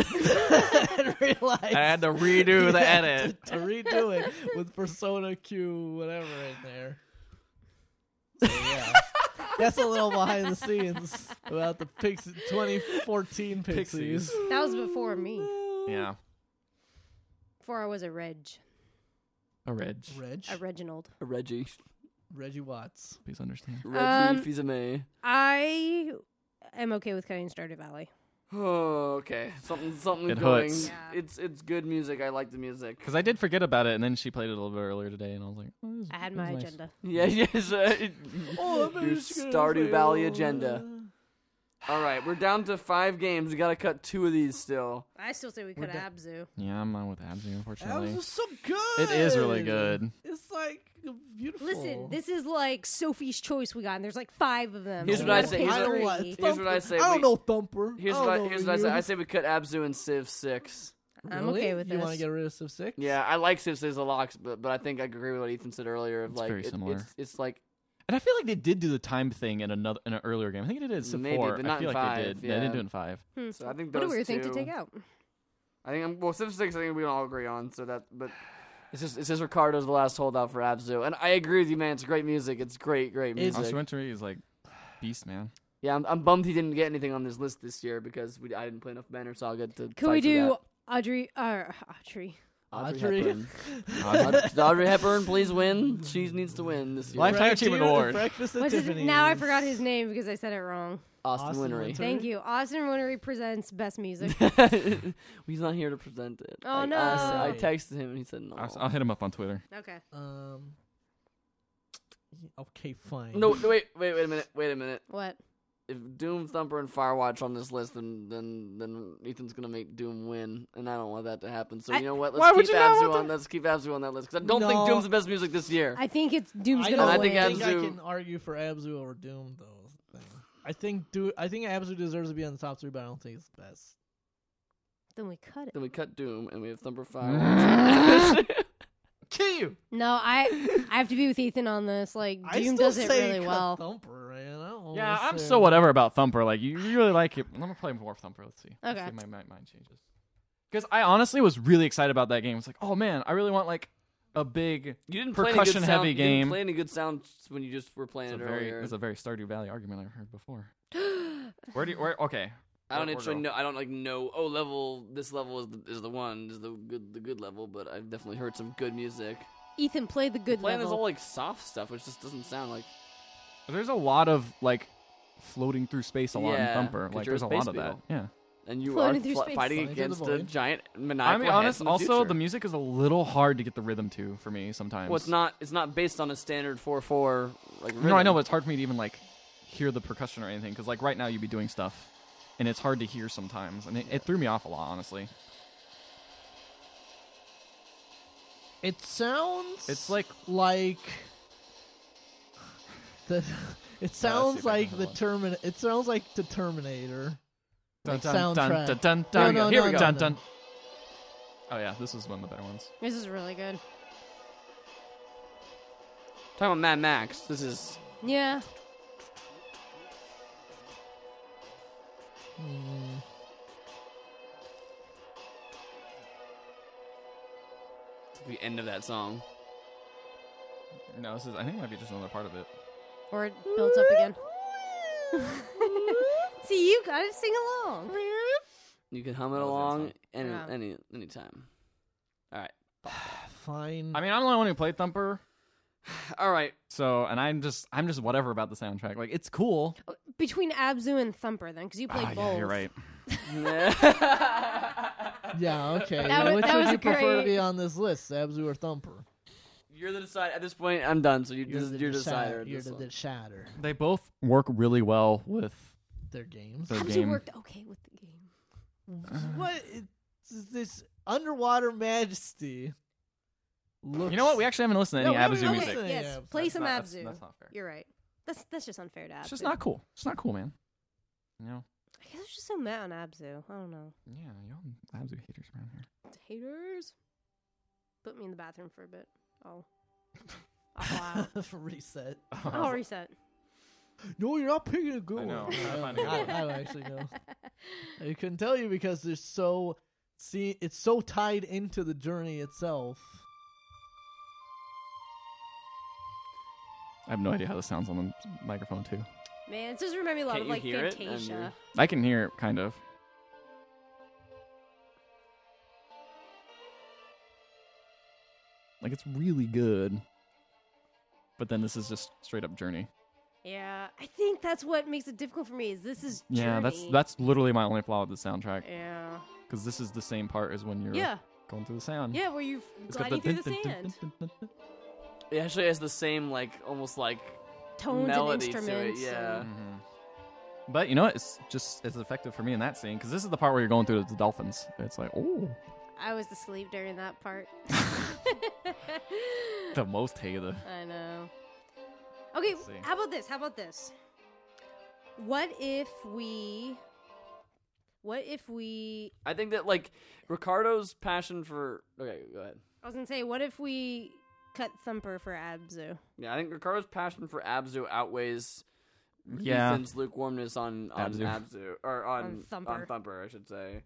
Speaker 3: and realized
Speaker 2: I had to redo the
Speaker 3: Yeah,
Speaker 2: edit.
Speaker 3: to, to redo it with Persona Q, whatever in there. So, yeah. That's a little behind the scenes about the Pix- 2014 Pixies.
Speaker 2: Pixies.
Speaker 4: that was before me.
Speaker 2: Yeah,
Speaker 4: Before I was a Reg.
Speaker 2: a Reg.
Speaker 3: Reg,
Speaker 4: A Reginald.
Speaker 1: Reggie.
Speaker 3: Reggie Watts.
Speaker 2: Please understand.
Speaker 1: Reggie
Speaker 4: Um,
Speaker 1: Fils-Aimé.
Speaker 4: I am okay with cutting Stardew Valley.
Speaker 1: Oh, okay. Something, something
Speaker 2: It
Speaker 1: going.
Speaker 2: hurts.
Speaker 4: Yeah.
Speaker 1: It's it's good music. I like the music.
Speaker 2: Because I did forget about it, and then she played it a little bit earlier today, and I was like, oh, this is-
Speaker 4: I had
Speaker 2: this is
Speaker 4: my
Speaker 2: nice.
Speaker 4: agenda.
Speaker 1: Yeah, yes. uh, it-
Speaker 3: Oh,
Speaker 1: Your Stardew Valley agenda. All right, we're down to five games. We gotta cut two of these still.
Speaker 4: I still say we cut
Speaker 3: done.
Speaker 4: Abzu.
Speaker 2: Yeah, I'm on with Abzu,
Speaker 3: That
Speaker 2: unfortunately.
Speaker 3: was so good.
Speaker 2: It is really good.
Speaker 3: It's like beautiful.
Speaker 4: Listen, this is like Sophie's Choice we got, and there's like five of them.
Speaker 1: Here's
Speaker 4: so
Speaker 1: what I
Speaker 4: let's
Speaker 1: say,
Speaker 4: pick
Speaker 1: here's what-
Speaker 4: three.
Speaker 3: Here's
Speaker 1: Here's what I say,
Speaker 3: I don't
Speaker 1: we-
Speaker 3: know Thumper.
Speaker 1: Here's
Speaker 3: I don't
Speaker 1: what I,
Speaker 3: know
Speaker 1: here's what I say.
Speaker 3: you.
Speaker 1: I say we cut Abzu and Civ Six.
Speaker 4: I'm okay
Speaker 3: Really?
Speaker 4: with
Speaker 3: You want to
Speaker 4: this.
Speaker 3: get rid of Civ Six?
Speaker 1: Yeah, I like Civ Six a lot, but but I think I agree with what Ethan said earlier. Of
Speaker 2: It's
Speaker 1: like,
Speaker 2: very
Speaker 1: it-
Speaker 2: similar.
Speaker 1: It's, it's like
Speaker 2: And I feel like they did do the time thing in another in an earlier game. I think they did it in
Speaker 1: Maybe,
Speaker 2: four.
Speaker 1: but not
Speaker 2: I feel
Speaker 1: in
Speaker 2: like
Speaker 1: five,
Speaker 2: they did. They
Speaker 1: yeah.
Speaker 2: didn't do it in five.
Speaker 4: Hmm.
Speaker 1: so. I think
Speaker 4: What a
Speaker 1: those
Speaker 4: weird
Speaker 1: two,
Speaker 4: thing to take out.
Speaker 1: I think I'm well Civ Six. I think we can all agree on. So that, but it's just it's just Ricardo's the last holdout for Abzu, and I agree with you, man. It's great music. It's great, great
Speaker 3: It's-
Speaker 1: music.
Speaker 2: Austin Winter is like beast, man.
Speaker 1: Yeah, I'm, I'm bummed he didn't get anything on this list this year because we, I didn't play enough Banner Saga to.
Speaker 4: Could we do Audrey? Uh, Audrey.
Speaker 1: Audrey,
Speaker 3: Audrey.
Speaker 1: Hepburn?
Speaker 2: Audrey-
Speaker 1: Aud- Audrey Hepburn, please win. She needs to win this year.
Speaker 2: Life- Lifetime
Speaker 3: Breakfast
Speaker 2: Achievement
Speaker 3: at-
Speaker 2: Award.
Speaker 3: Breakfast at
Speaker 4: What's his,
Speaker 3: Tiffany's.
Speaker 4: now I forgot his name because I said it wrong.
Speaker 1: Austin,
Speaker 3: Austin
Speaker 1: Winery.
Speaker 3: Wintory.
Speaker 4: Thank you. Austin Winery presents Best Music.
Speaker 1: He's not here to present it.
Speaker 4: Oh,
Speaker 1: I-
Speaker 4: no.
Speaker 1: I, I texted him and he said no.
Speaker 2: I'll, I'll hit him up on Twitter.
Speaker 4: okay.
Speaker 3: Um. Okay, fine.
Speaker 1: No, no, wait, wait, wait a minute, wait a minute.
Speaker 4: What?
Speaker 1: If Doom Thumper and Firewatch on this list, then then then Ethan's gonna make Doom win, and I don't want that to happen. So
Speaker 4: I-
Speaker 1: you know what?
Speaker 2: Why
Speaker 1: Let's
Speaker 2: would
Speaker 1: keep
Speaker 2: you not
Speaker 1: Abzu
Speaker 2: want
Speaker 1: on. Let's keep Abzu on that list because I don't think
Speaker 3: No.
Speaker 1: Doom's the best music this year.
Speaker 4: I think it's Doom's
Speaker 3: I
Speaker 4: gonna
Speaker 3: don't
Speaker 1: I
Speaker 4: win.
Speaker 1: think
Speaker 3: think I
Speaker 1: Abzu-
Speaker 3: can argue for Abzu over Doom though. I think do I think Abzu deserves to be on the top three, but I don't think it's the best.
Speaker 4: Then we cut it.
Speaker 1: Then we cut Doom, and we have Thumper Firewatch.
Speaker 3: Kill you.
Speaker 4: No, I I have to be with Ethan on this. Like
Speaker 3: I
Speaker 4: Doom
Speaker 3: still
Speaker 4: does it
Speaker 3: say
Speaker 4: really
Speaker 3: cut
Speaker 4: well.
Speaker 3: Thumper, man. I don't
Speaker 2: Yeah, I'm
Speaker 3: understand.
Speaker 2: so whatever about Thumper. Like you really like it. I'm gonna play more Thumper. Let's see.
Speaker 4: Let's Okay. see
Speaker 2: see
Speaker 4: if
Speaker 2: my mind changes. Because I honestly was really excited about that game. It's like, oh man, I really want like a big.
Speaker 1: You didn't play any good
Speaker 2: Percussion-heavy
Speaker 1: sound, You
Speaker 2: game.
Speaker 1: didn't play any good sounds when you just were playing
Speaker 2: It's a
Speaker 1: it
Speaker 2: very,
Speaker 1: earlier.
Speaker 2: it's a very Stardew Valley argument I've heard before. Where do you? Where? Okay.
Speaker 1: I don't
Speaker 2: Or- or
Speaker 1: actually
Speaker 2: go.
Speaker 1: know. I don't like know. Oh, level. This level is the, is the one. Is the good the good level. But I've definitely heard some good music.
Speaker 4: Ethan, play the good
Speaker 1: Playing this all
Speaker 4: level.
Speaker 1: like soft stuff, which just doesn't sound like.
Speaker 2: There's a lot of like floating through space a lot
Speaker 1: Yeah,
Speaker 2: in Thumper.
Speaker 1: 'cause
Speaker 2: Like
Speaker 1: you're
Speaker 2: there's
Speaker 1: a
Speaker 2: a lot
Speaker 1: space
Speaker 2: of that.
Speaker 1: beetle.
Speaker 2: Yeah.
Speaker 1: And you
Speaker 4: Floating
Speaker 1: are
Speaker 4: through
Speaker 1: fl-
Speaker 4: space.
Speaker 1: fighting
Speaker 3: Flying through the
Speaker 1: against a
Speaker 3: void.
Speaker 1: giant
Speaker 2: I
Speaker 1: maniacal.
Speaker 2: mean,
Speaker 1: head
Speaker 2: honest.
Speaker 1: in the
Speaker 2: also,
Speaker 1: future.
Speaker 2: the music is a little hard to get the rhythm to for me sometimes.
Speaker 1: Well, it's not. It's not based on a standard four four. Like
Speaker 2: No, I
Speaker 1: rhythm.
Speaker 2: know, but it's hard for me to even like hear the percussion or anything because like right now you'd be doing stuff, and it's hard to hear sometimes, and it, it threw me off a lot, honestly.
Speaker 3: It sounds.
Speaker 2: It's like-
Speaker 3: like the. It sounds
Speaker 2: if I can
Speaker 3: like
Speaker 2: find
Speaker 3: the
Speaker 2: one.
Speaker 3: Termin. It sounds like the Terminator.
Speaker 2: Dun,
Speaker 3: Like
Speaker 2: dun, dun,
Speaker 3: soundtrack.
Speaker 2: dun, dun,
Speaker 3: No,
Speaker 2: dun.
Speaker 3: no,
Speaker 2: Here
Speaker 3: no,
Speaker 2: we go.
Speaker 3: no,
Speaker 2: Dun,
Speaker 3: no.
Speaker 2: dun. Oh yeah, this is one of the better ones.
Speaker 4: This is really good.
Speaker 1: Talking about Mad Max. This is
Speaker 4: Yeah.
Speaker 3: Hmm.
Speaker 1: the end of that song.
Speaker 2: No, this is. I think it might be just another part of it.
Speaker 4: Or it builds up again. See, you gotta sing along.
Speaker 1: You can hum it
Speaker 2: That was that
Speaker 1: along
Speaker 2: song.
Speaker 1: any
Speaker 4: Yeah.
Speaker 1: any any time.
Speaker 3: Fine.
Speaker 2: I mean, I'm the only one who played Thumper,
Speaker 1: All right.
Speaker 2: so and I'm just I'm just whatever about the soundtrack. Like it's cool.
Speaker 4: Between Abzu and Thumper, then, because you played
Speaker 2: Ah,
Speaker 4: both.
Speaker 2: yeah, you're right.
Speaker 3: yeah. Okay.
Speaker 4: That was-
Speaker 3: Which
Speaker 4: that
Speaker 3: would
Speaker 4: was
Speaker 3: you prefer to
Speaker 4: great.
Speaker 3: be on this list, Abzu or Thumper?
Speaker 1: You're the decider. At this point, I'm done. So you, this is your
Speaker 3: deci-
Speaker 1: decider. at
Speaker 3: You're
Speaker 1: this
Speaker 3: the
Speaker 1: one.
Speaker 3: decider.
Speaker 2: They both work really well with
Speaker 3: Their games.
Speaker 2: the
Speaker 4: Abzu
Speaker 2: game.
Speaker 4: worked okay with the game.
Speaker 3: What is this underwater majesty? Looks
Speaker 2: You know what? We actually haven't listened to any
Speaker 3: Yeah, we
Speaker 2: Abzu
Speaker 3: haven't
Speaker 2: music.
Speaker 3: listened.
Speaker 4: Yes,
Speaker 3: Yeah,
Speaker 4: play
Speaker 2: That's
Speaker 4: some
Speaker 2: not-
Speaker 4: Abzu.
Speaker 2: that's- that's not fair.
Speaker 4: You're right. That's that's just unfair to Abzu.
Speaker 2: It's just not cool. It's not cool, man. You know?
Speaker 4: I guess I was just so mad on Abzu. I don't know.
Speaker 2: Yeah, y'all Abzu haters around here.
Speaker 4: Haters. Put me in the bathroom for a bit. I'll. I'll go out.
Speaker 3: reset.
Speaker 4: I'll reset.
Speaker 3: No, you're not picking a good
Speaker 2: I know.
Speaker 3: one.
Speaker 2: I'm not finding a
Speaker 3: I,
Speaker 2: good
Speaker 3: I don't actually know. I couldn't tell you because there's so see it's so tied into the journey itself.
Speaker 2: I have no idea how this sounds on the microphone too.
Speaker 4: Man, this just remind me a lot
Speaker 1: Can't
Speaker 4: of
Speaker 1: you
Speaker 4: like
Speaker 1: hear it? I'm
Speaker 4: Fantasia.
Speaker 1: weird.
Speaker 2: I can hear it kind of. Like it's really good. But then this is just straight up journey.
Speaker 4: Yeah, I think that's what makes it difficult for me. Is this is
Speaker 2: Yeah, that's
Speaker 4: Journey.
Speaker 2: that's literally my only flaw with the soundtrack
Speaker 4: yeah
Speaker 2: because this is the same part as when you're
Speaker 4: yeah
Speaker 2: going through the sound.
Speaker 4: yeah where you
Speaker 2: It's got
Speaker 4: gliding through the
Speaker 2: dun- dun- dun-
Speaker 4: sand
Speaker 2: dun- dun- dun-
Speaker 1: It actually has the same like almost like
Speaker 4: tones and
Speaker 1: melody to it,
Speaker 4: instruments.
Speaker 1: yeah.
Speaker 4: and-
Speaker 2: Mm-hmm. But you know what? It's just as effective for me in that scene because this is the part where you're going through the dolphins. It's like, oh,
Speaker 4: I was asleep during that part.
Speaker 2: the most hey the.
Speaker 4: I know. Okay,
Speaker 2: see.
Speaker 4: how about this? How about this? What if we? What if we?
Speaker 1: I think that like Ricardo's passion for okay, go ahead.
Speaker 4: I was gonna say, what if we cut Thumper for Abzu?
Speaker 1: Yeah, I think Ricardo's passion for Abzu outweighs
Speaker 2: Yeah.
Speaker 1: Ethan's lukewarmness on on
Speaker 2: Abzu.
Speaker 1: Abzu, or on
Speaker 4: On Thumper.
Speaker 1: on Thumper, I should say.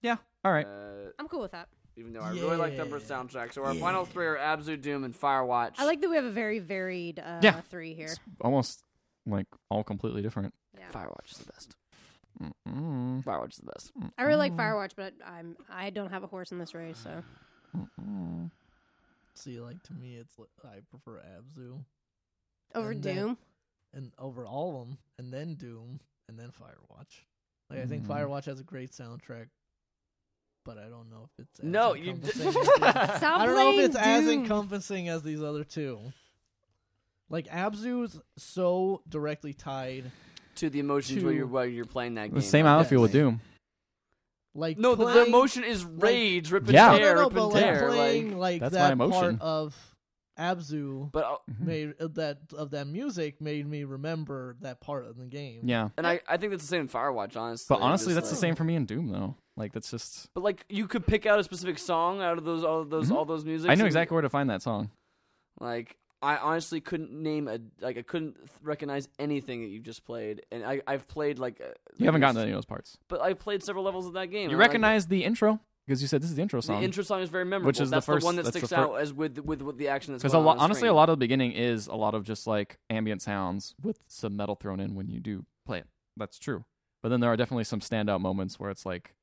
Speaker 2: Yeah. All right.
Speaker 1: Uh,
Speaker 4: I'm cool with that.
Speaker 1: even though I really like Thumper's
Speaker 3: Yeah.
Speaker 1: soundtrack, so our final three are Abzu, Doom, and Firewatch.
Speaker 4: I like that we have a very varied uh,
Speaker 2: Yeah.
Speaker 4: three here.
Speaker 2: It's almost like all completely different.
Speaker 4: Yeah.
Speaker 1: Firewatch is the best.
Speaker 2: Mm-mm.
Speaker 1: Firewatch is the best.
Speaker 4: I really like Firewatch, but I'm I don't have a horse in this race, so
Speaker 2: Mm-mm.
Speaker 3: See, like to me, it's li- I prefer Abzu
Speaker 4: over
Speaker 3: And uh, then-
Speaker 4: Doom.
Speaker 3: and over all of them, and then Doom, and then Firewatch. Like I think
Speaker 1: Mm-hmm.
Speaker 2: Mhm.
Speaker 3: Firewatch has a great soundtrack, but I don't know if it's as
Speaker 1: No, you
Speaker 3: encompassing
Speaker 1: d-
Speaker 3: as the-
Speaker 4: Stop
Speaker 3: I don't know if
Speaker 4: playing
Speaker 3: it's as
Speaker 4: Doom.
Speaker 3: encompassing as these other two. Like Abzu's so directly tied.
Speaker 1: To the emotions while
Speaker 3: To-
Speaker 1: you're while you're playing that game.
Speaker 2: The same
Speaker 1: I
Speaker 2: I feel with
Speaker 3: Yes.
Speaker 2: Doom.
Speaker 3: Like
Speaker 1: No, the, the
Speaker 3: playing-
Speaker 1: emotion is rage, rip and
Speaker 2: Yeah.
Speaker 3: No,
Speaker 1: tear,
Speaker 3: no, no,
Speaker 1: rip
Speaker 3: but
Speaker 1: and
Speaker 3: like
Speaker 1: tear.
Speaker 3: playing
Speaker 1: like-
Speaker 3: like
Speaker 2: That's
Speaker 3: that
Speaker 2: my emotion.
Speaker 3: part of Abzu
Speaker 1: but uh,
Speaker 2: Mm-hmm.
Speaker 3: made of that of that music made me remember that part of the game.
Speaker 2: Yeah.
Speaker 1: and I, I think that's the same in Firewatch, honestly.
Speaker 2: But honestly,
Speaker 1: Just
Speaker 2: that's the
Speaker 1: like-
Speaker 2: same for me in Doom though. Like that's just.
Speaker 1: But like, you could pick out a specific song out of those all of those all those music.
Speaker 2: Mm-hmm. I know exactly where to find that song.
Speaker 1: Like, I honestly couldn't name a like I couldn't th- recognize anything that you just played, and I I've played like uh,
Speaker 2: You haven't
Speaker 1: like,
Speaker 2: gotten any of those parts.
Speaker 1: but I played several levels of that game.
Speaker 2: You
Speaker 1: I like it.
Speaker 2: recognize the intro. because you said this is the intro
Speaker 1: The
Speaker 2: song.
Speaker 1: intro song is very memorable.
Speaker 2: Which is the
Speaker 1: that's
Speaker 2: first-
Speaker 1: one that
Speaker 2: that's the
Speaker 1: sticks
Speaker 2: fir-
Speaker 1: out as with with, with the action that's
Speaker 2: because
Speaker 1: going
Speaker 2: a
Speaker 1: on on
Speaker 2: lot,
Speaker 1: the
Speaker 2: honestly, a
Speaker 1: screen.
Speaker 2: lot of the beginning is a lot of just like ambient sounds with some metal thrown in when you do play it. That's true. But then there are definitely some standout moments where it's like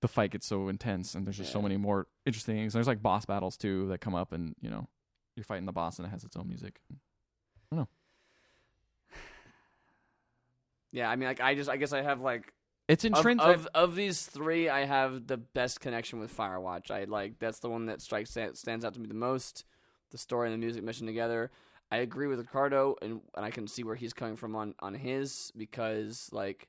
Speaker 2: the fight gets so intense and there's just so
Speaker 1: Yeah.
Speaker 2: many more interesting things. There's like boss battles too that come up and you know you're fighting the boss and it has its own music.
Speaker 1: Yeah, I mean, like I just I guess I have like
Speaker 2: It's
Speaker 1: of,
Speaker 2: intrinsic.
Speaker 1: of of these three, I have the best connection with Firewatch. I like that's the one that strikes stands out to me the most. The story and the music mission together. I agree with Ricardo, and and I can see where he's coming from on on his because like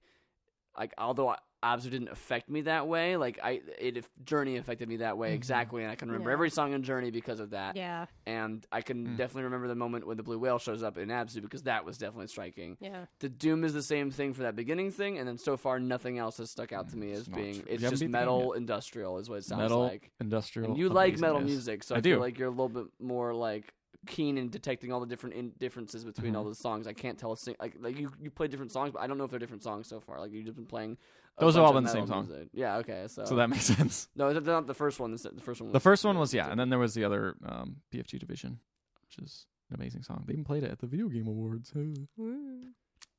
Speaker 1: like although Abzu didn't affect me that way, like I it if Journey affected me that way
Speaker 2: Mhm.
Speaker 1: exactly, and I can remember
Speaker 4: Yeah.
Speaker 1: every song in Journey because of that.
Speaker 4: Yeah.
Speaker 1: And I can
Speaker 2: Mm.
Speaker 1: definitely remember the moment when the blue whale shows up in Abzu because that was definitely striking
Speaker 4: Yeah.
Speaker 1: the Doom is the same thing for that beginning thing, and then so far nothing else has stuck out to me
Speaker 2: Mm, It's
Speaker 1: as
Speaker 2: not
Speaker 1: being
Speaker 2: true. You
Speaker 1: it's
Speaker 2: haven't
Speaker 1: just
Speaker 2: beat the game
Speaker 1: metal industrial is what it sounds
Speaker 2: metal
Speaker 1: like.
Speaker 2: industrial.
Speaker 1: And you like metal
Speaker 2: amazingness.
Speaker 1: music, so
Speaker 2: I
Speaker 1: I, feel
Speaker 2: do.
Speaker 1: like you're a little bit more like keen in detecting all the different in- differences between
Speaker 2: Mm-hmm.
Speaker 1: all the songs. I can't tell a sing- like like you you play different songs, but I don't know if they're different songs so far. Like you've just been playing. a
Speaker 2: Those have
Speaker 1: bunch of
Speaker 2: all been the
Speaker 1: metal
Speaker 2: same song.
Speaker 1: music. Yeah. Okay. So,
Speaker 2: So that makes sense.
Speaker 1: no, that's not the first one. The first one.
Speaker 2: The first one was yeah, and then there was the other um, PFG division, which is an amazing song. They even played it at the video game awards huh,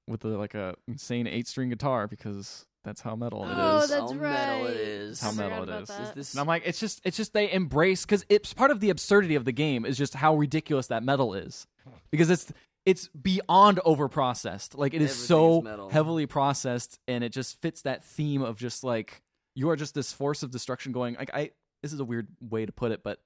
Speaker 2: with the, like a insane eight string guitar because that's how metal it is.
Speaker 4: Oh, that's
Speaker 1: How
Speaker 4: right.
Speaker 1: metal it is.
Speaker 4: I
Speaker 2: How
Speaker 4: forgot
Speaker 2: metal it
Speaker 4: about
Speaker 2: is.
Speaker 4: that.
Speaker 1: Is this
Speaker 2: And I'm like, it's just, it's just they embrace because it's part of the absurdity of the game is just how ridiculous that metal is, because it's it's beyond over processed. Like it is
Speaker 1: Everything
Speaker 2: so
Speaker 1: is metal.
Speaker 2: heavily processed, and it just fits that theme of just like you are just this force of destruction going. Like I, this is a weird way to put it, but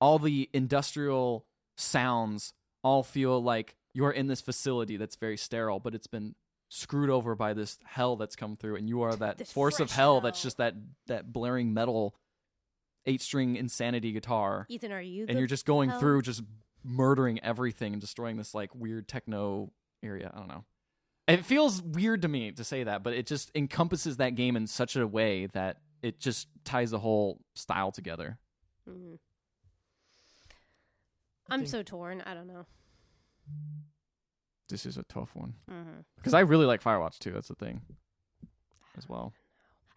Speaker 2: all the industrial sounds all feel like you're in this facility that's very sterile, but it's been screwed over by this hell that's come through, and you are that
Speaker 4: This
Speaker 2: force of
Speaker 4: fresh
Speaker 2: hell, that's
Speaker 4: hell.
Speaker 2: just that that blaring metal eight string insanity guitar,
Speaker 4: Ethan, are you?
Speaker 2: and
Speaker 4: the-
Speaker 2: you're just going
Speaker 4: hell?
Speaker 2: through just murdering everything and destroying this like weird techno area. I don't know. It feels weird to me to say that, but it just encompasses that game in such a way that it just ties the whole style together.
Speaker 4: Mhm. I'm
Speaker 3: think-
Speaker 4: so torn. I don't know.
Speaker 2: This is a tough one.
Speaker 4: Mhm.
Speaker 2: Because I really like Firewatch too. That's the thing, as well.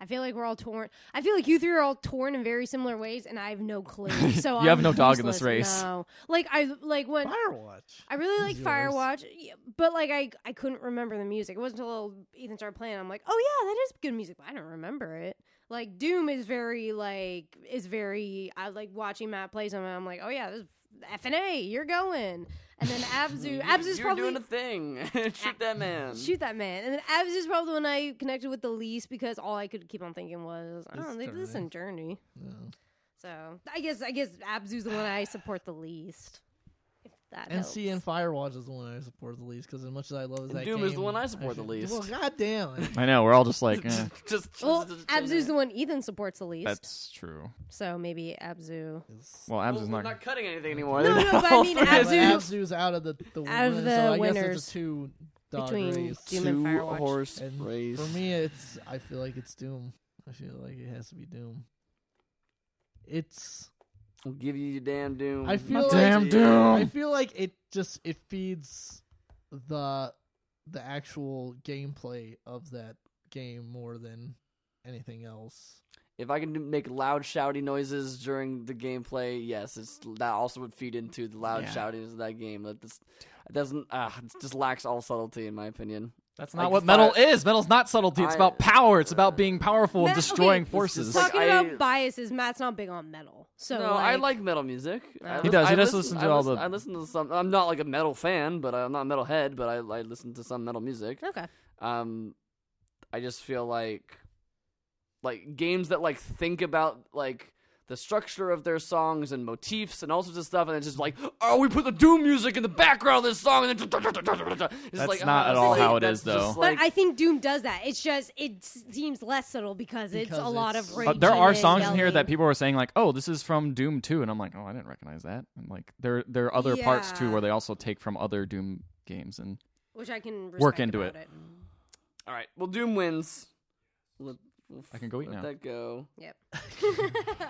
Speaker 4: I feel like we're all torn. I feel like you three are all torn in very similar ways, and I have no clue. So
Speaker 2: You have
Speaker 4: I'm
Speaker 2: no dog in this
Speaker 4: useless.
Speaker 2: race.
Speaker 4: No. Like I like when
Speaker 3: Firewatch.
Speaker 4: I really like
Speaker 3: Is yours.
Speaker 4: Firewatch, yeah, but like I I couldn't remember the music. It wasn't until Ethan started playing. I'm like, oh yeah, that is good music, but I don't remember it. Like Doom is very like is very I like watching Matt play something. I'm like, oh yeah, this is F and A, you're going. And then Abzu, Abzu's
Speaker 1: You're
Speaker 4: probably
Speaker 1: doing a thing. Shoot that
Speaker 2: Um,
Speaker 1: man.
Speaker 4: shoot that man. And then Abzu is probably when I connected with the least because all I could keep on thinking was,
Speaker 3: It's
Speaker 4: oh, they did this
Speaker 3: Journey.
Speaker 4: in Journey.
Speaker 3: No.
Speaker 4: So I guess I guess Abzu's the one I support the least. If that
Speaker 3: And
Speaker 4: helps.
Speaker 3: see, and Firewatch is the one I support the least because as much as I love
Speaker 1: And
Speaker 3: that
Speaker 1: Doom
Speaker 3: game,
Speaker 1: is the one I support the
Speaker 3: should-
Speaker 1: least.
Speaker 3: Well, goddamn, it.
Speaker 2: I know we're all just like, eh,
Speaker 1: just,
Speaker 4: Well,
Speaker 1: just-
Speaker 4: Abzu's the one Ethan supports the least.
Speaker 2: that's true.
Speaker 4: so maybe Abzu.
Speaker 3: It's-
Speaker 2: Well, Abs
Speaker 1: Well,
Speaker 2: is
Speaker 1: we're
Speaker 2: Oh, not.
Speaker 1: not cutting anything anymore.
Speaker 4: No, no, but I mean
Speaker 1: All three
Speaker 3: but
Speaker 1: of us.
Speaker 4: Abzu-
Speaker 3: Abzu's out of the the
Speaker 4: Out of
Speaker 3: win,
Speaker 4: the
Speaker 3: so I guess
Speaker 4: winners
Speaker 3: it's a two dog
Speaker 4: between
Speaker 3: race.
Speaker 4: Doom and
Speaker 1: Two
Speaker 4: Firewatch.
Speaker 1: horse
Speaker 3: And
Speaker 1: race.
Speaker 3: For me, it's I feel like it's Doom. I feel like it has to be Doom. It's
Speaker 1: I'll give you your damn doom.
Speaker 3: I feel like-
Speaker 2: Damn
Speaker 3: I
Speaker 2: doom.
Speaker 3: feel like it just it feeds the the actual gameplay of that game more than anything else.
Speaker 1: If I can do- make loud shouty noises during the gameplay, yes, it's that also would feed into the loud
Speaker 2: Yeah.
Speaker 1: shoutings of that game. That this it doesn't uh, it just lacks all subtlety in my opinion.
Speaker 2: That's
Speaker 1: I
Speaker 2: not what
Speaker 1: thought-
Speaker 2: metal is. Metal's not subtlety. It's
Speaker 1: I-
Speaker 2: about power. It's about being powerful
Speaker 4: Matt,
Speaker 2: and destroying
Speaker 4: okay,
Speaker 2: forces.
Speaker 1: It's like
Speaker 4: Talking
Speaker 1: I-
Speaker 4: about biases, Matt's not big on metal. So
Speaker 1: no,
Speaker 4: like,
Speaker 1: I like metal music. I
Speaker 4: He
Speaker 1: lis-
Speaker 2: does. He
Speaker 1: I
Speaker 2: does listen to
Speaker 1: I
Speaker 2: all
Speaker 1: listen,
Speaker 2: the-
Speaker 1: I listen to some. I'm not like a metal fan, but I'm not a metal head. But I, I listen to some metal music.
Speaker 4: Okay.
Speaker 1: um i just feel like like games that like think about like the structure of their songs and motifs and all sorts of stuff and it's just like oh we put the doom music in the background of this song and then it's
Speaker 2: That's
Speaker 1: like,
Speaker 2: not
Speaker 1: ah,
Speaker 2: at all
Speaker 1: that's
Speaker 2: how it
Speaker 1: just
Speaker 2: is, though.
Speaker 1: like-
Speaker 4: but I think Doom does that. It's just it s- seems less subtle because, it's a
Speaker 3: Because
Speaker 4: lot
Speaker 3: it's-
Speaker 4: of
Speaker 3: But
Speaker 2: but Uh, there
Speaker 4: raging
Speaker 2: are
Speaker 4: and
Speaker 2: songs in here
Speaker 4: yelling.
Speaker 2: that people were saying like, "Oh, this is from Doom 2," and I'm like, "Oh, I didn't recognize that." And like, there there are other parts too
Speaker 4: Yeah.
Speaker 2: where they also take from other Doom games, and
Speaker 4: which I can
Speaker 2: work
Speaker 4: respect
Speaker 2: into
Speaker 4: about
Speaker 2: it.
Speaker 1: all right well doom wins Let- Oof,
Speaker 2: I can go eat
Speaker 1: let
Speaker 2: now.
Speaker 1: That go.
Speaker 4: Yep.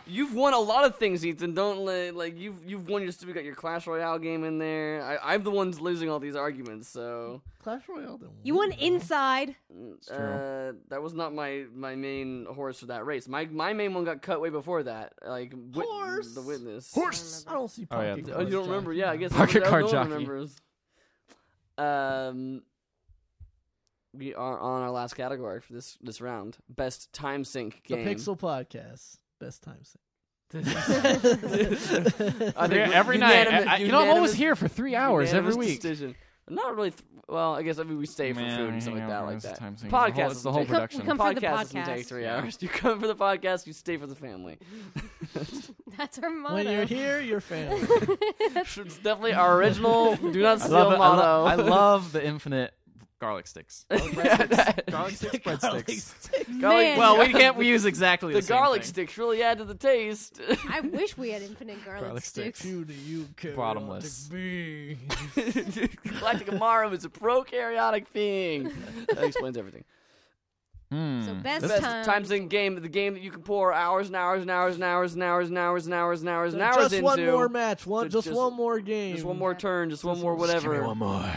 Speaker 1: You've won a lot of things, Ethan. Don't let like you've you've won your stuff. You got your Clash Royale game in there. I, I'm the one's losing all these arguments. So
Speaker 3: Clash Royale. didn't
Speaker 4: you
Speaker 3: win,
Speaker 4: won
Speaker 3: though.
Speaker 4: inside.
Speaker 2: true.
Speaker 1: uh, that was not my my main horse for that race. My my main one got cut way before that. Like wit-
Speaker 3: Horse.
Speaker 1: the witness.
Speaker 3: I don't see.
Speaker 2: Oh, yeah.
Speaker 3: Pocket
Speaker 1: Oh, you don't
Speaker 3: Cars,
Speaker 1: remember?
Speaker 3: Johnny.
Speaker 1: Yeah, I guess
Speaker 2: Pocket
Speaker 1: no,
Speaker 2: car
Speaker 1: no one
Speaker 2: jockey.
Speaker 1: remembers. Um, we are on our last category for this this round. Best time sync
Speaker 3: The
Speaker 1: game.
Speaker 3: Pixel Podcast. Best time sync.
Speaker 1: I think
Speaker 2: Yeah,
Speaker 1: we-
Speaker 2: every night.
Speaker 1: unanimous-
Speaker 2: I- I- you know, I'm always
Speaker 1: unanimous-
Speaker 2: here for three hours every
Speaker 1: unanimous
Speaker 2: week.
Speaker 1: decision. Not really. Th- well, I guess I mean we stay for
Speaker 2: Man,
Speaker 1: food and stuff like
Speaker 2: yeah,
Speaker 1: that,
Speaker 2: well,
Speaker 1: like
Speaker 2: it's
Speaker 1: that.
Speaker 2: time
Speaker 1: The podcast
Speaker 2: thing. The whole- it's
Speaker 1: doesn't
Speaker 2: the whole
Speaker 1: take-
Speaker 4: We come- we
Speaker 2: production.
Speaker 4: come for the
Speaker 1: doesn't take
Speaker 4: podcast.
Speaker 1: three
Speaker 2: Yeah.
Speaker 1: hours. You come for the podcast, you stay for the family.
Speaker 4: That's our motto.
Speaker 3: When you're here, you're family.
Speaker 1: it's definitely our original. Do not
Speaker 2: I
Speaker 1: steal
Speaker 2: love, it. I,
Speaker 1: motto.
Speaker 2: lo- I love the infinite garlic sticks. garlic sticks,
Speaker 3: Garlic
Speaker 2: breadsticks.
Speaker 3: stick.
Speaker 1: Garlic-
Speaker 4: Man.
Speaker 2: Well, we can't we use exactly the,
Speaker 1: the garlic
Speaker 2: same thing.
Speaker 1: sticks really add to the taste.
Speaker 4: I wish we had infinite garlic,
Speaker 2: Garlic
Speaker 4: sticks.
Speaker 2: sticks.
Speaker 3: Dude, you carry
Speaker 2: Bottomless.
Speaker 3: on to me.
Speaker 1: Galactic Amaro is a prokaryotic being. That explains everything.
Speaker 2: Hmm.
Speaker 4: So best,
Speaker 1: Best
Speaker 4: time.
Speaker 1: times in game, the game that you can pour hours and hours and hours and hours and hours and hours and hours and hours and hours
Speaker 3: just
Speaker 1: into.
Speaker 3: one more match. One,
Speaker 1: to
Speaker 3: just,
Speaker 1: just-
Speaker 3: one more game.
Speaker 1: Just one more turn, just one
Speaker 3: Just
Speaker 1: more
Speaker 3: one- just
Speaker 2: Give me
Speaker 1: whatever.
Speaker 2: one more.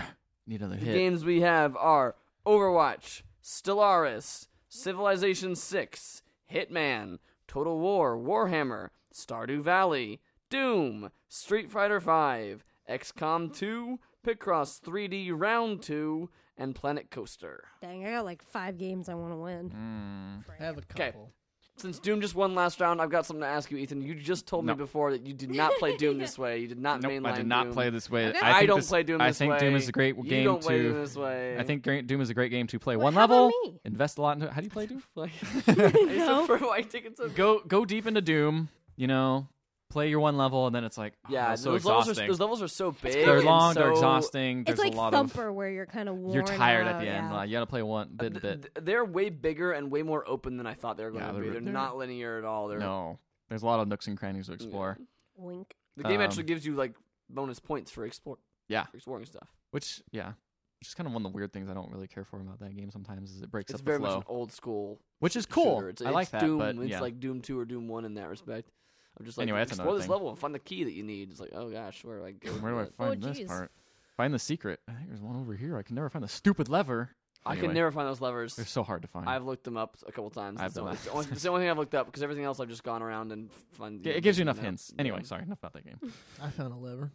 Speaker 2: Need another
Speaker 1: The
Speaker 2: hit.
Speaker 1: games we have are Overwatch, Stellaris, Civilization 6, Hitman, Total War, Warhammer, Stardew Valley, Doom, Street Fighter 5, XCOM 2, Picross 3D Round 2, and Planet Coaster.
Speaker 4: Dang, I got like five games I want to win.
Speaker 2: Hmm.
Speaker 3: Have a couple.
Speaker 1: Since Doom just won last round, I've got something to ask you, Ethan. You just told
Speaker 2: No.
Speaker 1: me before that you did not play Doom this way. You did not
Speaker 2: Nope,
Speaker 1: mainline
Speaker 2: I did not
Speaker 1: Doom.
Speaker 2: play this way.
Speaker 4: Okay.
Speaker 1: I,
Speaker 2: I, think
Speaker 1: don't
Speaker 2: this-
Speaker 1: play Doom
Speaker 2: I
Speaker 1: this
Speaker 2: think
Speaker 1: way.
Speaker 2: Doom is a great
Speaker 1: you
Speaker 2: game
Speaker 1: don't
Speaker 2: to.
Speaker 1: play Doom this way.
Speaker 2: I think Gra- Doom is a great game to play
Speaker 4: Well,
Speaker 2: one
Speaker 4: how about
Speaker 2: level.
Speaker 4: me?
Speaker 2: Invest a lot into. How do you play Doom?
Speaker 1: Like, I used to
Speaker 4: No.
Speaker 1: prefer white tickets. over-
Speaker 2: go go deep into Doom. You know, play your one level, and then it's like oh,
Speaker 1: Yeah,
Speaker 2: that's so
Speaker 1: those, levels
Speaker 2: exhausting.
Speaker 1: are, those levels are so big.
Speaker 2: they're
Speaker 1: and
Speaker 2: long, they're
Speaker 1: so-
Speaker 2: exhausting. There's
Speaker 4: it's like
Speaker 2: a lot
Speaker 4: Thumper, where you're kind of
Speaker 2: of
Speaker 4: worn.
Speaker 2: you're tired at
Speaker 4: out,
Speaker 2: the end.
Speaker 4: yeah.
Speaker 2: Like, you got to play one bit to
Speaker 1: Uh, th-
Speaker 2: bit.
Speaker 1: th- They're way bigger and way more open than I thought they were going to
Speaker 2: Yeah, they're-
Speaker 1: be. They're,
Speaker 2: they're-
Speaker 1: not linear at all. They're,
Speaker 2: No, there's a lot of nooks and crannies to explore,
Speaker 4: Wink.
Speaker 1: The game
Speaker 2: Um,
Speaker 1: actually gives you like bonus points for explore.
Speaker 2: Yeah.
Speaker 1: for exploring stuff.
Speaker 2: which yeah, which is kind of one of the weird things I don't really care for about that game. Sometimes is it breaks
Speaker 1: It's
Speaker 2: up the
Speaker 1: very much
Speaker 2: flow,
Speaker 1: an old school
Speaker 2: which is cool.
Speaker 1: shooter. It's,
Speaker 2: I like
Speaker 1: it's
Speaker 2: that,
Speaker 1: Doom.
Speaker 2: but
Speaker 1: it's
Speaker 2: yeah,
Speaker 1: like Doom Two or Doom One in that respect. I'm just like
Speaker 2: Anyway, that's
Speaker 1: explore
Speaker 2: another
Speaker 1: this
Speaker 2: thing.
Speaker 1: level and find the key that you need. It's like oh gosh, where do I go?
Speaker 2: where do I
Speaker 1: with
Speaker 2: find this
Speaker 4: Oh, geez.
Speaker 2: part? Find the secret. I think there's one over here. I can never find the stupid lever.
Speaker 1: that? I
Speaker 2: Anyway,
Speaker 1: can never find those levers.
Speaker 2: They're so hard to find.
Speaker 1: I've looked them up a couple times.
Speaker 2: I've
Speaker 1: It's the,
Speaker 2: done
Speaker 1: only,
Speaker 2: that.
Speaker 1: it's the only- it's the only thing I've looked up because everything else I've just gone around and fun.
Speaker 2: it gives you enough hints. Anyway, sorry, enough about that game.
Speaker 3: I found a lever.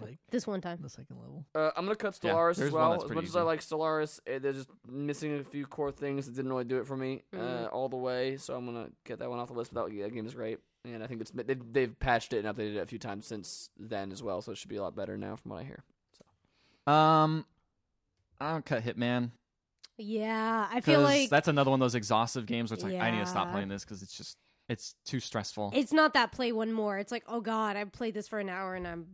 Speaker 2: Yeah.
Speaker 3: Like
Speaker 4: This one time.
Speaker 3: the second level.
Speaker 1: Uh, I'm gonna cut
Speaker 2: Yeah,
Speaker 1: Stellaris as
Speaker 2: there's one
Speaker 1: well.
Speaker 2: that's
Speaker 1: As
Speaker 2: pretty
Speaker 1: much as I
Speaker 2: easy.
Speaker 1: like Stellaris, eh, they're just missing a few core things that didn't really do it for me uh,
Speaker 3: Mm-hmm.
Speaker 4: Mhm.
Speaker 1: all the way. So I'm gonna get that one off the list. But that, that game is great, and I think it's they've, they've patched it and updated it a few times since then as well. So it should be a lot better now, from what I hear.
Speaker 2: Um, I don't cut Hitman.
Speaker 4: Yeah, I feel
Speaker 2: because
Speaker 4: like
Speaker 2: that's another one of those exhaustive games where it's like I need to stop
Speaker 4: Yeah.
Speaker 2: playing this because it's just it's too stressful.
Speaker 4: it's not that play one more. It's like, oh god, I played this for an hour and I'm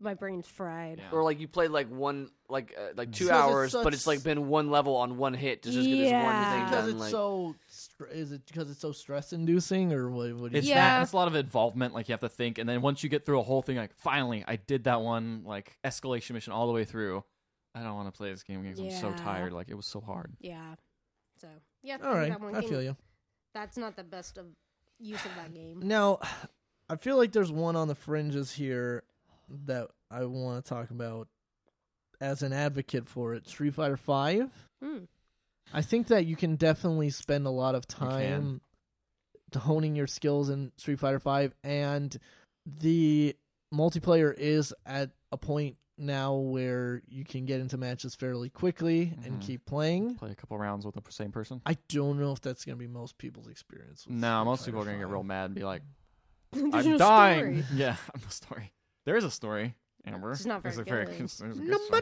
Speaker 4: my brain's fried.
Speaker 2: Yeah.
Speaker 1: Or like you played like one, like uh, like two
Speaker 3: Because it's
Speaker 1: hours, but
Speaker 3: such-
Speaker 1: it's like been one level on one hit to just get this one
Speaker 4: Yeah.
Speaker 1: thing
Speaker 3: Because
Speaker 1: done.
Speaker 3: it's
Speaker 1: like,
Speaker 3: so. str- Is it because it's so stress inducing, or what? what do
Speaker 2: It's
Speaker 3: you
Speaker 4: Yeah.
Speaker 2: that. and It's a lot of involvement. Like you have to think, and then once you get through a whole thing, like finally I did that one like escalation mission all the way through. I don't want to play this game because I'm so
Speaker 4: Yeah.
Speaker 2: tired. Like it was so hard.
Speaker 4: Yeah. So yeah,
Speaker 3: All right,
Speaker 4: that one
Speaker 3: I
Speaker 4: game-
Speaker 3: feel you.
Speaker 4: That's not the best of use of that game.
Speaker 3: Now, I feel like there's one on the fringes here that I want to talk about as an advocate for it. Street Fighter Five.
Speaker 4: Hmm.
Speaker 3: I think that you can definitely spend a lot of
Speaker 2: can.
Speaker 3: time to honing your skills in Street Fighter Five, and the multiplayer is at a point now where you can get into matches fairly quickly and
Speaker 2: Mhm.
Speaker 3: keep playing.
Speaker 2: Play a couple rounds with the same person.
Speaker 3: I don't know if that's going to be most people's experience. with
Speaker 2: No,
Speaker 3: Street
Speaker 2: most people are
Speaker 3: Fighter
Speaker 2: gonna get
Speaker 3: 5.
Speaker 2: real mad and be like,
Speaker 4: There's
Speaker 2: "I'm
Speaker 4: no
Speaker 2: dying."
Speaker 4: story.
Speaker 2: Yeah, I'm no story. There is a story, Amber.
Speaker 4: It's not
Speaker 2: There's
Speaker 4: very
Speaker 2: a
Speaker 4: good.
Speaker 2: there's a good story.
Speaker 3: Number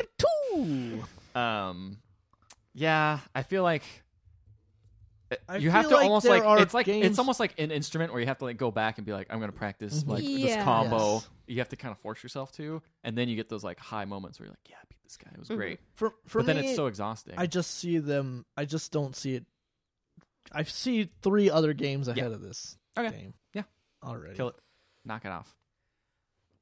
Speaker 3: two.
Speaker 2: um yeah i feel like uh,
Speaker 3: I
Speaker 2: you have
Speaker 3: feel
Speaker 2: to
Speaker 3: like
Speaker 2: almost
Speaker 3: there
Speaker 2: like
Speaker 3: are
Speaker 2: it's like
Speaker 3: games-
Speaker 2: it's almost like an instrument where you have to like go back and be like i'm gonna practice
Speaker 3: Mhm.
Speaker 2: like this
Speaker 4: Mm-hmm. Yeah.
Speaker 2: combo
Speaker 3: Yes.
Speaker 2: you have to kind of force yourself to and then you get those like high moments where you're like yeah i beat this guy it was
Speaker 4: Mhm.
Speaker 2: great
Speaker 3: For Mm-hmm. for
Speaker 2: but
Speaker 3: me,
Speaker 2: then it's so exhausting
Speaker 3: I just see them. I just don't see it. I see three other games ahead of this
Speaker 2: Okay.
Speaker 3: game.
Speaker 2: Yeah.
Speaker 3: already.
Speaker 2: kill it knock it off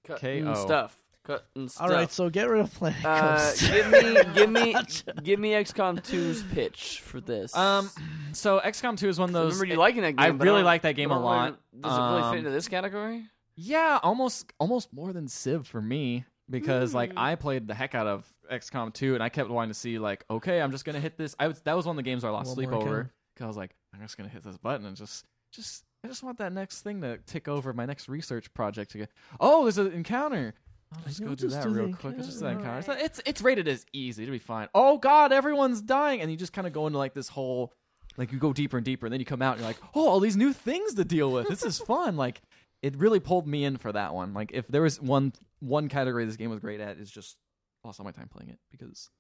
Speaker 1: cut
Speaker 2: K.O.
Speaker 1: stuff. Cut and stuff.
Speaker 3: All right, so get rid of Planet
Speaker 1: Uh,
Speaker 3: Coaster.
Speaker 1: give me, give me, give me XCOM 2's pitch for this.
Speaker 2: Um, so XCOM 2 is one of
Speaker 1: 'Cause I
Speaker 2: those.
Speaker 1: remember you liking that game.
Speaker 2: I
Speaker 1: but
Speaker 2: really
Speaker 1: don't-
Speaker 2: like that game
Speaker 1: I
Speaker 2: a
Speaker 1: don't really-
Speaker 2: lot.
Speaker 1: Does it really
Speaker 2: Um,
Speaker 1: fit into this category?
Speaker 2: Yeah, almost almost more than Civ for me because like
Speaker 3: Hmm.
Speaker 2: I played the heck out of XCOM 2 and I kept wanting to see like okay, I'm just going to hit this. I was that was one of the games where I lost
Speaker 3: One
Speaker 2: sleep
Speaker 3: more
Speaker 2: over
Speaker 3: encounter.
Speaker 2: cuz I was like I'm just going to hit this button and just just I just want that next thing to tick over my next research project to get. Oh, there's an encounter. I'll just
Speaker 3: yeah,
Speaker 2: go
Speaker 3: I'll
Speaker 2: do
Speaker 3: just
Speaker 2: that
Speaker 3: do the
Speaker 2: real quick. I'll just do that
Speaker 4: encounter.
Speaker 2: encounter. It's, not- it's it's rated as easy to be fine. Oh God, everyone's dying, and you just kind of go into like this whole, like you go deeper and deeper, and then you come out and you're like, oh, all these new things to deal with. This is fun. Like it really pulled me in for that one. Like if there was one one category this game was great at, is just lost all my time playing it because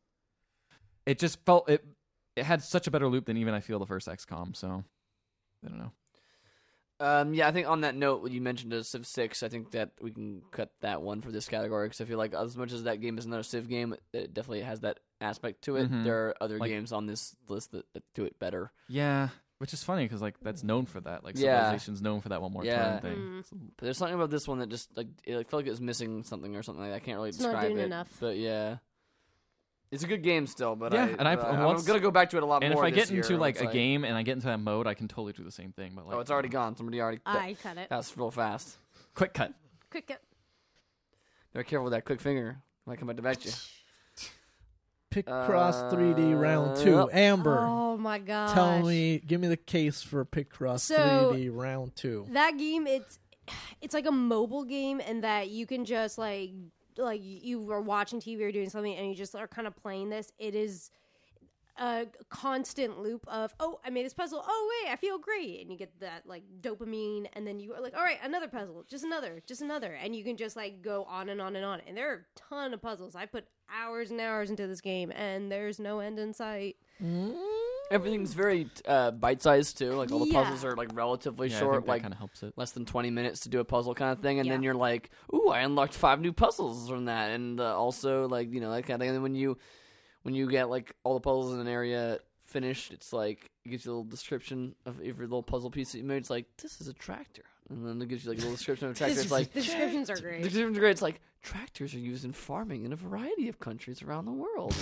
Speaker 2: it just felt it it had such a better loop than even I feel the first XCOM. So I don't know.
Speaker 1: Um, yeah, I think on that note, when you mentioned a Civ Six, I think that we can cut that one for this category because I feel like as much as that game is another Civ game, it definitely has that aspect to it.
Speaker 2: Mhm.
Speaker 1: There are other
Speaker 2: Like-
Speaker 1: games on this list that, that do it better.
Speaker 2: Yeah. Which is funny because like that's known for that. Like
Speaker 1: Yeah.
Speaker 2: civilization's known for that one more
Speaker 1: Yeah.
Speaker 2: time thing.
Speaker 4: Mm.
Speaker 2: So-
Speaker 1: But there's something about this one that just like it like, felt like it was missing something or something. Like that. I can't really
Speaker 4: It's not
Speaker 1: describe
Speaker 4: doing
Speaker 1: it.
Speaker 4: enough.
Speaker 1: But yeah, it's a good game still. But
Speaker 2: Yeah,
Speaker 1: I,
Speaker 2: and I-
Speaker 1: but
Speaker 2: and
Speaker 1: I'm
Speaker 2: once-
Speaker 1: gonna go back to it a lot
Speaker 2: and if
Speaker 1: more.
Speaker 2: I
Speaker 1: this
Speaker 2: get into
Speaker 1: year,
Speaker 2: like
Speaker 1: it's
Speaker 2: a game and I get into that mode, I can totally do the same thing. But like,
Speaker 1: oh, it's already gone. Somebody already
Speaker 4: I cut it.
Speaker 1: that's real fast.
Speaker 2: quick cut.
Speaker 4: Quick cut.
Speaker 1: Be careful with that quick finger. Might come out to bet you.
Speaker 3: Pick Cross 3D round two.
Speaker 1: Uh,
Speaker 3: Amber,
Speaker 4: Oh my gosh.
Speaker 3: tell me, give me the case for Pick Cross
Speaker 4: So-
Speaker 3: 3D round two.
Speaker 4: that game it's it's like a mobile game and that you can just like like you were watching TV or doing something and you just are kind of playing this. It is a constant loop of oh I made this puzzle oh wait I feel great and you get that like dopamine and then you are like all right another puzzle just another just another and you can just like go on and on and on and there are a ton of puzzles I put hours and hours into this game and there's no end in sight
Speaker 1: Everything's very uh, bite-sized too. Like all the
Speaker 4: Yeah.
Speaker 1: puzzles are like relatively
Speaker 2: Yeah, I
Speaker 1: short,
Speaker 2: think that
Speaker 1: like
Speaker 2: kind of helps it.
Speaker 1: less than 20 minutes to do a puzzle kind of thing and then
Speaker 4: Yeah.
Speaker 1: you're like ooh i unlocked five new puzzles from that and uh, also like you know that kind of thing and then when you when you get like all the puzzles in an area finished it's like it gives you a little description of every little puzzle piece that you made it's like this is a tractor and then it gives you like a little description of a tractor it's like
Speaker 4: the descriptions are
Speaker 1: the
Speaker 4: great
Speaker 1: description's great. It's like tractors are used in farming in a variety of countries around the world.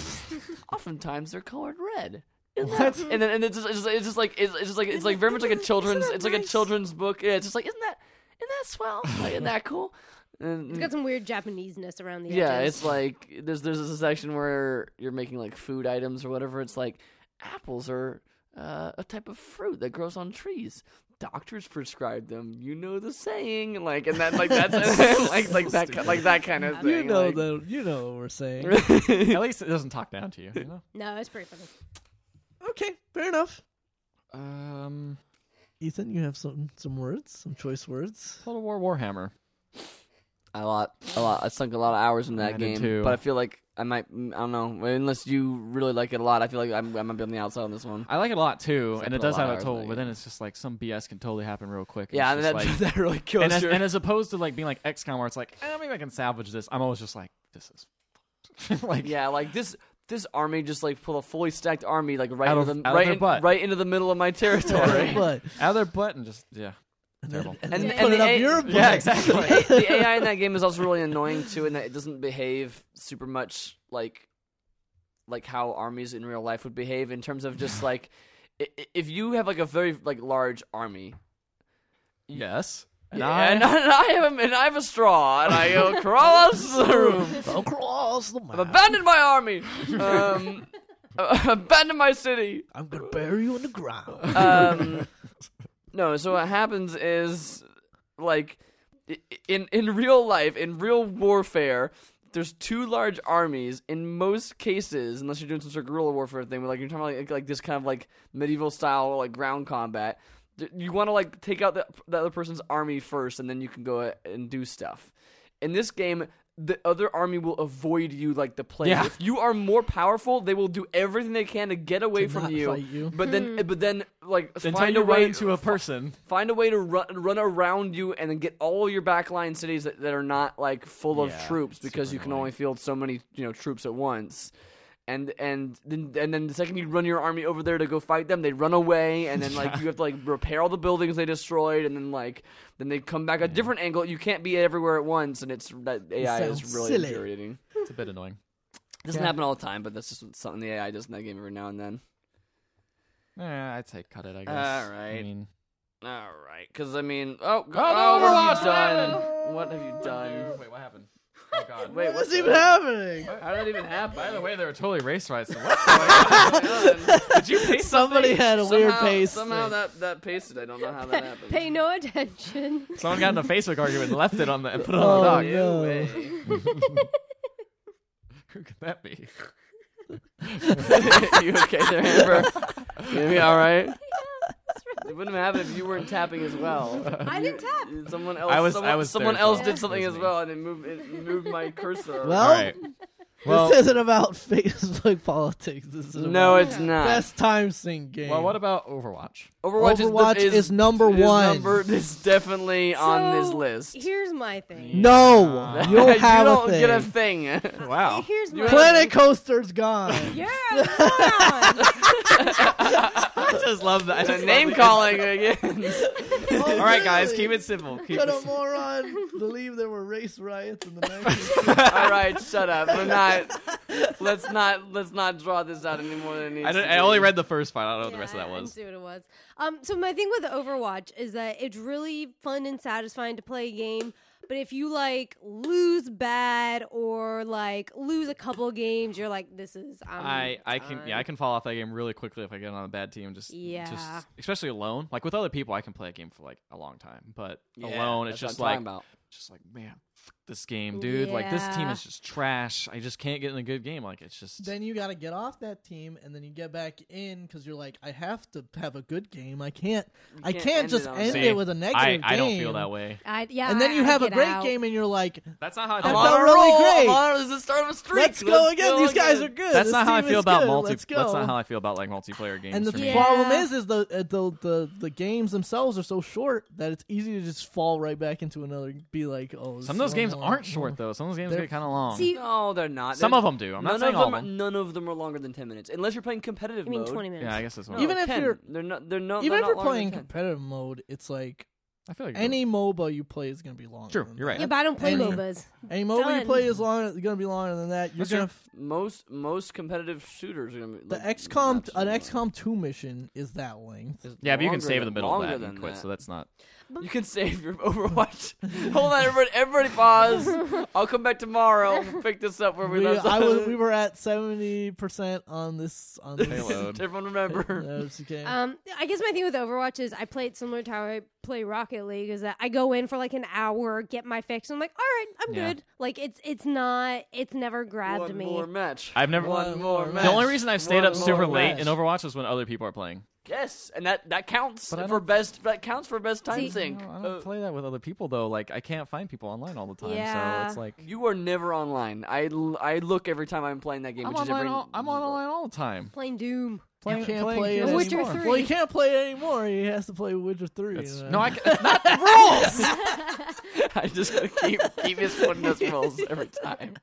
Speaker 1: Oftentimes, they're colored red. Isn't that- And then and it's just, it's just, it's just like it's, it's just like it's like very much like a children's
Speaker 4: that
Speaker 1: it's like a
Speaker 4: nice?
Speaker 1: children's book. Yeah, it's just like isn't that isn't that swell? Like, isn't that cool? And,
Speaker 4: it's got some weird Japaneseness around the
Speaker 1: yeah,
Speaker 4: edges.
Speaker 1: it's like there's there's a section where you're making like food items or whatever. It's like apples are uh, a type of fruit that grows on trees. Doctors prescribe them. You know the saying, like and that like that's like like that ki- like that kind of thing.
Speaker 3: You know
Speaker 1: like-
Speaker 3: the, you know what we're saying.
Speaker 2: At least it doesn't talk down to you. You know.
Speaker 4: no it's pretty funny.
Speaker 3: okay, fair enough.
Speaker 2: Um,
Speaker 3: Ethan, you have some some words, some choice words.
Speaker 2: Total War Warhammer.
Speaker 1: a lot, a lot. I sunk a lot of hours in
Speaker 2: I
Speaker 1: that
Speaker 2: did
Speaker 1: game,
Speaker 2: too.
Speaker 1: but I feel like I might. mm, I don't know. Unless you really like it a lot, I feel like I'm, I might be on the outside on this one.
Speaker 2: I like it a lot too,
Speaker 1: So I
Speaker 2: and it
Speaker 1: put a
Speaker 2: does
Speaker 1: lot of
Speaker 2: have a
Speaker 1: hours in
Speaker 2: total.
Speaker 1: that
Speaker 2: But then
Speaker 1: game.
Speaker 2: it's just like some BS can totally happen real quick. and
Speaker 1: Yeah,
Speaker 2: it's
Speaker 1: and
Speaker 2: just
Speaker 1: that,
Speaker 2: like,
Speaker 1: that really kills
Speaker 2: and, as,
Speaker 1: you.
Speaker 2: and as opposed to like being like XCOM, where it's like, eh, maybe I can salvage this. I'm always just like, this is like,
Speaker 1: Yeah, like this this army just like pull a fully stacked army like right
Speaker 2: Out
Speaker 1: into
Speaker 2: of-
Speaker 1: the
Speaker 2: out of
Speaker 1: right,
Speaker 2: their
Speaker 1: in-
Speaker 2: butt.
Speaker 1: right into the middle of my territory.
Speaker 3: But
Speaker 2: out of their butt and just yeah, terrible.
Speaker 3: and, then
Speaker 1: And-
Speaker 3: put
Speaker 1: and
Speaker 3: it up
Speaker 1: the-
Speaker 3: your
Speaker 1: yeah,
Speaker 3: butt.
Speaker 2: exactly.
Speaker 1: the AI in that game is also really annoying too, in that it doesn't behave super much like like how armies in real life would behave in terms of just like i- i- if you have like a very like large army.
Speaker 2: yes. And
Speaker 1: Yeah,
Speaker 2: I,
Speaker 1: and, I, and I have a, and I have a straw, and I go across the room.
Speaker 3: Across the
Speaker 1: I've
Speaker 3: map.
Speaker 1: abandoned my army. Um, I've abandoned my city.
Speaker 3: I'm gonna bury you in the ground.
Speaker 1: um, no, so what happens is like i- in in real life, in real warfare, there's two large armies. In most cases, unless you're doing some sort of guerrilla warfare thing, but like you're talking about like, like this kind of like medieval style like ground combat. th- You want to like take out the, the other person's army first, and then you can go a- and do stuff. In this game, the other army will avoid you like the plague.
Speaker 2: Yeah.
Speaker 1: If you are more powerful, they will do everything they can to get away
Speaker 3: To
Speaker 1: from
Speaker 3: not
Speaker 1: you,
Speaker 3: fight you.
Speaker 1: But then, but then, like
Speaker 2: until
Speaker 1: find
Speaker 2: you
Speaker 1: a way
Speaker 2: run into a person.
Speaker 1: find a way to run run around you and then get all your backline cities that, that are not like full
Speaker 2: Yeah,
Speaker 1: of troops
Speaker 2: it's
Speaker 1: because
Speaker 2: super
Speaker 1: you can
Speaker 2: annoying.
Speaker 1: only field so many you know troops at once and and then and then the second you run your army over there to go fight them, they run away, and then like you have to like repair all the buildings they destroyed, and then like then they come back a different angle. You can't be everywhere at once, and it's that AI is
Speaker 3: sounds
Speaker 1: really
Speaker 3: silly.
Speaker 1: infuriating.
Speaker 2: It's a bit annoying.
Speaker 1: It doesn't
Speaker 3: Yeah.
Speaker 1: happen all the time, but that's just something the AI does in that game every now and then.
Speaker 2: Yeah, Eh, I'd say cut it. I guess.
Speaker 1: Alright.
Speaker 2: I mean,
Speaker 1: All right, because I mean, oh, go-
Speaker 2: Oh,
Speaker 1: oh, what have
Speaker 2: Overwatch,
Speaker 1: you done? What have you done?
Speaker 2: wait, what happened? Oh God.
Speaker 1: Wait,
Speaker 3: What's
Speaker 1: what's
Speaker 3: even happening?
Speaker 1: How did that even happen?
Speaker 2: By the way, they were totally race riots. So what's going on? Did you paste
Speaker 3: Somebody
Speaker 2: something?
Speaker 3: had a weird
Speaker 1: somehow,
Speaker 3: pace.
Speaker 1: Somehow that that pasted. I don't know how that happened.
Speaker 4: Pay no attention.
Speaker 2: Someone got in a Facebook argument and left it on the and put it
Speaker 3: Oh,
Speaker 2: on
Speaker 1: No
Speaker 2: the dock.
Speaker 3: no.
Speaker 1: way.
Speaker 2: Who could that be?
Speaker 1: you okay there, Amber? You gonna be all right? It wouldn't have happened if you weren't tapping as
Speaker 2: Um,
Speaker 1: well.
Speaker 4: I didn't tap.
Speaker 1: Someone else.
Speaker 2: I was-
Speaker 1: someone,
Speaker 2: I was
Speaker 1: someone
Speaker 2: there,
Speaker 1: else
Speaker 4: so
Speaker 1: did something as
Speaker 2: listening.
Speaker 1: well, and it moved. It moved my cursor.
Speaker 3: Well,
Speaker 2: All right. Well,
Speaker 3: this isn't about Facebook politics. This is
Speaker 1: no,
Speaker 3: about
Speaker 1: it's not.
Speaker 3: best time sync game.
Speaker 2: well, what about Overwatch?
Speaker 1: Overwatch,
Speaker 3: Overwatch
Speaker 1: is, the, is,
Speaker 3: is number
Speaker 1: is
Speaker 3: one.
Speaker 1: Number is definitely on this
Speaker 4: So,
Speaker 1: list.
Speaker 4: Here's my thing.
Speaker 3: no,
Speaker 2: Yeah.
Speaker 3: you don't
Speaker 1: you
Speaker 3: have
Speaker 1: don't
Speaker 3: a thing.
Speaker 1: get a thing.
Speaker 2: Wow.
Speaker 4: Here's my
Speaker 3: Planet Coaster's gone.
Speaker 4: Yeah, moron.
Speaker 2: I just love that. I
Speaker 1: The
Speaker 2: just
Speaker 1: name
Speaker 2: love
Speaker 1: calling again.
Speaker 2: All right, guys, keep it simple. Keep
Speaker 3: Could a
Speaker 2: it
Speaker 3: moron believe there were race riots in the 1960s?
Speaker 1: All right, shut up. We're not. Let's not. Let's not draw this out any more than it needs
Speaker 2: I, don't,
Speaker 1: to
Speaker 2: I
Speaker 1: be.
Speaker 2: only read the first part. I don't know what the
Speaker 4: Yeah,
Speaker 2: rest of
Speaker 4: I-
Speaker 2: that
Speaker 4: I didn't
Speaker 2: was.
Speaker 4: see what it was. Um, so my thing with Overwatch is that it's really fun and satisfying to play a game, but if you like lose bad or like lose a couple games, you're like, this is um, I'm
Speaker 2: I, I can yeah I
Speaker 4: done.
Speaker 2: can fall off that game really quickly if I get on a bad team just
Speaker 4: Yeah.
Speaker 2: just especially alone like with other people I can play a game for like a long time but
Speaker 1: Yeah,
Speaker 2: alone it's
Speaker 1: that's what
Speaker 2: just
Speaker 1: I'm talking
Speaker 2: like
Speaker 1: about.
Speaker 2: just like man f- this game dude like this team
Speaker 4: Yeah.
Speaker 2: is just trash I just can't get in a good game like it's just
Speaker 3: then you got to get off that team and then you get back in because you're like i have to have a good game i can't, i
Speaker 1: can't
Speaker 3: can't
Speaker 1: end
Speaker 3: just
Speaker 1: it on-
Speaker 3: end
Speaker 2: See,
Speaker 3: it with a negative
Speaker 2: I
Speaker 3: game
Speaker 2: I don't feel that way
Speaker 4: I, yeah,
Speaker 3: and then
Speaker 4: I-
Speaker 3: you
Speaker 4: I
Speaker 3: have a
Speaker 4: get
Speaker 3: great
Speaker 4: out.
Speaker 3: game and you're like
Speaker 2: that's not how I
Speaker 3: That's
Speaker 2: feel
Speaker 1: I'm
Speaker 3: not
Speaker 1: on
Speaker 2: about
Speaker 1: a
Speaker 3: really
Speaker 1: roll.
Speaker 3: great.
Speaker 1: I'm on- this is the start of a streak.
Speaker 3: let's go again
Speaker 1: go
Speaker 3: these guys
Speaker 1: again.
Speaker 3: are good
Speaker 2: that's
Speaker 3: This
Speaker 2: not how I
Speaker 3: team
Speaker 2: feel
Speaker 3: is
Speaker 2: about
Speaker 3: good.
Speaker 2: multi
Speaker 3: Let's go.
Speaker 2: that's not how I feel about like multiplayer games
Speaker 3: and the
Speaker 2: for me
Speaker 4: Yeah.
Speaker 3: problem is is the, uh, the the the games themselves are so short that it's easy to just fall right back into another be like oh
Speaker 2: some of those
Speaker 3: so
Speaker 2: games
Speaker 3: long.
Speaker 2: aren't short though some of those games
Speaker 3: They're-
Speaker 2: get kind of long
Speaker 4: See,
Speaker 1: No, oh, they're not.
Speaker 2: some
Speaker 1: They're-
Speaker 2: of them do I'm
Speaker 1: none
Speaker 2: not saying
Speaker 1: of
Speaker 2: all
Speaker 1: them.
Speaker 2: of them
Speaker 1: None of them are longer than ten minutes, unless you're playing competitive
Speaker 4: I mean,
Speaker 1: mode.
Speaker 4: twenty minutes.
Speaker 2: yeah I guess that's
Speaker 1: No,
Speaker 2: one
Speaker 3: Even if
Speaker 1: 10.
Speaker 3: you're-
Speaker 1: they're not. They're not.
Speaker 3: even
Speaker 1: they're not
Speaker 3: if you're
Speaker 1: longer than
Speaker 3: playing
Speaker 1: 10.
Speaker 3: competitive mode it's like
Speaker 2: I feel like
Speaker 3: any MOBA you play is going to be longer.
Speaker 2: Sure,
Speaker 3: than
Speaker 2: you're right.
Speaker 3: that.
Speaker 4: Yeah, but I don't play
Speaker 3: Any-
Speaker 4: MOBAs.
Speaker 3: Any MOBA you
Speaker 4: Done.
Speaker 3: play is long, going to be longer than that. You're
Speaker 2: That's
Speaker 3: going to
Speaker 1: most most competitive shooters are gonna be
Speaker 3: the
Speaker 1: like,
Speaker 3: XCOM an
Speaker 1: absolutely.
Speaker 3: XCOM two mission is that length.
Speaker 1: It's
Speaker 2: Yeah, but you can
Speaker 1: longer
Speaker 2: save in the
Speaker 1: than-
Speaker 2: middle of
Speaker 1: longer
Speaker 2: that and
Speaker 1: than
Speaker 2: quit,
Speaker 1: that.
Speaker 2: so that's not.
Speaker 1: You can save your Overwatch. Hold on, everybody. Everybody pause. I'll come back tomorrow. We'll pick this up where we,
Speaker 3: We,
Speaker 1: left
Speaker 3: I
Speaker 1: off.
Speaker 3: was, we were at seventy percent on this on this
Speaker 2: Payload.
Speaker 1: Everyone remember.
Speaker 3: That's okay.
Speaker 4: Um, I guess my thing with Overwatch is I play it similar to how I play Rocket League is that I go in for like an hour, get my fix, and I'm like, all right, I'm
Speaker 2: Yeah.
Speaker 4: good. Like it's it's not it's never grabbed
Speaker 1: One
Speaker 4: me.
Speaker 1: more match.
Speaker 2: I've never.
Speaker 3: One
Speaker 1: One more
Speaker 3: more
Speaker 1: match.
Speaker 2: the only reason I've stayed
Speaker 1: One
Speaker 2: up
Speaker 1: more
Speaker 2: super late
Speaker 1: match.
Speaker 2: in Overwatch is when other people are playing.
Speaker 1: Yes, and that that counts
Speaker 2: But I
Speaker 1: for
Speaker 2: don't-
Speaker 1: best. That counts for best time
Speaker 4: See-
Speaker 1: sync.
Speaker 2: Oh, I don't
Speaker 1: Uh,
Speaker 2: play that with other people though. Like I can't find people online all the time, so
Speaker 4: Yeah.
Speaker 2: it's like
Speaker 1: you are never online. I, l- I look every time I'm playing that game.
Speaker 2: I'm
Speaker 1: which is
Speaker 2: online.
Speaker 1: every-
Speaker 2: All, I'm online all the time.
Speaker 4: Playing Doom.
Speaker 2: Playing,
Speaker 3: you can't
Speaker 2: playing
Speaker 3: play it
Speaker 2: games
Speaker 4: Witcher
Speaker 2: anymore.
Speaker 4: three.
Speaker 3: well, you can't play it anymore. He has to play Witcher three.
Speaker 2: It's,
Speaker 3: you know?
Speaker 2: no, I, c- it's not the rules.
Speaker 1: I just gotta keep keep misquoting those rules every time.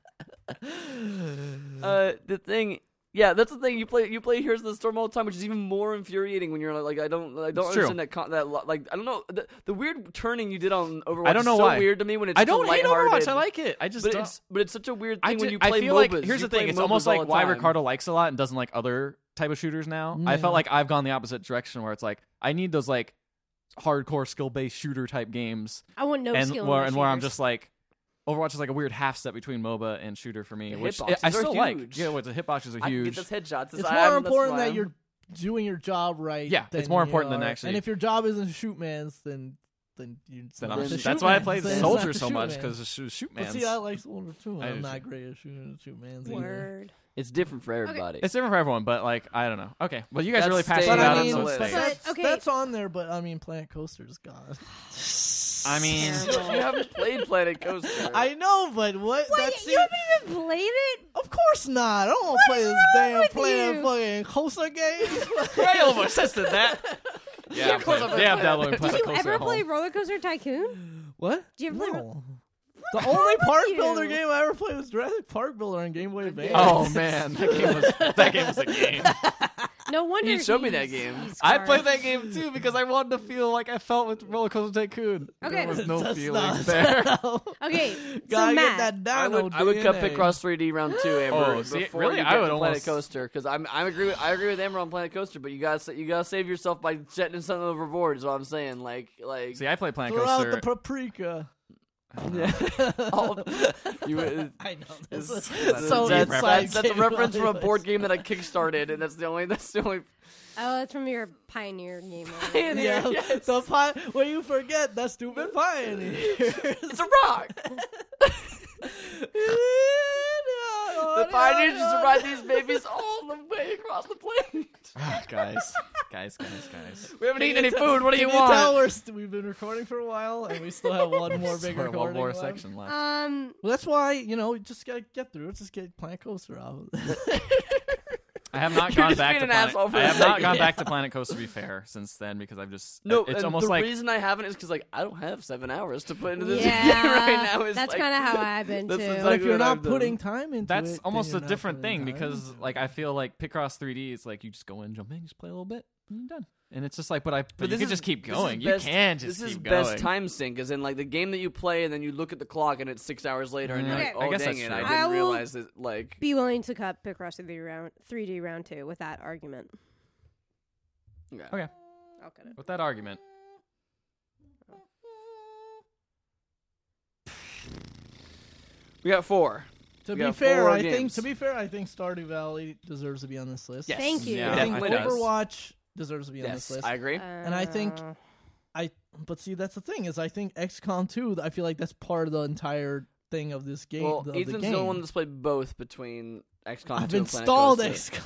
Speaker 1: Uh, the thing, yeah, that's the thing. You play you play Heroes of the Storm all the time, which is even more infuriating when you're like, I don't, I don't
Speaker 2: It's true.
Speaker 1: understand that con- that lo- like I don't know the, the weird turning you did on Overwatch.
Speaker 2: I don't know
Speaker 1: is so
Speaker 2: why.
Speaker 1: weird to me when it's
Speaker 2: I
Speaker 1: such a
Speaker 2: don't hate
Speaker 1: lighthearted-
Speaker 2: Overwatch. I like it. I just
Speaker 1: but
Speaker 2: don't-
Speaker 1: it's but it's such a weird
Speaker 2: I,
Speaker 1: thing when
Speaker 2: ju-
Speaker 1: you
Speaker 2: I
Speaker 1: play
Speaker 2: feel
Speaker 1: MOBAs.
Speaker 2: like here's
Speaker 1: You
Speaker 2: the thing.
Speaker 1: play
Speaker 2: It's almost
Speaker 1: MOBAs all
Speaker 2: like
Speaker 1: the
Speaker 2: why
Speaker 1: time.
Speaker 2: Ricardo likes a lot and doesn't like other type of shooters now. I
Speaker 3: Yeah.
Speaker 1: Mm.
Speaker 2: felt like I've gone the opposite direction where it's like I need those like hardcore skill based shooter type games
Speaker 4: I want no
Speaker 2: and
Speaker 4: skill. in
Speaker 2: where
Speaker 4: my
Speaker 2: and where I'm
Speaker 4: shooters.
Speaker 2: just like Overwatch is like a weird half step between MOBA and shooter for me,
Speaker 1: The
Speaker 2: which
Speaker 1: hitboxes
Speaker 2: I
Speaker 1: are
Speaker 2: still
Speaker 1: huge.
Speaker 2: like. Yeah, well, the hitboxes are
Speaker 1: I can get
Speaker 2: huge.
Speaker 1: those headshots.
Speaker 3: it's
Speaker 1: I-
Speaker 3: more
Speaker 1: I'm- that's
Speaker 3: important
Speaker 1: why
Speaker 3: that
Speaker 1: I'm-
Speaker 3: you're doing your job right.
Speaker 2: Yeah, it's
Speaker 3: than
Speaker 2: more
Speaker 3: you
Speaker 2: important than
Speaker 3: are-
Speaker 2: actually-
Speaker 3: And if your job isn't to shoot mans, then then you.
Speaker 2: Then
Speaker 1: Well,
Speaker 2: I'm-
Speaker 1: it's a
Speaker 2: that's
Speaker 1: shoot
Speaker 2: why I
Speaker 1: man.
Speaker 2: played
Speaker 1: Then it's
Speaker 2: Soldier
Speaker 1: not
Speaker 2: so much because it's shoot, shoot
Speaker 3: But
Speaker 2: man.
Speaker 3: see, I like Soldier too.
Speaker 2: I do
Speaker 3: I'm
Speaker 2: too.
Speaker 3: not great at shooting shoot mans. either.
Speaker 4: word.
Speaker 1: It's different for everybody.
Speaker 2: It's different for everyone, but like I don't know. Okay, well you guys
Speaker 1: That's
Speaker 2: really passed
Speaker 1: stayed
Speaker 3: But
Speaker 1: Yeah,
Speaker 2: about
Speaker 3: I
Speaker 1: that's
Speaker 2: it.
Speaker 3: mean,
Speaker 1: on
Speaker 2: So
Speaker 1: the
Speaker 3: but
Speaker 1: list.
Speaker 4: But,
Speaker 3: that's,
Speaker 4: okay.
Speaker 3: that's on there. But I mean, Planet Coaster's gone.
Speaker 2: I mean,
Speaker 1: you haven't played Planet Coaster.
Speaker 3: I know, but what?
Speaker 4: Wait,
Speaker 3: that's
Speaker 4: you haven't even played it.
Speaker 3: Of course not. I don't want to play
Speaker 4: is
Speaker 3: this
Speaker 4: wrong
Speaker 3: damn
Speaker 4: with
Speaker 3: Planet
Speaker 4: you?
Speaker 3: fucking Coaster game.
Speaker 2: Crail of assisted that. Yeah,
Speaker 1: of course I've
Speaker 2: I'm playing- yeah,
Speaker 1: played
Speaker 2: I'm
Speaker 1: it.
Speaker 2: downloading
Speaker 4: Did
Speaker 2: Planet
Speaker 4: you
Speaker 2: Coaster
Speaker 4: ever
Speaker 2: at
Speaker 4: play
Speaker 2: home.
Speaker 4: Roller Coaster Tycoon?
Speaker 3: what?
Speaker 4: Did you ever play
Speaker 3: No.
Speaker 4: What
Speaker 3: The
Speaker 4: wrong
Speaker 3: only
Speaker 4: with
Speaker 3: park
Speaker 4: you?
Speaker 3: builder game I ever played was Jurassic Park Builder on Game Boy Advance.
Speaker 2: Oh man, that game was that game was a game.
Speaker 4: No wonder
Speaker 1: You showed me that
Speaker 4: he's-
Speaker 1: game.
Speaker 4: he's
Speaker 2: I played
Speaker 4: scarred.
Speaker 2: that game too because I wanted to feel like I felt with Roller Coaster Tycoon.
Speaker 4: Okay.
Speaker 2: there was no
Speaker 3: That's
Speaker 2: feelings
Speaker 3: not-
Speaker 2: there.
Speaker 4: Okay,
Speaker 3: Gotta
Speaker 4: so
Speaker 3: get
Speaker 4: Matt,
Speaker 3: that down.
Speaker 1: I would, I would cut Pit Cross 3D round two, Amber.
Speaker 2: Oh, see,
Speaker 1: before
Speaker 2: really?
Speaker 1: you
Speaker 2: I
Speaker 1: get
Speaker 2: would
Speaker 1: to Planet
Speaker 2: almost-
Speaker 1: Coaster because I'm, I'm agree with, I agree with Amber on Planet Coaster, but you gotta sa- you gotta save yourself by jetting something overboard. Is what I'm saying. Like like
Speaker 2: See, I play Planet
Speaker 3: Throw out
Speaker 2: Coaster.
Speaker 3: the paprika.
Speaker 1: All you- uh,
Speaker 3: I know this is
Speaker 1: Oh, that's-
Speaker 3: so
Speaker 1: that's,
Speaker 2: inside
Speaker 1: that's, that's a
Speaker 3: game
Speaker 1: reference from a
Speaker 3: knowledge.
Speaker 1: board game that I kickstarted, and that's the only that's the only
Speaker 4: oh, that's from your pioneer game. over there.
Speaker 1: pioneer.
Speaker 3: Yeah,
Speaker 1: yes.
Speaker 3: the pi- well, you forget that stupid pioneers.
Speaker 1: It's a rock.
Speaker 3: the
Speaker 2: Oh,
Speaker 1: The pioneers used to ride these babies all the way across the planet.
Speaker 2: Ah, guys, guys, guys, guys.
Speaker 1: We haven't eaten any food. What do you
Speaker 3: Can You tell
Speaker 1: want?
Speaker 3: we're st- we've been recording for a while, and we still have one more big
Speaker 2: Sorry,
Speaker 3: recording.
Speaker 2: one more
Speaker 3: left.
Speaker 2: section left.
Speaker 4: Um,
Speaker 3: Well, that's why you know we just gotta get through it. Just get Planet Coaster out.
Speaker 2: I have not
Speaker 1: You're
Speaker 2: gone
Speaker 1: just
Speaker 2: back
Speaker 1: being
Speaker 2: to
Speaker 1: an
Speaker 2: Planet.
Speaker 1: asshole for
Speaker 2: I
Speaker 1: a
Speaker 2: have not
Speaker 1: second.
Speaker 2: gone back to Planet Coaster. To be fair, since then because I've just
Speaker 1: No,
Speaker 2: it's
Speaker 1: and
Speaker 2: almost
Speaker 1: the
Speaker 2: like
Speaker 1: reason I haven't is because like I don't have seven hours to put into this
Speaker 4: yeah,
Speaker 1: game right now. It's
Speaker 4: that's
Speaker 1: like,
Speaker 4: kind of how I've been
Speaker 1: that's
Speaker 4: too.
Speaker 3: but
Speaker 1: exactly-
Speaker 3: if you're
Speaker 1: what
Speaker 3: not
Speaker 1: I've done.
Speaker 3: putting time into it,
Speaker 2: that's
Speaker 3: then
Speaker 2: almost
Speaker 3: you're
Speaker 2: a
Speaker 3: not
Speaker 2: different
Speaker 3: putting
Speaker 2: thing
Speaker 3: time
Speaker 2: because
Speaker 3: into
Speaker 2: like
Speaker 3: it.
Speaker 2: I feel like Picross 3D is like you just go in, jump in, just play a little bit, and you're done. And it's just like, but I but, you
Speaker 1: this
Speaker 2: can
Speaker 1: is-
Speaker 2: just keep
Speaker 1: this is
Speaker 2: going. You
Speaker 1: best-
Speaker 2: can just
Speaker 1: this is
Speaker 2: keep
Speaker 1: best
Speaker 2: going.
Speaker 1: time sync, as in like the game that you play, and then you look at the clock, and it's six hours later, and you're
Speaker 4: Okay.
Speaker 1: like, oh
Speaker 2: I guess
Speaker 1: dang
Speaker 2: that's
Speaker 1: it,
Speaker 2: true.
Speaker 1: I
Speaker 2: I
Speaker 1: didn't
Speaker 4: will-
Speaker 1: realize that. Like,
Speaker 4: be willing to cut Picross 3D round 3D round two with that argument.
Speaker 1: okay.
Speaker 2: Okay,
Speaker 4: I'll cut it.
Speaker 2: with that argument,
Speaker 1: we got four.
Speaker 3: to
Speaker 1: we
Speaker 3: be
Speaker 1: got
Speaker 3: fair,
Speaker 1: four
Speaker 3: I think
Speaker 1: games.
Speaker 3: to be fair, I think Stardew Valley deserves to be on this list.
Speaker 1: Yes.
Speaker 4: Thank you.
Speaker 2: Yeah,
Speaker 3: I think
Speaker 1: definitely does.
Speaker 3: Overwatch deserves to be on this
Speaker 1: Yes,
Speaker 3: list. Uh,
Speaker 1: I agree.
Speaker 4: And
Speaker 3: I think-
Speaker 4: Uh,
Speaker 3: but see, that's the thing is, I think XCOM 2. I feel like that's part of the entire thing of this game.
Speaker 1: well,
Speaker 3: of the
Speaker 1: Ethan's the,
Speaker 3: game.
Speaker 1: only one that's played both between XCOM. 2
Speaker 3: I've
Speaker 1: and Planet
Speaker 3: installed
Speaker 1: Coaster.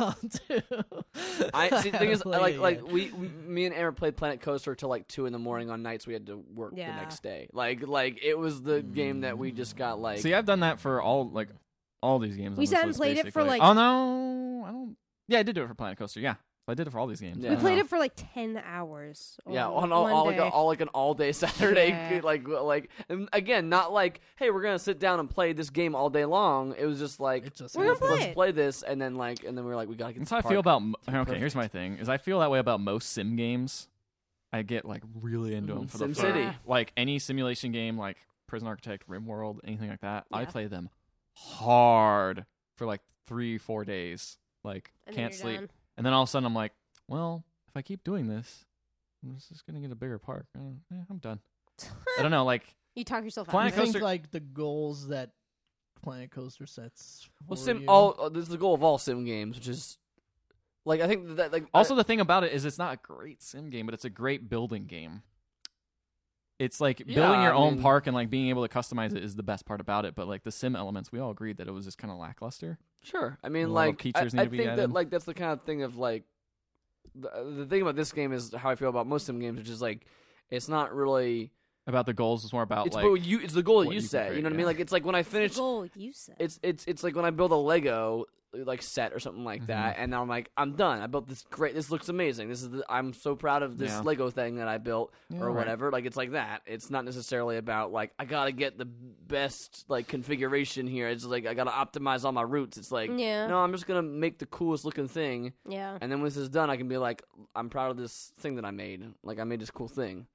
Speaker 3: XCOM 2.
Speaker 1: I see. The thing is,
Speaker 3: haven't
Speaker 1: like,
Speaker 3: played
Speaker 1: like
Speaker 3: it yet.
Speaker 1: we, we, me and Amber played Planet Coaster till like two in the morning on nights we had to work
Speaker 4: Yeah.
Speaker 1: the next day. Like, like it was the game that we just got like.
Speaker 2: see, I've done that for all like all these games.
Speaker 4: We
Speaker 2: on this
Speaker 4: sat and
Speaker 2: list,
Speaker 4: played it for,
Speaker 2: basically.
Speaker 4: like-
Speaker 2: oh no, I don't. Yeah, I did do it for Planet Coaster. Yeah, I did it for all these games.
Speaker 1: We
Speaker 2: I
Speaker 4: we
Speaker 2: don't
Speaker 4: played
Speaker 2: know.
Speaker 4: it for like ten hours.
Speaker 1: Yeah,
Speaker 4: on
Speaker 1: on all,
Speaker 4: one
Speaker 1: all, like,
Speaker 4: day.
Speaker 1: a, all like an all day Saturday,
Speaker 4: Yeah.
Speaker 1: like like and again, not like hey, we're gonna sit down and play this game all day long. It was just like
Speaker 3: It just
Speaker 4: We're gonna
Speaker 3: happened.
Speaker 1: let's, let's
Speaker 4: play
Speaker 1: play
Speaker 4: it.
Speaker 1: this, and then like and then we were like we gotta get.
Speaker 2: That's
Speaker 1: to
Speaker 2: how I
Speaker 1: the
Speaker 2: feel
Speaker 1: park.
Speaker 2: about. mo-
Speaker 1: be
Speaker 2: Okay, here's my thing: is I feel that way about most sim games. I get like really into them
Speaker 1: Mhm,
Speaker 2: for the
Speaker 1: Sim
Speaker 2: fun.
Speaker 4: Mm-hmm. City.
Speaker 2: Like any simulation game, like Prison Architect, RimWorld, anything like that. I
Speaker 4: Yeah.
Speaker 2: play them hard for like three, four days. Like
Speaker 4: And then
Speaker 2: can't
Speaker 4: you're
Speaker 2: sleep,
Speaker 4: done.
Speaker 2: and then all of a sudden I'm like, well, if I keep doing this, I'm just- just gonna get a bigger park. Uh, yeah, I'm done. I don't know. Like
Speaker 4: You talk yourself out.
Speaker 2: Planet
Speaker 4: of
Speaker 3: I
Speaker 4: it.
Speaker 3: think
Speaker 2: Coaster-
Speaker 3: like the goals that Planet Coaster sets.
Speaker 1: well,
Speaker 3: for
Speaker 1: sim
Speaker 3: you.
Speaker 1: all. Uh, this is the goal of all sim games, which is like I think that like
Speaker 2: Also, the thing about it is it's not a great sim game, but it's a great building game. It's like building
Speaker 1: Yeah,
Speaker 2: your
Speaker 1: I
Speaker 2: own
Speaker 1: mean-
Speaker 2: park and like being able to customize it is the best part about it. But like the sim elements, we all agreed that it was just kind of lackluster.
Speaker 1: Sure. I
Speaker 2: A
Speaker 1: mean,
Speaker 2: lot of
Speaker 1: like, I,
Speaker 2: features need
Speaker 1: I
Speaker 2: to be
Speaker 1: think that
Speaker 2: added.
Speaker 1: like that's the kind of thing of like the, the thing about this game is how I feel about most sim games, which is like it's not really
Speaker 2: About the goals, it's more about
Speaker 1: it's
Speaker 2: like
Speaker 1: but you it's the goal that
Speaker 2: what
Speaker 1: you
Speaker 2: you can
Speaker 1: set. you
Speaker 2: create,
Speaker 1: know what I mean?
Speaker 2: yeah.
Speaker 1: Like it's like when I
Speaker 4: It's
Speaker 1: finish
Speaker 4: the goal you said.
Speaker 1: it's it's it's like when I build a Lego like set or something
Speaker 2: Mm-hmm.
Speaker 1: like that, and I'm like I'm done. I built this great. This looks amazing. This is the, I'm so proud of this
Speaker 2: Yeah.
Speaker 1: Lego thing that I built
Speaker 2: Yeah,
Speaker 1: or
Speaker 2: right.
Speaker 1: whatever. Like it's like that. It's not necessarily about like I gotta get the best like configuration here. It's like I gotta optimize all my routes. It's like
Speaker 4: Yeah.
Speaker 1: no, I'm just gonna make the coolest looking thing,
Speaker 4: yeah.
Speaker 1: and then when this is done, I can be like I'm proud of this thing that I made. Like I made this cool thing.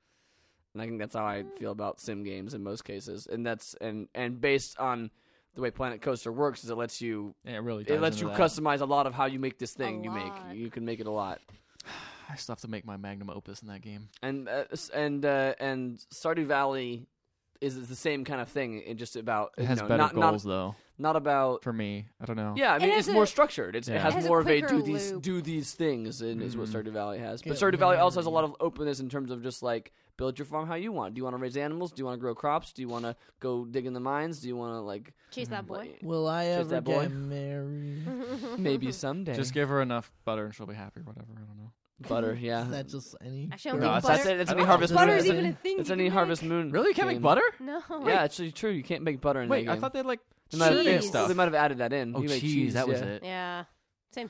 Speaker 1: And I think that's how
Speaker 2: Mm.
Speaker 1: I feel about sim games in most cases. And that's and and based on the way Planet Coaster works is it lets you
Speaker 2: Yeah, it really
Speaker 1: it
Speaker 2: dives
Speaker 1: lets
Speaker 2: into
Speaker 1: you
Speaker 2: that.
Speaker 1: customize a lot of how you make this thing you
Speaker 4: lot.
Speaker 1: make. You can make it a lot.
Speaker 2: I still have to make my magnum opus in that game.
Speaker 1: And uh, s- and uh, and Stardew Valley is the same kind of thing. It just about
Speaker 2: It has
Speaker 1: you know,
Speaker 2: better
Speaker 1: Uh, not,
Speaker 2: goals
Speaker 1: not
Speaker 2: though
Speaker 1: not about
Speaker 2: for me. I don't know.
Speaker 1: yeah. I mean,
Speaker 4: has
Speaker 1: it's more
Speaker 4: a-
Speaker 1: structured. It's,
Speaker 2: Yeah.
Speaker 1: It has
Speaker 4: It has a
Speaker 1: more of a do
Speaker 4: quicker
Speaker 1: these
Speaker 4: loop.
Speaker 1: do these things, and is what
Speaker 2: Mhm.
Speaker 1: Stardew Valley has. But
Speaker 3: Yeah,
Speaker 1: Stardew Valley also has a
Speaker 2: Mm-hmm.
Speaker 3: very-
Speaker 1: lot of openness in terms of just like build your farm how you want. Do you want to raise animals? Do you want to grow crops? Do you want to go dig in the mines? Do you want to like
Speaker 4: Chase that boy.
Speaker 3: Will I
Speaker 1: Chase
Speaker 3: ever
Speaker 1: that boy.
Speaker 3: get married?
Speaker 1: maybe someday
Speaker 2: Just give her enough butter and she'll be happy or whatever. I don't know.
Speaker 1: butter. Yeah,
Speaker 3: Is that just any?
Speaker 4: Actually, I don't
Speaker 2: No, that's-
Speaker 4: think butter.
Speaker 1: that's it. That's
Speaker 2: I
Speaker 1: any
Speaker 2: don't
Speaker 1: Harvest
Speaker 2: know.
Speaker 1: Moon.
Speaker 4: butter is
Speaker 1: that's
Speaker 4: even
Speaker 1: any-
Speaker 4: a thing.
Speaker 1: It's
Speaker 4: you
Speaker 1: any
Speaker 4: can
Speaker 1: Harvest
Speaker 4: make.
Speaker 1: Moon.
Speaker 2: Really, you can't
Speaker 1: game.
Speaker 2: make butter?
Speaker 4: No.
Speaker 1: Yeah, actually, true. You can't make butter in
Speaker 2: Wait,
Speaker 1: that
Speaker 2: I
Speaker 1: game.
Speaker 2: thought they had like
Speaker 1: They might have-
Speaker 4: Cheese.
Speaker 1: they-
Speaker 4: mixed up.
Speaker 1: They might have added that in.
Speaker 2: oh
Speaker 1: You make
Speaker 2: cheese, that was
Speaker 1: yeah.
Speaker 2: it.
Speaker 4: Yeah. Same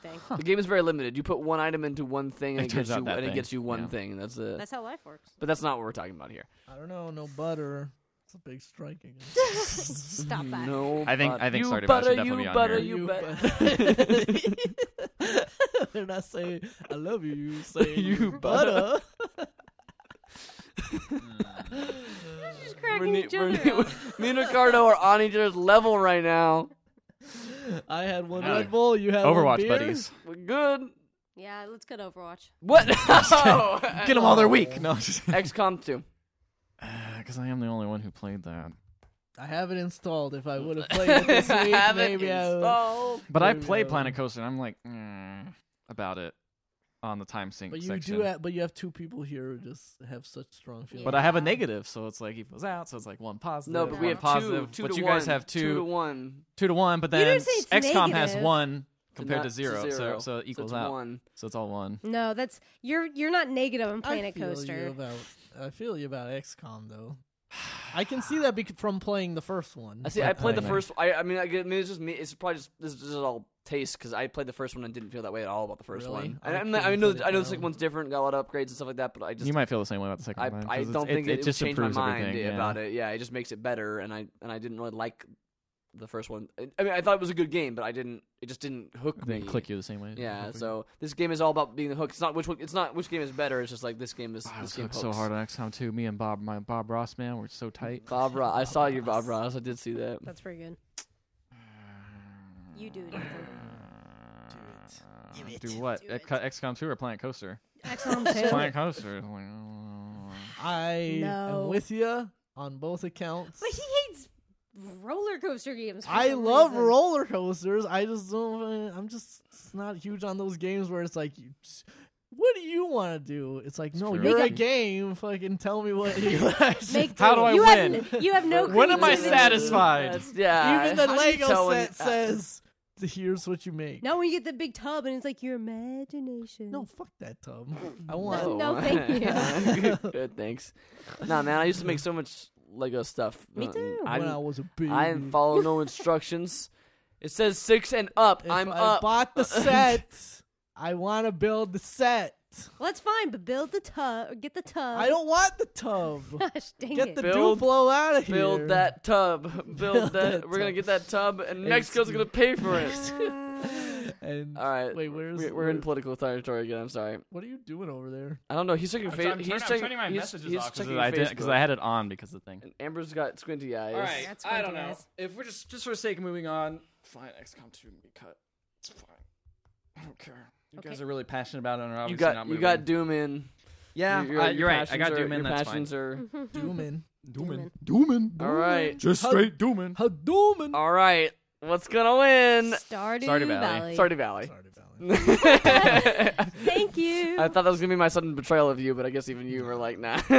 Speaker 4: thing.
Speaker 1: The game is very limited. You put one item into one thing, and
Speaker 2: It
Speaker 1: it,
Speaker 2: turns
Speaker 1: gets
Speaker 2: out
Speaker 1: you,
Speaker 2: that
Speaker 1: and
Speaker 2: thing.
Speaker 1: it gets you one
Speaker 2: Yeah.
Speaker 1: thing. That's it.
Speaker 4: That's how life works.
Speaker 1: But that's not what we're talking about here.
Speaker 3: I don't know. No butter. That's a big strike against.
Speaker 4: Stop that.
Speaker 1: No,
Speaker 2: I think-
Speaker 1: but-
Speaker 2: I think
Speaker 1: you
Speaker 2: Stardew Valley should
Speaker 1: butter,
Speaker 2: definitely
Speaker 1: you
Speaker 2: be on
Speaker 1: butter,
Speaker 2: here.
Speaker 1: you butter.
Speaker 3: but- They're not saying "I love you." you Say
Speaker 2: You
Speaker 3: you butter.
Speaker 4: This is just
Speaker 1: We're
Speaker 4: cracking
Speaker 1: ne-
Speaker 4: each
Speaker 1: we're
Speaker 4: other
Speaker 1: ne-
Speaker 4: up.
Speaker 1: Me and Ricardo are on each other's level right now.
Speaker 3: I had one
Speaker 2: Yeah.
Speaker 3: Red Bull. You had one
Speaker 2: Overwatch
Speaker 3: beer.
Speaker 2: buddies.
Speaker 1: We're good.
Speaker 4: Yeah, let's get Overwatch.
Speaker 1: What?
Speaker 2: kidding.
Speaker 1: No.
Speaker 2: Get them all their week. No, because
Speaker 1: XCOM 2.
Speaker 2: I am the only one who played that.
Speaker 3: I have it installed. If I would have played it this week,
Speaker 1: Have it
Speaker 3: maybe I would.
Speaker 1: installed.
Speaker 2: But I
Speaker 3: Maybe
Speaker 2: play
Speaker 3: that
Speaker 2: Planet
Speaker 3: one.
Speaker 2: Coaster, and I'm like mm, about it on the time sync
Speaker 3: But you
Speaker 2: section.
Speaker 3: do. Have, but you have two people here who just have such strong feelings.
Speaker 2: but I have a
Speaker 4: Yeah.
Speaker 2: negative, so it's like equals out. So it's like one positive.
Speaker 1: No, but we
Speaker 2: one
Speaker 1: have
Speaker 2: positive.
Speaker 1: two. two
Speaker 2: but
Speaker 1: to
Speaker 2: you guys
Speaker 1: one,
Speaker 2: have two,
Speaker 1: Two to one.
Speaker 2: two to one. But
Speaker 4: You didn't
Speaker 2: then
Speaker 4: say it's
Speaker 2: XCOM has
Speaker 4: negative.
Speaker 2: one compared
Speaker 1: not
Speaker 2: to zero,
Speaker 1: zero.
Speaker 2: so so it
Speaker 1: So
Speaker 2: equals
Speaker 1: it's
Speaker 2: out.
Speaker 1: one.
Speaker 2: So it's all one.
Speaker 4: No, that's you're you're not negative on
Speaker 3: I
Speaker 4: Planet
Speaker 3: feel You
Speaker 4: Coaster.
Speaker 3: about, I feel you about XCOM though. I can see that bec- from playing the first one.
Speaker 1: I see.
Speaker 2: I
Speaker 1: I played the
Speaker 2: played it.
Speaker 1: first. I, I mean, I, get- I mean, it's just me. It's probably just this is just all taste because I played the first one and didn't feel that way at all about the first
Speaker 3: Really?
Speaker 1: one.
Speaker 3: I
Speaker 1: And I'm not- I,
Speaker 3: couldn't
Speaker 1: know,
Speaker 3: put it
Speaker 1: I know the
Speaker 3: down.
Speaker 1: second one's different, got a lot of upgrades and stuff like that. But I just,
Speaker 2: you might feel the same way about the second
Speaker 1: I,
Speaker 2: one.
Speaker 1: I
Speaker 2: 'cause
Speaker 1: don't
Speaker 2: it's-
Speaker 1: think
Speaker 2: it,
Speaker 1: it,
Speaker 2: it just
Speaker 1: would change my
Speaker 2: improves
Speaker 1: mind
Speaker 2: everything,
Speaker 1: about
Speaker 2: yeah.
Speaker 1: it. Yeah, it just makes it better. And I and I didn't really like the first one. I mean, I thought it was a good game, but I didn't. It just didn't hook
Speaker 2: They
Speaker 1: me.
Speaker 2: click you the same way.
Speaker 1: Yeah, so this game is all about being the hook. It's not which one, it's not which game is better. It's just like this game is
Speaker 2: I
Speaker 1: this
Speaker 2: was
Speaker 1: game
Speaker 2: hooked so
Speaker 1: hooks.
Speaker 2: hard on XCOM too. Me and Bob, my Bob Ross man, we're so tight.
Speaker 1: Bob Ross, I saw you, Bob Ross. I did see that.
Speaker 4: That's pretty good. You do it. Ethan.
Speaker 3: Do it.
Speaker 2: Do what?
Speaker 4: Do it.
Speaker 2: Ex- XCOM 2 or Planet Coaster?
Speaker 4: Excellent
Speaker 2: It's
Speaker 4: too.
Speaker 2: Planet Coaster. I'm like, oh.
Speaker 3: I
Speaker 4: No.
Speaker 3: am with you on both accounts.
Speaker 4: But he hates roller coaster games. for
Speaker 3: I
Speaker 4: some
Speaker 3: love
Speaker 4: reason.
Speaker 3: roller coasters. I just don't. I'm just not huge on those games where it's like, you, what do you want to do? It's like, no,
Speaker 2: true.
Speaker 3: you're a
Speaker 2: Make a-
Speaker 3: game. Fucking tell me what you actually.
Speaker 4: Make
Speaker 2: How do I
Speaker 4: you
Speaker 2: win?
Speaker 4: Have, you have no.
Speaker 2: When am I
Speaker 4: creativity.
Speaker 2: satisfied?
Speaker 1: That's- yeah.
Speaker 3: Even the
Speaker 1: how do you uh,
Speaker 3: Lego
Speaker 1: tell when-
Speaker 3: set says, "Here's what you make."
Speaker 4: Now when you get the big tub and it's like your imagination.
Speaker 3: no, fuck that tub. I want.
Speaker 1: No,
Speaker 4: No, thank you.
Speaker 1: good, good, thanks. Nah, man, I used to make so much Lego stuff.
Speaker 4: Me
Speaker 1: Uh,
Speaker 4: too.
Speaker 1: I
Speaker 3: when I
Speaker 1: didn't,
Speaker 3: was a baby.
Speaker 1: I didn't follow no instructions. It says six and up.
Speaker 3: If
Speaker 1: I'm
Speaker 3: I
Speaker 1: up.
Speaker 3: bought the set. I want to build the set.
Speaker 4: Well, that's fine, but build the tub. Or get the tub.
Speaker 3: I don't want the tub.
Speaker 4: Gosh, dang
Speaker 3: Get
Speaker 4: it.
Speaker 3: the
Speaker 1: Build-
Speaker 3: Duplo out of here.
Speaker 1: Build that tub. Build
Speaker 3: Build
Speaker 1: that.
Speaker 3: that
Speaker 1: We're gonna
Speaker 3: tub.
Speaker 1: get that tub, and Mexico's gonna pay for it.
Speaker 3: and
Speaker 1: All right.
Speaker 3: wait, where's
Speaker 1: We're, we're in political territory again. I'm sorry.
Speaker 3: What are you doing over there?
Speaker 1: I don't know. He's checking.
Speaker 2: I'm,
Speaker 1: Fa-
Speaker 2: I'm
Speaker 1: he's
Speaker 2: turn- I'm
Speaker 1: checking.
Speaker 2: turning my
Speaker 1: he's,
Speaker 2: messages
Speaker 1: he's
Speaker 2: off
Speaker 1: checking
Speaker 2: I did
Speaker 1: Facebook.
Speaker 2: because I had it on because of the thing.
Speaker 1: And Amber's got squinty eyes.
Speaker 4: That's funky, guys.
Speaker 2: If we're just just for the sake of moving on, fine. XCOM 2 can be cut. It's fine. I don't care. You
Speaker 4: Okay.
Speaker 2: guys are really passionate about it, and are
Speaker 1: You
Speaker 2: obviously
Speaker 1: got
Speaker 2: not
Speaker 1: you
Speaker 2: moving.
Speaker 1: got Doom in.
Speaker 2: yeah,
Speaker 1: Your- your-
Speaker 2: uh,
Speaker 1: your
Speaker 2: you're right. I
Speaker 1: passions
Speaker 2: got
Speaker 1: are-
Speaker 2: Doom in.
Speaker 1: Your
Speaker 2: That's
Speaker 1: passions
Speaker 2: fine.
Speaker 1: are.
Speaker 3: Doomin.
Speaker 4: Doomin.
Speaker 2: Doomin.
Speaker 1: All right.
Speaker 2: Just
Speaker 3: How-
Speaker 2: straight Doomin.
Speaker 3: Hadouman.
Speaker 1: All right. What's gonna win?
Speaker 4: Stardew,
Speaker 2: Stardew Valley.
Speaker 4: Valley.
Speaker 1: Stardew Valley.
Speaker 3: Sorry, Valen.
Speaker 1: I
Speaker 4: Thank you.
Speaker 1: thought that was gonna be my sudden betrayal of you, but I guess even you were like, nah.
Speaker 3: No,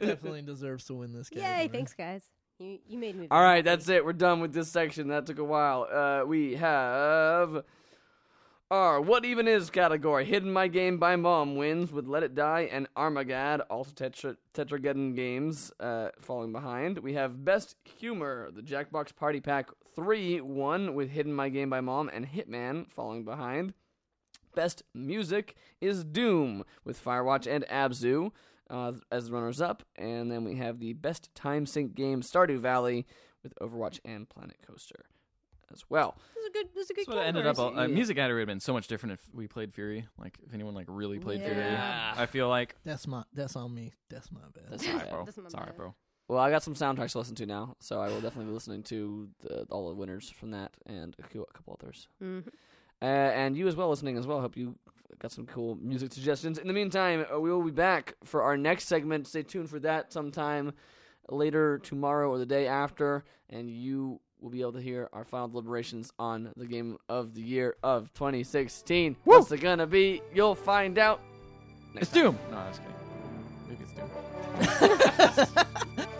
Speaker 3: definitely deserves to win this game.
Speaker 4: Yay! Thanks, guys. You you made me.
Speaker 1: All right, that's it. We're done with this section. That took a while. Uh, we have our What Even Is category. Hidden My Game by Mom wins with Let It Die and Armagad, also tetra- Tetrageddon games, uh, falling behind. We have Best Humor, the Jackbox Party Pack 3 1 with Hidden My Game by Mom and Hitman falling behind. Best Music is Doom with Firewatch and Abzu uh, as the runners up. And then we have the Best Time Sync Game, Stardew Valley, with Overwatch and Planet Coaster as well.
Speaker 4: This is a good. This is a good.
Speaker 2: That's what it ended up.
Speaker 1: categories.
Speaker 2: Uh, music had would have been so much different if we played Fury. Like if anyone like really played
Speaker 1: Yeah.
Speaker 2: Fury, I feel like
Speaker 3: That's my. That's on me. That's my bad.
Speaker 1: That's-
Speaker 2: sorry, bro.
Speaker 4: That's my
Speaker 2: Sorry,
Speaker 4: bad.
Speaker 2: bro.
Speaker 1: Well, I got some soundtracks to listen to now, so I will definitely be listening to the, all the winners from that and a cou- a couple others.
Speaker 4: hmm
Speaker 1: Uh, and you as well listening as well. Hope you got some cool music suggestions. In the meantime, uh, we will be back for our next segment. Stay tuned for that sometime later tomorrow or the day after, and you will be able to hear our final deliberations on the game of the year of 2016. What's it gonna be? You'll find out.
Speaker 2: It's Doom. No, I was kidding. Maybe it's Doom.